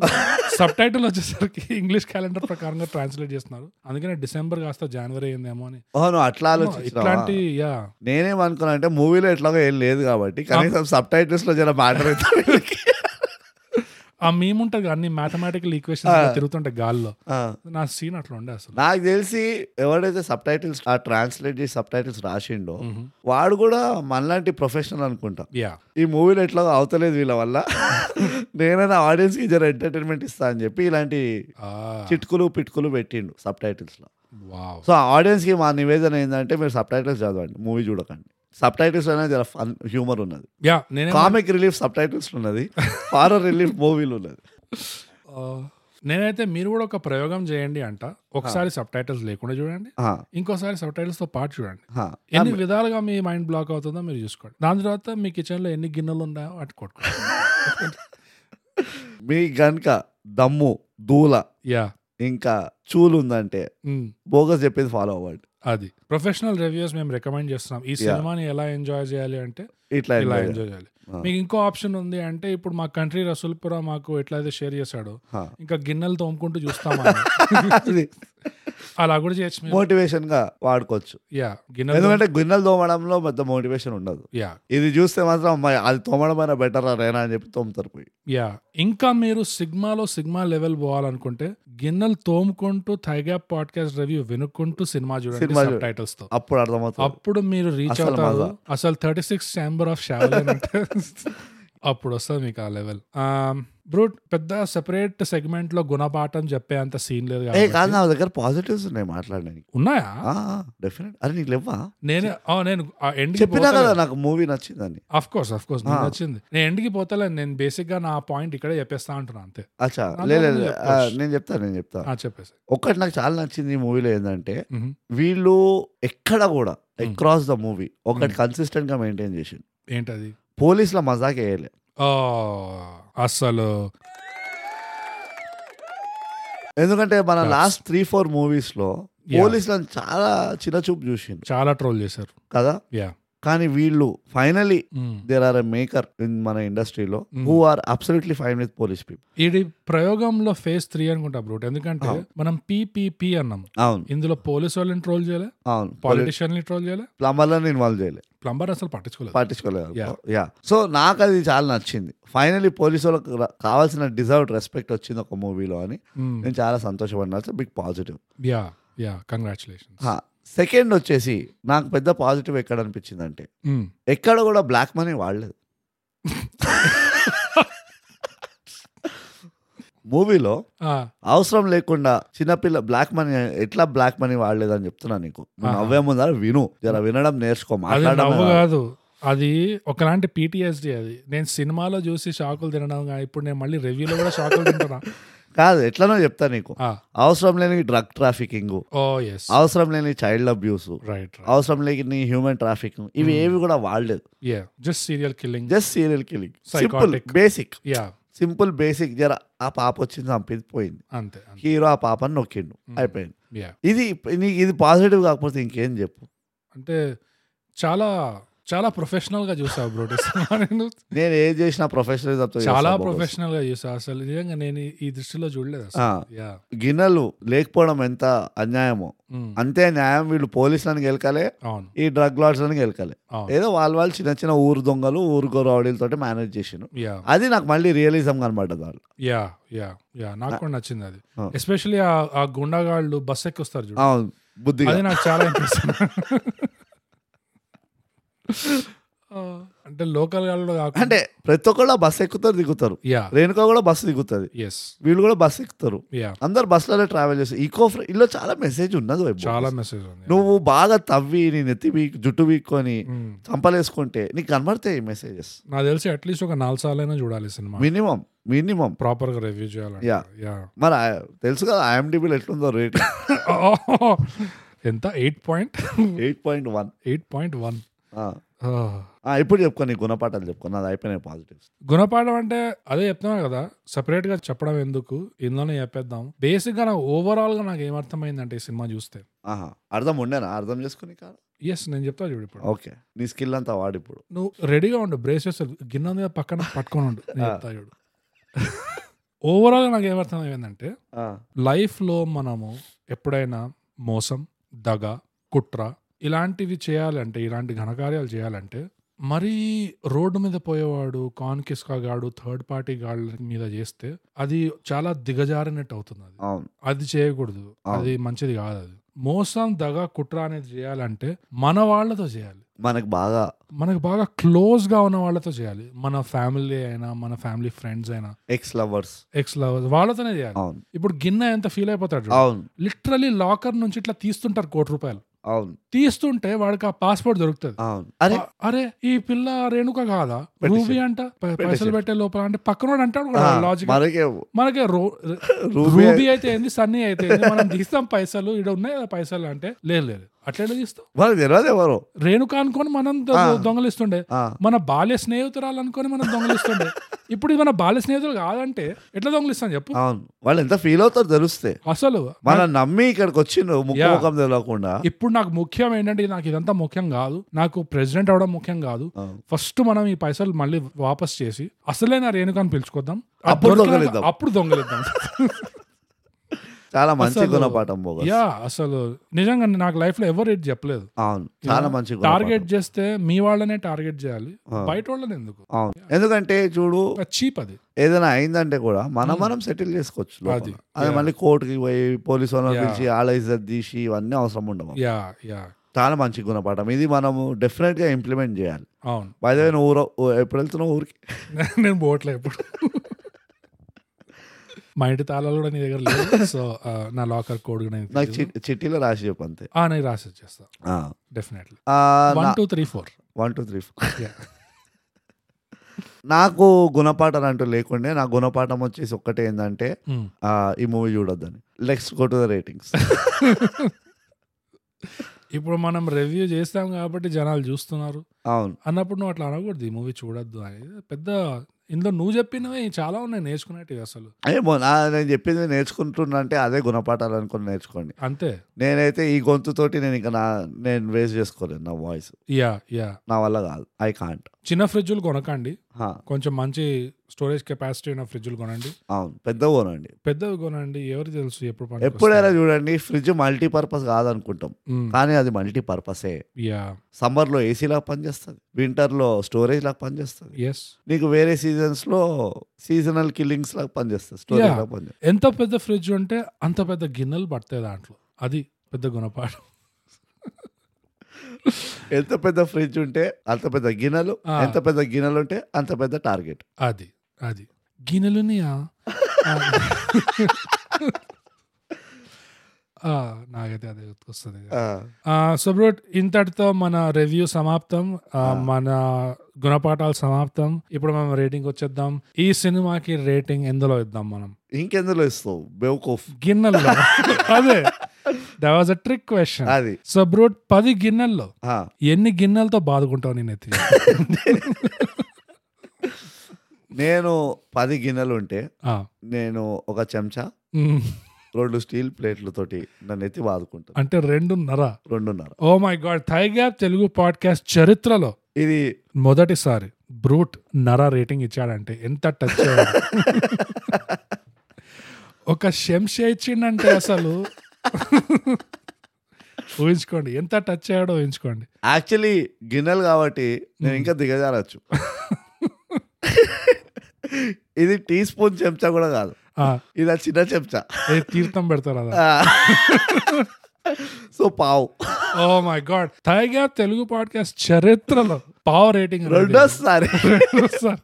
[SPEAKER 1] సబ్ టైటిల్ వచ్చేసరికి ఇంగ్లీష్ క్యాలెండర్ ప్రకారంగా ట్రాన్స్లేట్ చేస్తున్నారు అందుకనే డిసెంబర్ కాస్త జనవరి అయిందేమో అని
[SPEAKER 2] అవును అట్లా ఆలోచించిన
[SPEAKER 1] ఇట్లాంటి యా
[SPEAKER 2] నేనేమనుకున్నా అంటే మూవీలో ఎట్లాగో ఏం లేదు కాబట్టి కనీసం సబ్ టైటిల్స్ లో జర మ్యాటర్ అవుతుంది వీళ్ళకి.
[SPEAKER 1] ఆ మేము ఉంటుంది కదా, అన్ని మ్యాథమెటికల్ ఈక్వేషన్ తిరుగుతుంటాయి గాల్లో
[SPEAKER 2] ఆ,
[SPEAKER 1] నా సీన్ అట్లా ఉండే అసలు
[SPEAKER 2] నాకు తెలిసి ఎవడైతే సబ్ టైటిల్స్ ఆ ట్రాన్స్లేట్ చేసి సబ్ టైటిల్స్ రాసిండో వాడు కూడా మనలాంటి ప్రొఫెషనల్ అనుకుంటా
[SPEAKER 1] యా
[SPEAKER 2] ఈ మూవీలో ఎట్లాగో అవుతలేదు వీళ్ళ వల్ల నేనైనా ఆడియన్స్ కి జర ఎంటర్టైన్మెంట్ ఇస్తా అని చెప్పి ఇలాంటి చిట్కులు పిట్కులు పెట్టిండు సబ్ టైటిల్స్ లో
[SPEAKER 1] వావ్
[SPEAKER 2] సో ఆడియన్స్ కి మా నివేదన ఏంటంటే మీరు సబ్ టైటిల్స్ చదవండి మూవీ చూడకండి సబ్ టైటిల్స్ అయినా జర ఫన్ హ్యూమర్ ఉన్నది
[SPEAKER 1] యా నేనే
[SPEAKER 2] కామిక్ రిలీఫ్ సబ్ టైటిల్స్ ఉన్నది హారర్ రిలీఫ్ మూవీలు ఉన్నది
[SPEAKER 1] ఆ, నేనైతే మీరు కూడా ఒక ప్రయోగం చేయండి అంట ఒకసారి సబ్ టైటిల్స్ లేకుండా చూడండి
[SPEAKER 2] ఆ,
[SPEAKER 1] ఇంకోసారి సబ్ టైటిల్స్ తో పాటు చూడండి
[SPEAKER 2] ఆ.
[SPEAKER 1] ఎన్ని విధాలుగా మీ మైండ్ బ్లాక్ అవుతుందో మీరు చూసుకోండి దాని తర్వాత మీ కిచెన్ లో ఎన్ని గిన్నెలు ఉన్నాయో అటు కొట్టుకోండి
[SPEAKER 2] మీ గనుక దమ్ము దూల
[SPEAKER 1] యా
[SPEAKER 2] ఇంకా చూలు ఉందంటే
[SPEAKER 1] ఉమ్,
[SPEAKER 2] బోగస్ చెప్పేది ఫాలో అవ్వండి
[SPEAKER 1] అది ప్రొఫెషనల్ రివ్యూస్ మేము రికమెండ్ చేస్తున్నాం ఈ సినిమాని ఎలా ఎంజాయ్ చేయాలి అంటే
[SPEAKER 2] ఇట్లా
[SPEAKER 1] ఇలా
[SPEAKER 2] enjoy చేయాలి.
[SPEAKER 1] ఎంజాయ్ చేయాలి మీకు ఇంకో ఆప్షన్ ఉంది అంటే ఇప్పుడు మా కంట్రీ రసూల్పుర మాకు ఎట్లయితే షేర్ చేశాడో
[SPEAKER 2] హా.
[SPEAKER 1] ఇంకా గిన్నెలు తోముకుంటూ చూస్తామా
[SPEAKER 2] అది
[SPEAKER 1] అలా కూడా చేయొచ్చు మీరు.
[SPEAKER 2] మోటివేషన్ గా వాడుకోవచ్చు
[SPEAKER 1] యా గిన్నెలు
[SPEAKER 2] ఎందుకంటే గిన్నెలు తోమడంలో పెద్ద మోటివేషన్ ఉండదు
[SPEAKER 1] యా
[SPEAKER 2] ఇది చూస్తే మాత్రం అమ్మాయి అది తోమడమైనా బెటర్ రేనా అని చెప్పి తోముతారు పోయి
[SPEAKER 1] యా ఇంకా మీరు సిగ్మాలో సిగ్మా లెవెల్ పోవాలనుకుంటే గిన్నెలు తోముకుంటూ థైగ్యాప్ పాడ్కాస్ట్ రివ్యూ వినుకుంటూ సినిమా చూడండి
[SPEAKER 2] సినిమా
[SPEAKER 1] సబ్
[SPEAKER 2] చూడండి.
[SPEAKER 1] టైటిల్స్ తో
[SPEAKER 2] అప్పుడు అర్థమవుతుంది
[SPEAKER 1] అప్పుడు మీరు రీచ్
[SPEAKER 2] అసలు
[SPEAKER 1] అవుతారు
[SPEAKER 2] మజా.
[SPEAKER 1] అసలు thirty six chamber of Shaolin అంటే అప్పుడు వస్తుంది మీకు ఆ లెవెల్ బ్రూట్ పెద్ద సెపరేట్ సెగ్మెంట్ లో గుణపాఠం చెప్పే అంత సీన్ లేదు
[SPEAKER 2] ఏ
[SPEAKER 1] కాబట్టి.
[SPEAKER 2] కాదు నా దగ్గర పాజిటివ్స్ ఉన్నాయి మాట్లాడడానికి
[SPEAKER 1] ఉన్నాయా
[SPEAKER 2] డెఫినెట్ అరే నీకు లేవా
[SPEAKER 1] నేను ఆ, నేను ఎండ్
[SPEAKER 2] చెప్పినా కదా నాకు మూవీ నచ్చిందని
[SPEAKER 1] అఫ్ కోర్స్ అఫ్ కోర్స్ నాకు నచ్చింది నేను ఎండ్కి పోతలేను నేను బేసిక్ గా నా పాయింట్ ఇక్కడే చెప్పేస్తా అంటున్నా అంతే
[SPEAKER 2] అచ్చా
[SPEAKER 1] నా
[SPEAKER 2] లే లే,
[SPEAKER 1] దగ్గర
[SPEAKER 2] లే. ఆ,
[SPEAKER 1] చెప్పొచ్చు.
[SPEAKER 2] నేను చెప్తాను నేను చెప్తాను
[SPEAKER 1] ఆ, చెప్పేసి
[SPEAKER 2] ఒక్కటి నాకు చాలా నచ్చింది ఈ మూవీలో ఏంటంటే
[SPEAKER 1] మ్మ్.
[SPEAKER 2] వీళ్ళు ఎక్కడ కూడా అక్రాస్ ద మూవీ ఒకటి కన్సిస్టెంట్ గా మెయింటైన్ చేసిండు
[SPEAKER 1] ఏంటది
[SPEAKER 2] పోలీసుల మజాక్ వేయలే
[SPEAKER 1] ఆ, అస్సలు
[SPEAKER 2] ఎందుకంటే మన లాస్ట్ త్రీ ఫోర్ మూవీస్ లో
[SPEAKER 1] Yeah.
[SPEAKER 2] పోలీసులను చాలా చిన్న చూపు చూసిండు
[SPEAKER 1] చాలా ట్రోల్ చేశారు
[SPEAKER 2] కదా
[SPEAKER 1] యా
[SPEAKER 2] కానీ వీళ్ళు finally there are a maker in మన ఇండస్ట్రీలో who are absolutely fine with police people
[SPEAKER 1] ఇది ప్రయోగంలో ఫేజ్ త్రీ అనుకుంటా బ్రూట్ ఎందుకంటే మనం పీపీపీ అన్నాం
[SPEAKER 2] అవును
[SPEAKER 1] ఇందులో పోలీసు వాళ్ళని ట్రోల్ చేయలే
[SPEAKER 2] అవును
[SPEAKER 1] పాలిటిషియన్ ని ట్రోల్ చేయలే
[SPEAKER 2] ప్లంబర్లను ఇన్వాల్వ్ చేయలే
[SPEAKER 1] ప్లంబర్ అసలు పట్టించుకోలేదు
[SPEAKER 2] పట్టించుకోలేదు
[SPEAKER 1] Yeah.
[SPEAKER 2] యా సో నాకు అది చాలా నచ్చింది ఫైనలీ పోలీసు వాళ్ళకి రా- కావాల్సిన డిజర్వ్డ్ రెస్పెక్ట్ వచ్చింది ఒక మూవీలో అని నేను చాలా సంతోషపడినా big positive
[SPEAKER 1] yeah yeah congratulations
[SPEAKER 2] second వచ్చేసి నాకు పెద్ద పాజిటివ్ ఎక్కడ అనిపించింది అంటే ఎక్కడ కూడా బ్లాక్ మనీ వాడలేదు మూవీలో అవసరం లేకుండా చిన్నపిల్ల బ్లాక్ మనీ ఎట్లా బ్లాక్ మనీ వాడలేదు అని చెప్తున్నా నీకు నువ్వు నవ్వే ముందర విను జర వినడం నేర్చుకో
[SPEAKER 1] అది నవ్వు
[SPEAKER 2] మాట్లాడడం
[SPEAKER 1] కాదు అది ఒకలాంటి పీటీఎస్డి అది నేను సినిమాలో చూసి షాకులు తినడం కా- ఇప్పుడు నేను మళ్ళీ రివ్యూలో కూడా షాకులు తింటున్నా
[SPEAKER 2] కాదు ఎట్లనో చెప్తా నీకు
[SPEAKER 1] ఆ,
[SPEAKER 2] అవసరం లేని డ్రగ్ ట్రాఫికింగ్
[SPEAKER 1] ఓ ఎస్
[SPEAKER 2] అవసరం లేని చైల్డ్ అబ్యూస్
[SPEAKER 1] రైట్
[SPEAKER 2] అవసరం లేని హ్యూమన్ ట్రాఫికింగ్
[SPEAKER 1] Hmm.
[SPEAKER 2] ఇవి ఏవి కూడా వాడలేదు
[SPEAKER 1] yeah just serial killing
[SPEAKER 2] just serial killing simple
[SPEAKER 1] Psychotic.
[SPEAKER 2] Basic
[SPEAKER 1] yeah
[SPEAKER 2] simple basic జర ఆ పాప వచ్చింది చంపేది పోయింది
[SPEAKER 1] అంతే అంతే
[SPEAKER 2] హీరో ఆ పాపని నొక్కిండు
[SPEAKER 1] Hmm.
[SPEAKER 2] అయిపోయింది
[SPEAKER 1] Yeah.
[SPEAKER 2] ఇది నీకు ఇది పాజిటివ్ కాకపోతే ఇంకేం చెప్పు
[SPEAKER 1] అంటే చాలా చాలా ప్రొఫెషనల్ గా చూసావు బ్రో నేను
[SPEAKER 2] నేను ఏం చేసినా ప్రొఫెషనల్
[SPEAKER 1] చాలా ప్రొఫెషనల్ గా చూసా అసలు నిజంగా నేను ఈ- ఈ దృష్టిలో చూడలేదు అసలు యా
[SPEAKER 2] గిన్నెలు లేకపోవడం ఎంత అన్యాయమో
[SPEAKER 1] ఉమ్.
[SPEAKER 2] అంతే న్యాయం వీళ్ళు పోలీసులను గెలకాలే
[SPEAKER 1] అవును
[SPEAKER 2] ఈ డ్రగ్ లాడ్స్లను గెలకాలే
[SPEAKER 1] అవును
[SPEAKER 2] ఏదో వాళ్ళు వాళ్ళు చిన్న చిన్న ఊరు దొంగలు ఊరుకో రౌడీలతో మేనేజ్ చేసిండు
[SPEAKER 1] యా
[SPEAKER 2] అది నాకు మళ్ళీ రియలిజం కనబడ్డది వాళ్ళు
[SPEAKER 1] యా యా యా నాకు కూడా నచ్చింది అది
[SPEAKER 2] ఆ.
[SPEAKER 1] ఎస్పెషల్లీ ఆ గుండాగాళ్ళు బస్ ఎక్కిస్తారు చూడు
[SPEAKER 2] అవును బుద్ధిగా
[SPEAKER 1] అది నాకు చాలా ఇంట్రెస్టింగ్ అంటే లోకల్ గాళ్ళు కాకుండా
[SPEAKER 2] అంటే ప్రతి ఒక్కళ్ళు ఆ బస్సు ఎక్కుతారు దిగుతారు
[SPEAKER 1] యా
[SPEAKER 2] రేణుక కూడా బస్సు దిగుతుంది
[SPEAKER 1] ఎస్
[SPEAKER 2] వీళ్ళు కూడా బస్సు ఎక్కుతారు
[SPEAKER 1] యా
[SPEAKER 2] అందరు బస్సులలో ట్రావెల్ చేస్తారు ఈకో ఫ్రీ ఇలా చాలా మెసేజ్ ఉన్నది వైపు.
[SPEAKER 1] చాలా మెసేజ్ ఉంది
[SPEAKER 2] నువ్వు బాగా తవ్వి నీ నెత్తి బీ జుట్టు బీక్కొని
[SPEAKER 1] ఉమ్.
[SPEAKER 2] చంపలేసుకుంటే నీకు కనబడతాయి మెసేజెస్
[SPEAKER 1] నాకు తెలిసి అట్లీస్ట్ ఒక నాలుగు సార్లు అయినా చూడాలి సినిమా
[SPEAKER 2] మినిమం మినిమం
[SPEAKER 1] ప్రాపర్ గా రివ్యూ చేయాలంటే
[SPEAKER 2] Yeah.
[SPEAKER 1] యా
[SPEAKER 2] మరి ఆ- తెలుసు కదా ఐఎండిబిలో ఎట్లుందో రేట్
[SPEAKER 1] ఎంత eight point
[SPEAKER 2] eight point one
[SPEAKER 1] eight point one
[SPEAKER 2] ఇప్పుడు చెప్పుకో నీ గుణపాఠాలు చెప్పుకో నాది అయిపోయినాయి పాజిటివ్స్
[SPEAKER 1] గుణపాఠం అంటే అదే చెప్తున్నాను కదా సపరేట్ గా చెప్పడం ఎందుకు ఇందులోనే చెప్పేద్దాం బేసిక్ గా నాకు ఓవరాల్ గా నాకు ఏమర్థమైందంటే ఈ సినిమా చూస్తే
[SPEAKER 2] ఆహా అర్థం ఉండేనా అర్థం చేసుకుని కాదు
[SPEAKER 1] ఎస్ నేను చెప్తా చూడు ఇప్పుడు
[SPEAKER 2] ఓకే నీ స్కిల్ అంతా వాడు ఇప్పుడు
[SPEAKER 1] నువ్వు రెడీగా ఉండు బ్రేస్ చేస్తావు గిన్నె మీద పక్కన పట్టుకొని ఉండు నేను చెప్తా చూడు ఓవరాల్ నాకు ఏమర్థం అయిందంటే
[SPEAKER 2] ఆ,
[SPEAKER 1] లైఫ్లో మనము ఎప్పుడైనా మోసం దగ కుట్ర ఇలాంటివి చేయాలంటే ఇలాంటి ఘనకార్యాలు చేయాలంటే మరీ రోడ్డు మీద పోయేవాడు కాన్కిస్కా గాడు థర్డ్ పార్టీ గాళ్ళ మీద చేస్తే అది చాలా దిగజారినట్టు అవుతుంది అది
[SPEAKER 2] అవును
[SPEAKER 1] అది చేయకూడదు అది మంచిది కాదు అది మోసం దగ కుట్ర అనేది చేయాలంటే మన వాళ్ళతో చేయాలి
[SPEAKER 2] మనకు బాగా
[SPEAKER 1] మనకు బాగా క్లోజ్ గా ఉన్న వాళ్ళతో చేయాలి మన ఫ్యామిలీ అయినా మన ఫ్యామిలీ ఫ్రెండ్స్ అయినా
[SPEAKER 2] ఎక్స్ లవర్స్
[SPEAKER 1] ఎక్స్ లవర్స్ వాళ్ళతోనే చేయాలి
[SPEAKER 2] అవును
[SPEAKER 1] ఇప్పుడు గిన్నె ఎంత ఫీల్ అయిపోతాడు
[SPEAKER 2] అవును
[SPEAKER 1] లిటరలీ లాకర్ నుంచి ఇట్లా తీస్తుంటారు కోటి రూపాయలు
[SPEAKER 2] అవును
[SPEAKER 1] తీస్తుంటే వాడికి ఆ పాస్పోర్ట్ దొరుకుతుంది
[SPEAKER 2] అవును అరే
[SPEAKER 1] అ- అరే ఈ పిల్ల రేణుక కాదా
[SPEAKER 2] పెట్టేశారు.
[SPEAKER 1] రూబీ అంట ప- పైసలు పెట్టే లోపల అంటే పక్కనోడు అంటాడు
[SPEAKER 2] ఆ,
[SPEAKER 1] కూడా లాజిక్
[SPEAKER 2] మనకే
[SPEAKER 1] మనకి రో-
[SPEAKER 2] రూబీ
[SPEAKER 1] రూబీ అయితే ఏంది సన్నీ అయితే ఏంది? మనం తీస్తాం పైసలు ఇక్కడ ఉన్నాయి కదా పైసలు అంటే లేదు లేదు అట్లా తీస్తాం
[SPEAKER 2] మనకు తెలియదు ఎవరు
[SPEAKER 1] రేణుక అనుకొని మనం దొ- దొంగలిస్తుండే
[SPEAKER 2] ఆ,
[SPEAKER 1] మన బాల్య స్నేహితురాలు అనుకొని మనం దొంగలిస్తుండే ఇప్పుడు ఇది మన బాల్య స్నేహితులు కాదంటే ఎట్లా దొంగలిస్తాం చెప్పు
[SPEAKER 2] అవును వాళ్ళు ఎంత ఫీల్ అవుతారు తెలిస్తే
[SPEAKER 1] అసలు
[SPEAKER 2] మనం నమ్మి ఇక్కడికి వచ్చిండు ముఖం
[SPEAKER 1] Yeah.
[SPEAKER 2] ముఖం తెలియకుండా
[SPEAKER 1] ఇప్పుడు నాకు ముఖ్యం ఏంటంటే నాకు ఇదంతా ముఖ్యం కాదు నాకు ప్రెసిడెంట్ అవడం ముఖ్యం కాదు
[SPEAKER 2] అవును.
[SPEAKER 1] ఫస్ట్ మనం ఈ పైసలు మళ్ళీ వాపస్ చేసి అసలే నా రేణుకాని పిలుచుకోద్దాం ఆ
[SPEAKER 2] అప్పుడు
[SPEAKER 1] దొరికినాక-
[SPEAKER 2] దొంగలిద్దాం.
[SPEAKER 1] అప్పుడు దొంగలిద్దాం
[SPEAKER 2] చాలా మంచి
[SPEAKER 1] అసలు-
[SPEAKER 2] గుణపాఠం పోగా
[SPEAKER 1] యా అసలు నిజంగా నాకు లైఫ్ లో ఎవరు ఇది చెప్పలేదు
[SPEAKER 2] అవును చాలా మంచి
[SPEAKER 1] టార్గెట్
[SPEAKER 2] గుణపాఠం
[SPEAKER 1] చేస్తే మీ వాళ్ళనే టార్గెట్ చేయాలి బయట వాళ్ళని ఎందుకు
[SPEAKER 2] అవును ఎందుకంటే చూడు
[SPEAKER 1] చీప్ అది
[SPEAKER 2] ఏదైనా అయిందంటే కూడా మనం మనం సెటిల్ చేసుకోవచ్చు లోపల.
[SPEAKER 1] అది.
[SPEAKER 2] అది మళ్ళీ కోర్టుకి పోయి పోలీసు వాళ్ళని
[SPEAKER 1] Yeah.
[SPEAKER 2] పిలిచి వాళ్ళ ఇజ్జత్ తీసి ఇవన్నీ అవసరం ఉండవు
[SPEAKER 1] యా యా
[SPEAKER 2] చాలా మంచి గుణపాఠం ఇది మనము డెఫినెట్ గా ఇంప్లిమెంట్ చేయాలి
[SPEAKER 1] అవును
[SPEAKER 2] బయట ఊరు ఎప్పుడు వెళ్తున్నావు ఊరికి
[SPEAKER 1] నేను పోవట్లే ఇప్పుడు మా ఇంటి తాళాలు కూడా నీ దగ్గర లేవు సో నా లాకర్ కోడ్ కూడా నీకు
[SPEAKER 2] నాకు
[SPEAKER 1] తెలీదు.
[SPEAKER 2] చిట్- చిట్టీలో రాసి చెప్పు అంతే
[SPEAKER 1] ఆ, నేను రాసి వచ్చేస్తా
[SPEAKER 2] ఆ.
[SPEAKER 1] డెఫినెట్లీ
[SPEAKER 2] ఆ,
[SPEAKER 1] వన్
[SPEAKER 2] నా-
[SPEAKER 1] two three four
[SPEAKER 2] one two three four నాకు గుణపాఠం అంటూ లేకుండే నా గుణపాఠం వచ్చేసి ఒక్కటే ఏంటంటే ఆ, ఈ మూవీ చూడొద్దని let's go to the ratings
[SPEAKER 1] ఇప్పుడు మనం రివ్యూ చేస్తాం కాబట్టి జనాలు చూస్తున్నారు
[SPEAKER 2] అవును
[SPEAKER 1] అన్నప్పుడు నువ్వు అట్లా అనకూడదు ఈ మూవీ చూడొద్దు అని పెద్ద ఇందులో నువ్వు చెప్పినవే చాలా ఉన్నాయి నేర్చుకునేటివి అసలు
[SPEAKER 2] ఏమో నా నేను చెప్పింది నేర్చుకుంటున్నా అంటే అదే గుణపాఠాలు అనుకుని నేర్చుకోండి
[SPEAKER 1] అంతే
[SPEAKER 2] నేనైతే ఈ గొంతుతోటి నేను ఇంకా నా నేను వేస్ట్ చేసుకోలేను నా వాయిస్
[SPEAKER 1] యా యా
[SPEAKER 2] నా వల్ల కాదు ఐ కాంట్
[SPEAKER 1] చిన్న ఫ్రిడ్జులు కొనకండి కొంచెం మంచి స్టోరేజ్ కెపాసిటీ ఉన్న ఫ్రిడ్జులు కొనండి
[SPEAKER 2] అవును పెద్ద ఓనండి
[SPEAKER 1] పెద్దవి కొనండి ఎవరికి తెలుసు ఎప్పుడు పనికి
[SPEAKER 2] ఎప్పుడైనా చూడండి ఫ్రిడ్జ్ మల్టీపర్పస్ కాదనుకుంటాం
[SPEAKER 1] వస్తాయి. మ్,
[SPEAKER 2] కానీ అది మల్టీపర్పసే
[SPEAKER 1] యా
[SPEAKER 2] సమ్మర్లో ఏసీలా పనిచేస్తుంది వింటర్లో స్టోరేజ్ లాగా పనిచేస్తుంది
[SPEAKER 1] ఎస్
[SPEAKER 2] నీకు వేరే సీజన్స్లో సీజనల్ కిల్లింగ్స్ లాగా పనిచేస్తుంది స్టోరేజ్
[SPEAKER 1] Yeah.
[SPEAKER 2] లాగా పనిచేస్తుంది
[SPEAKER 1] ఎంత పెద్ద ఫ్రిడ్జ్ ఉంటే అంత పెద్ద గిన్నెలు పడతాయి దాంట్లో అది పెద్ద గుణపాఠం
[SPEAKER 2] ఎంత పెద్ద ఫ్రిడ్జ్ ఉంటే అంత పెద్ద గిన్నెలు
[SPEAKER 1] ఆ.
[SPEAKER 2] ఎంత పెద్ద గిన్నెలు ఉంటే అంత పెద్ద టార్గెట్
[SPEAKER 1] అది అది గిన్నెలునియా ఆ, నాకైతే అదే గుర్తుకొస్తుంది ఆ, సో బ్రో ఇంతటితో మన రివ్యూ సమాప్తం ఆ, మన గుణపాఠాలు సమాప్తం ఇప్పుడు మనం రేటింగ్ వచ్చేద్దాం ఈ సినిమాకి రేటింగ్ ఎందులో ఇద్దాం మనం
[SPEAKER 2] ఇంకెందులో ఇస్తావు బెవకోఫ్
[SPEAKER 1] గిన్నెల్లో అదే that was a trick question
[SPEAKER 2] అది
[SPEAKER 1] సో బ్రో పది గిన్నెల్లో
[SPEAKER 2] ఆ.
[SPEAKER 1] ఎన్ని గిన్నెలతో బాదుకుంటావు నేనైతే
[SPEAKER 2] నేను పది గిన్నెలు ఉంటే
[SPEAKER 1] ఆ.
[SPEAKER 2] నేను ఒక చెంచా
[SPEAKER 1] మ్మ్.
[SPEAKER 2] రెండు స్టీల్ ప్లేట్లతోటి నన్ను ఎత్తి బాదుకుంటాను
[SPEAKER 1] అంటే రెండున్నర
[SPEAKER 2] రెండున్నర
[SPEAKER 1] oh my god thigh gap Telugu podcast చరిత్రలో
[SPEAKER 2] ఇది
[SPEAKER 1] మొదటిసారి బ్రూట్ నర రేటింగ్ ఇచ్చాడంటే ఎంత టచ్ ఒక శంష ఇచ్చిండంటే అసలు ఊహించుకోండి ఎంత టచ్ అయ్యాడో ఊహించుకోండి
[SPEAKER 2] యాక్చువల్లీ గిన్నెలు కాబట్టి నేను ఇంకా దిగజారచ్చు ఇది టీ స్పూన్ చెంచా కూడా కాదు
[SPEAKER 1] ఆ,
[SPEAKER 2] ఇది ఆ చిన్న చెంచా
[SPEAKER 1] ఏ తీర్థం పెడతారు అదా
[SPEAKER 2] సో పావు
[SPEAKER 1] oh my god thigh gap Telugu podcast చరిత్రలో పావ్ రేటింగ్ అనేది.
[SPEAKER 2] రెండోసారి
[SPEAKER 1] సార్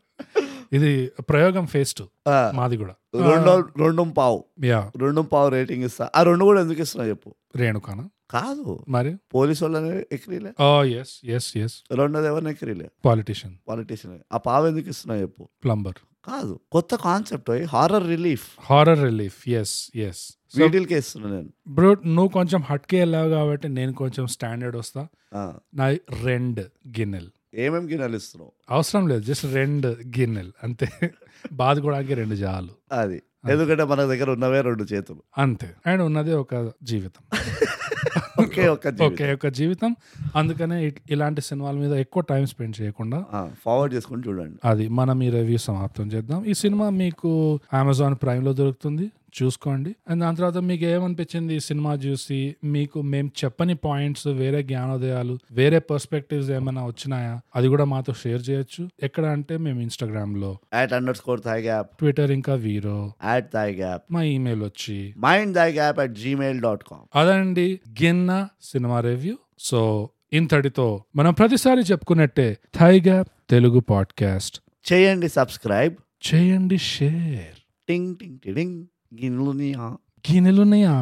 [SPEAKER 1] ఇది ప్రయోగం ఫేస్ టు
[SPEAKER 2] ఆ,
[SPEAKER 1] మాది కూడా
[SPEAKER 2] రెండో రెండు పావు
[SPEAKER 1] యా
[SPEAKER 2] రెండు పావు రేటింగ్ ఇస్తా ఆ రెండు కూడా ఎందుకు ఇస్తున్నా చెప్పు
[SPEAKER 1] రేణుకాన
[SPEAKER 2] కాదు
[SPEAKER 1] మరి
[SPEAKER 2] పోలీసు వాళ్ళని ఎక్కిరీలే
[SPEAKER 1] ఓ ఎస్ ఎస్ ఎస్
[SPEAKER 2] రెండోది ఎవరిని ఎక్కిరీలే
[SPEAKER 1] పాలిటీషియన్
[SPEAKER 2] పాలిటీషియన్ ఆ పావు ఎందుకు ఇస్తున్నా చెప్పు
[SPEAKER 1] ప్లంబర్
[SPEAKER 2] కాదు కొత్త concept horror relief
[SPEAKER 1] horror relief yes yes
[SPEAKER 2] వీటిల్కే ఇస్తున్నా నేను
[SPEAKER 1] బ్రో నువ్వు కొంచెం హట్కే వెళ్ళావు కాబట్టి నేను కొంచెం స్టాండర్డ్ వస్తా
[SPEAKER 2] ఆ,
[SPEAKER 1] నా రెండు గిన్నెలు
[SPEAKER 2] ఏమేం గిన్నెలు ఇస్తున్నావు
[SPEAKER 1] అవసరం లేదు జస్ట్ రెండు గిన్నెలు అంతే బాదుకోవడానికి రెండు జాలు
[SPEAKER 2] అది ఎందుకంటే మన దగ్గర ఉన్నవే రెండు చేతులు
[SPEAKER 1] అంతే అండ్ ఉన్నది ఒక జీవితం
[SPEAKER 2] ఒకే ఒక్క
[SPEAKER 1] ఓకే ఒక జీవితం అందుకనే ఇట్- ఇలాంటి సినిమాల మీద ఎక్కువ టైం స్పెండ్ చేయకుండా
[SPEAKER 2] ఫార్వర్డ్ చేసుకుని చూడండి
[SPEAKER 1] అది మనం ఈ రివ్యూ సమాప్తం చేద్దాం ఈ సినిమా మీకు అమెజాన్ ప్రైమ్ లో దొరుకుతుంది చూసుకోండి అండ్ దాని తర్వాత మీకు ఏమనిపించింది ఈ సినిమా చూసి మీకు మేము చెప్పని పాయింట్స్ వేరే జ్ఞానోదయాలు వేరే పర్స్పెక్టివ్స్ ఏమైనా వచ్చినాయా అది కూడా మాతో షేర్ చేయొచ్చు ఎక్కడ అంటే మేము ఇన్స్టాగ్రామ్ లో
[SPEAKER 2] at underscore thai gap
[SPEAKER 1] Twitter ఇంకా వీరో
[SPEAKER 2] యాట్ థై గ్యాప్
[SPEAKER 1] మా ఈమెయిల్ వచ్చి
[SPEAKER 2] mind thai gap at Gmail dot com
[SPEAKER 1] అదండి గిన్న సినిమా రివ్యూ సో ఇంతటితో మనం ప్రతిసారి చెప్పుకున్నట్టే థై గ్యాప్ తెలుగు పాడ్కాస్ట్
[SPEAKER 2] చేయండి సబ్స్క్రైబ్
[SPEAKER 1] చేయండి షేర్
[SPEAKER 2] టింగ్ టింగ్ టిడింగ్ గిన్లునియా
[SPEAKER 1] గిన్నెలున్నాయా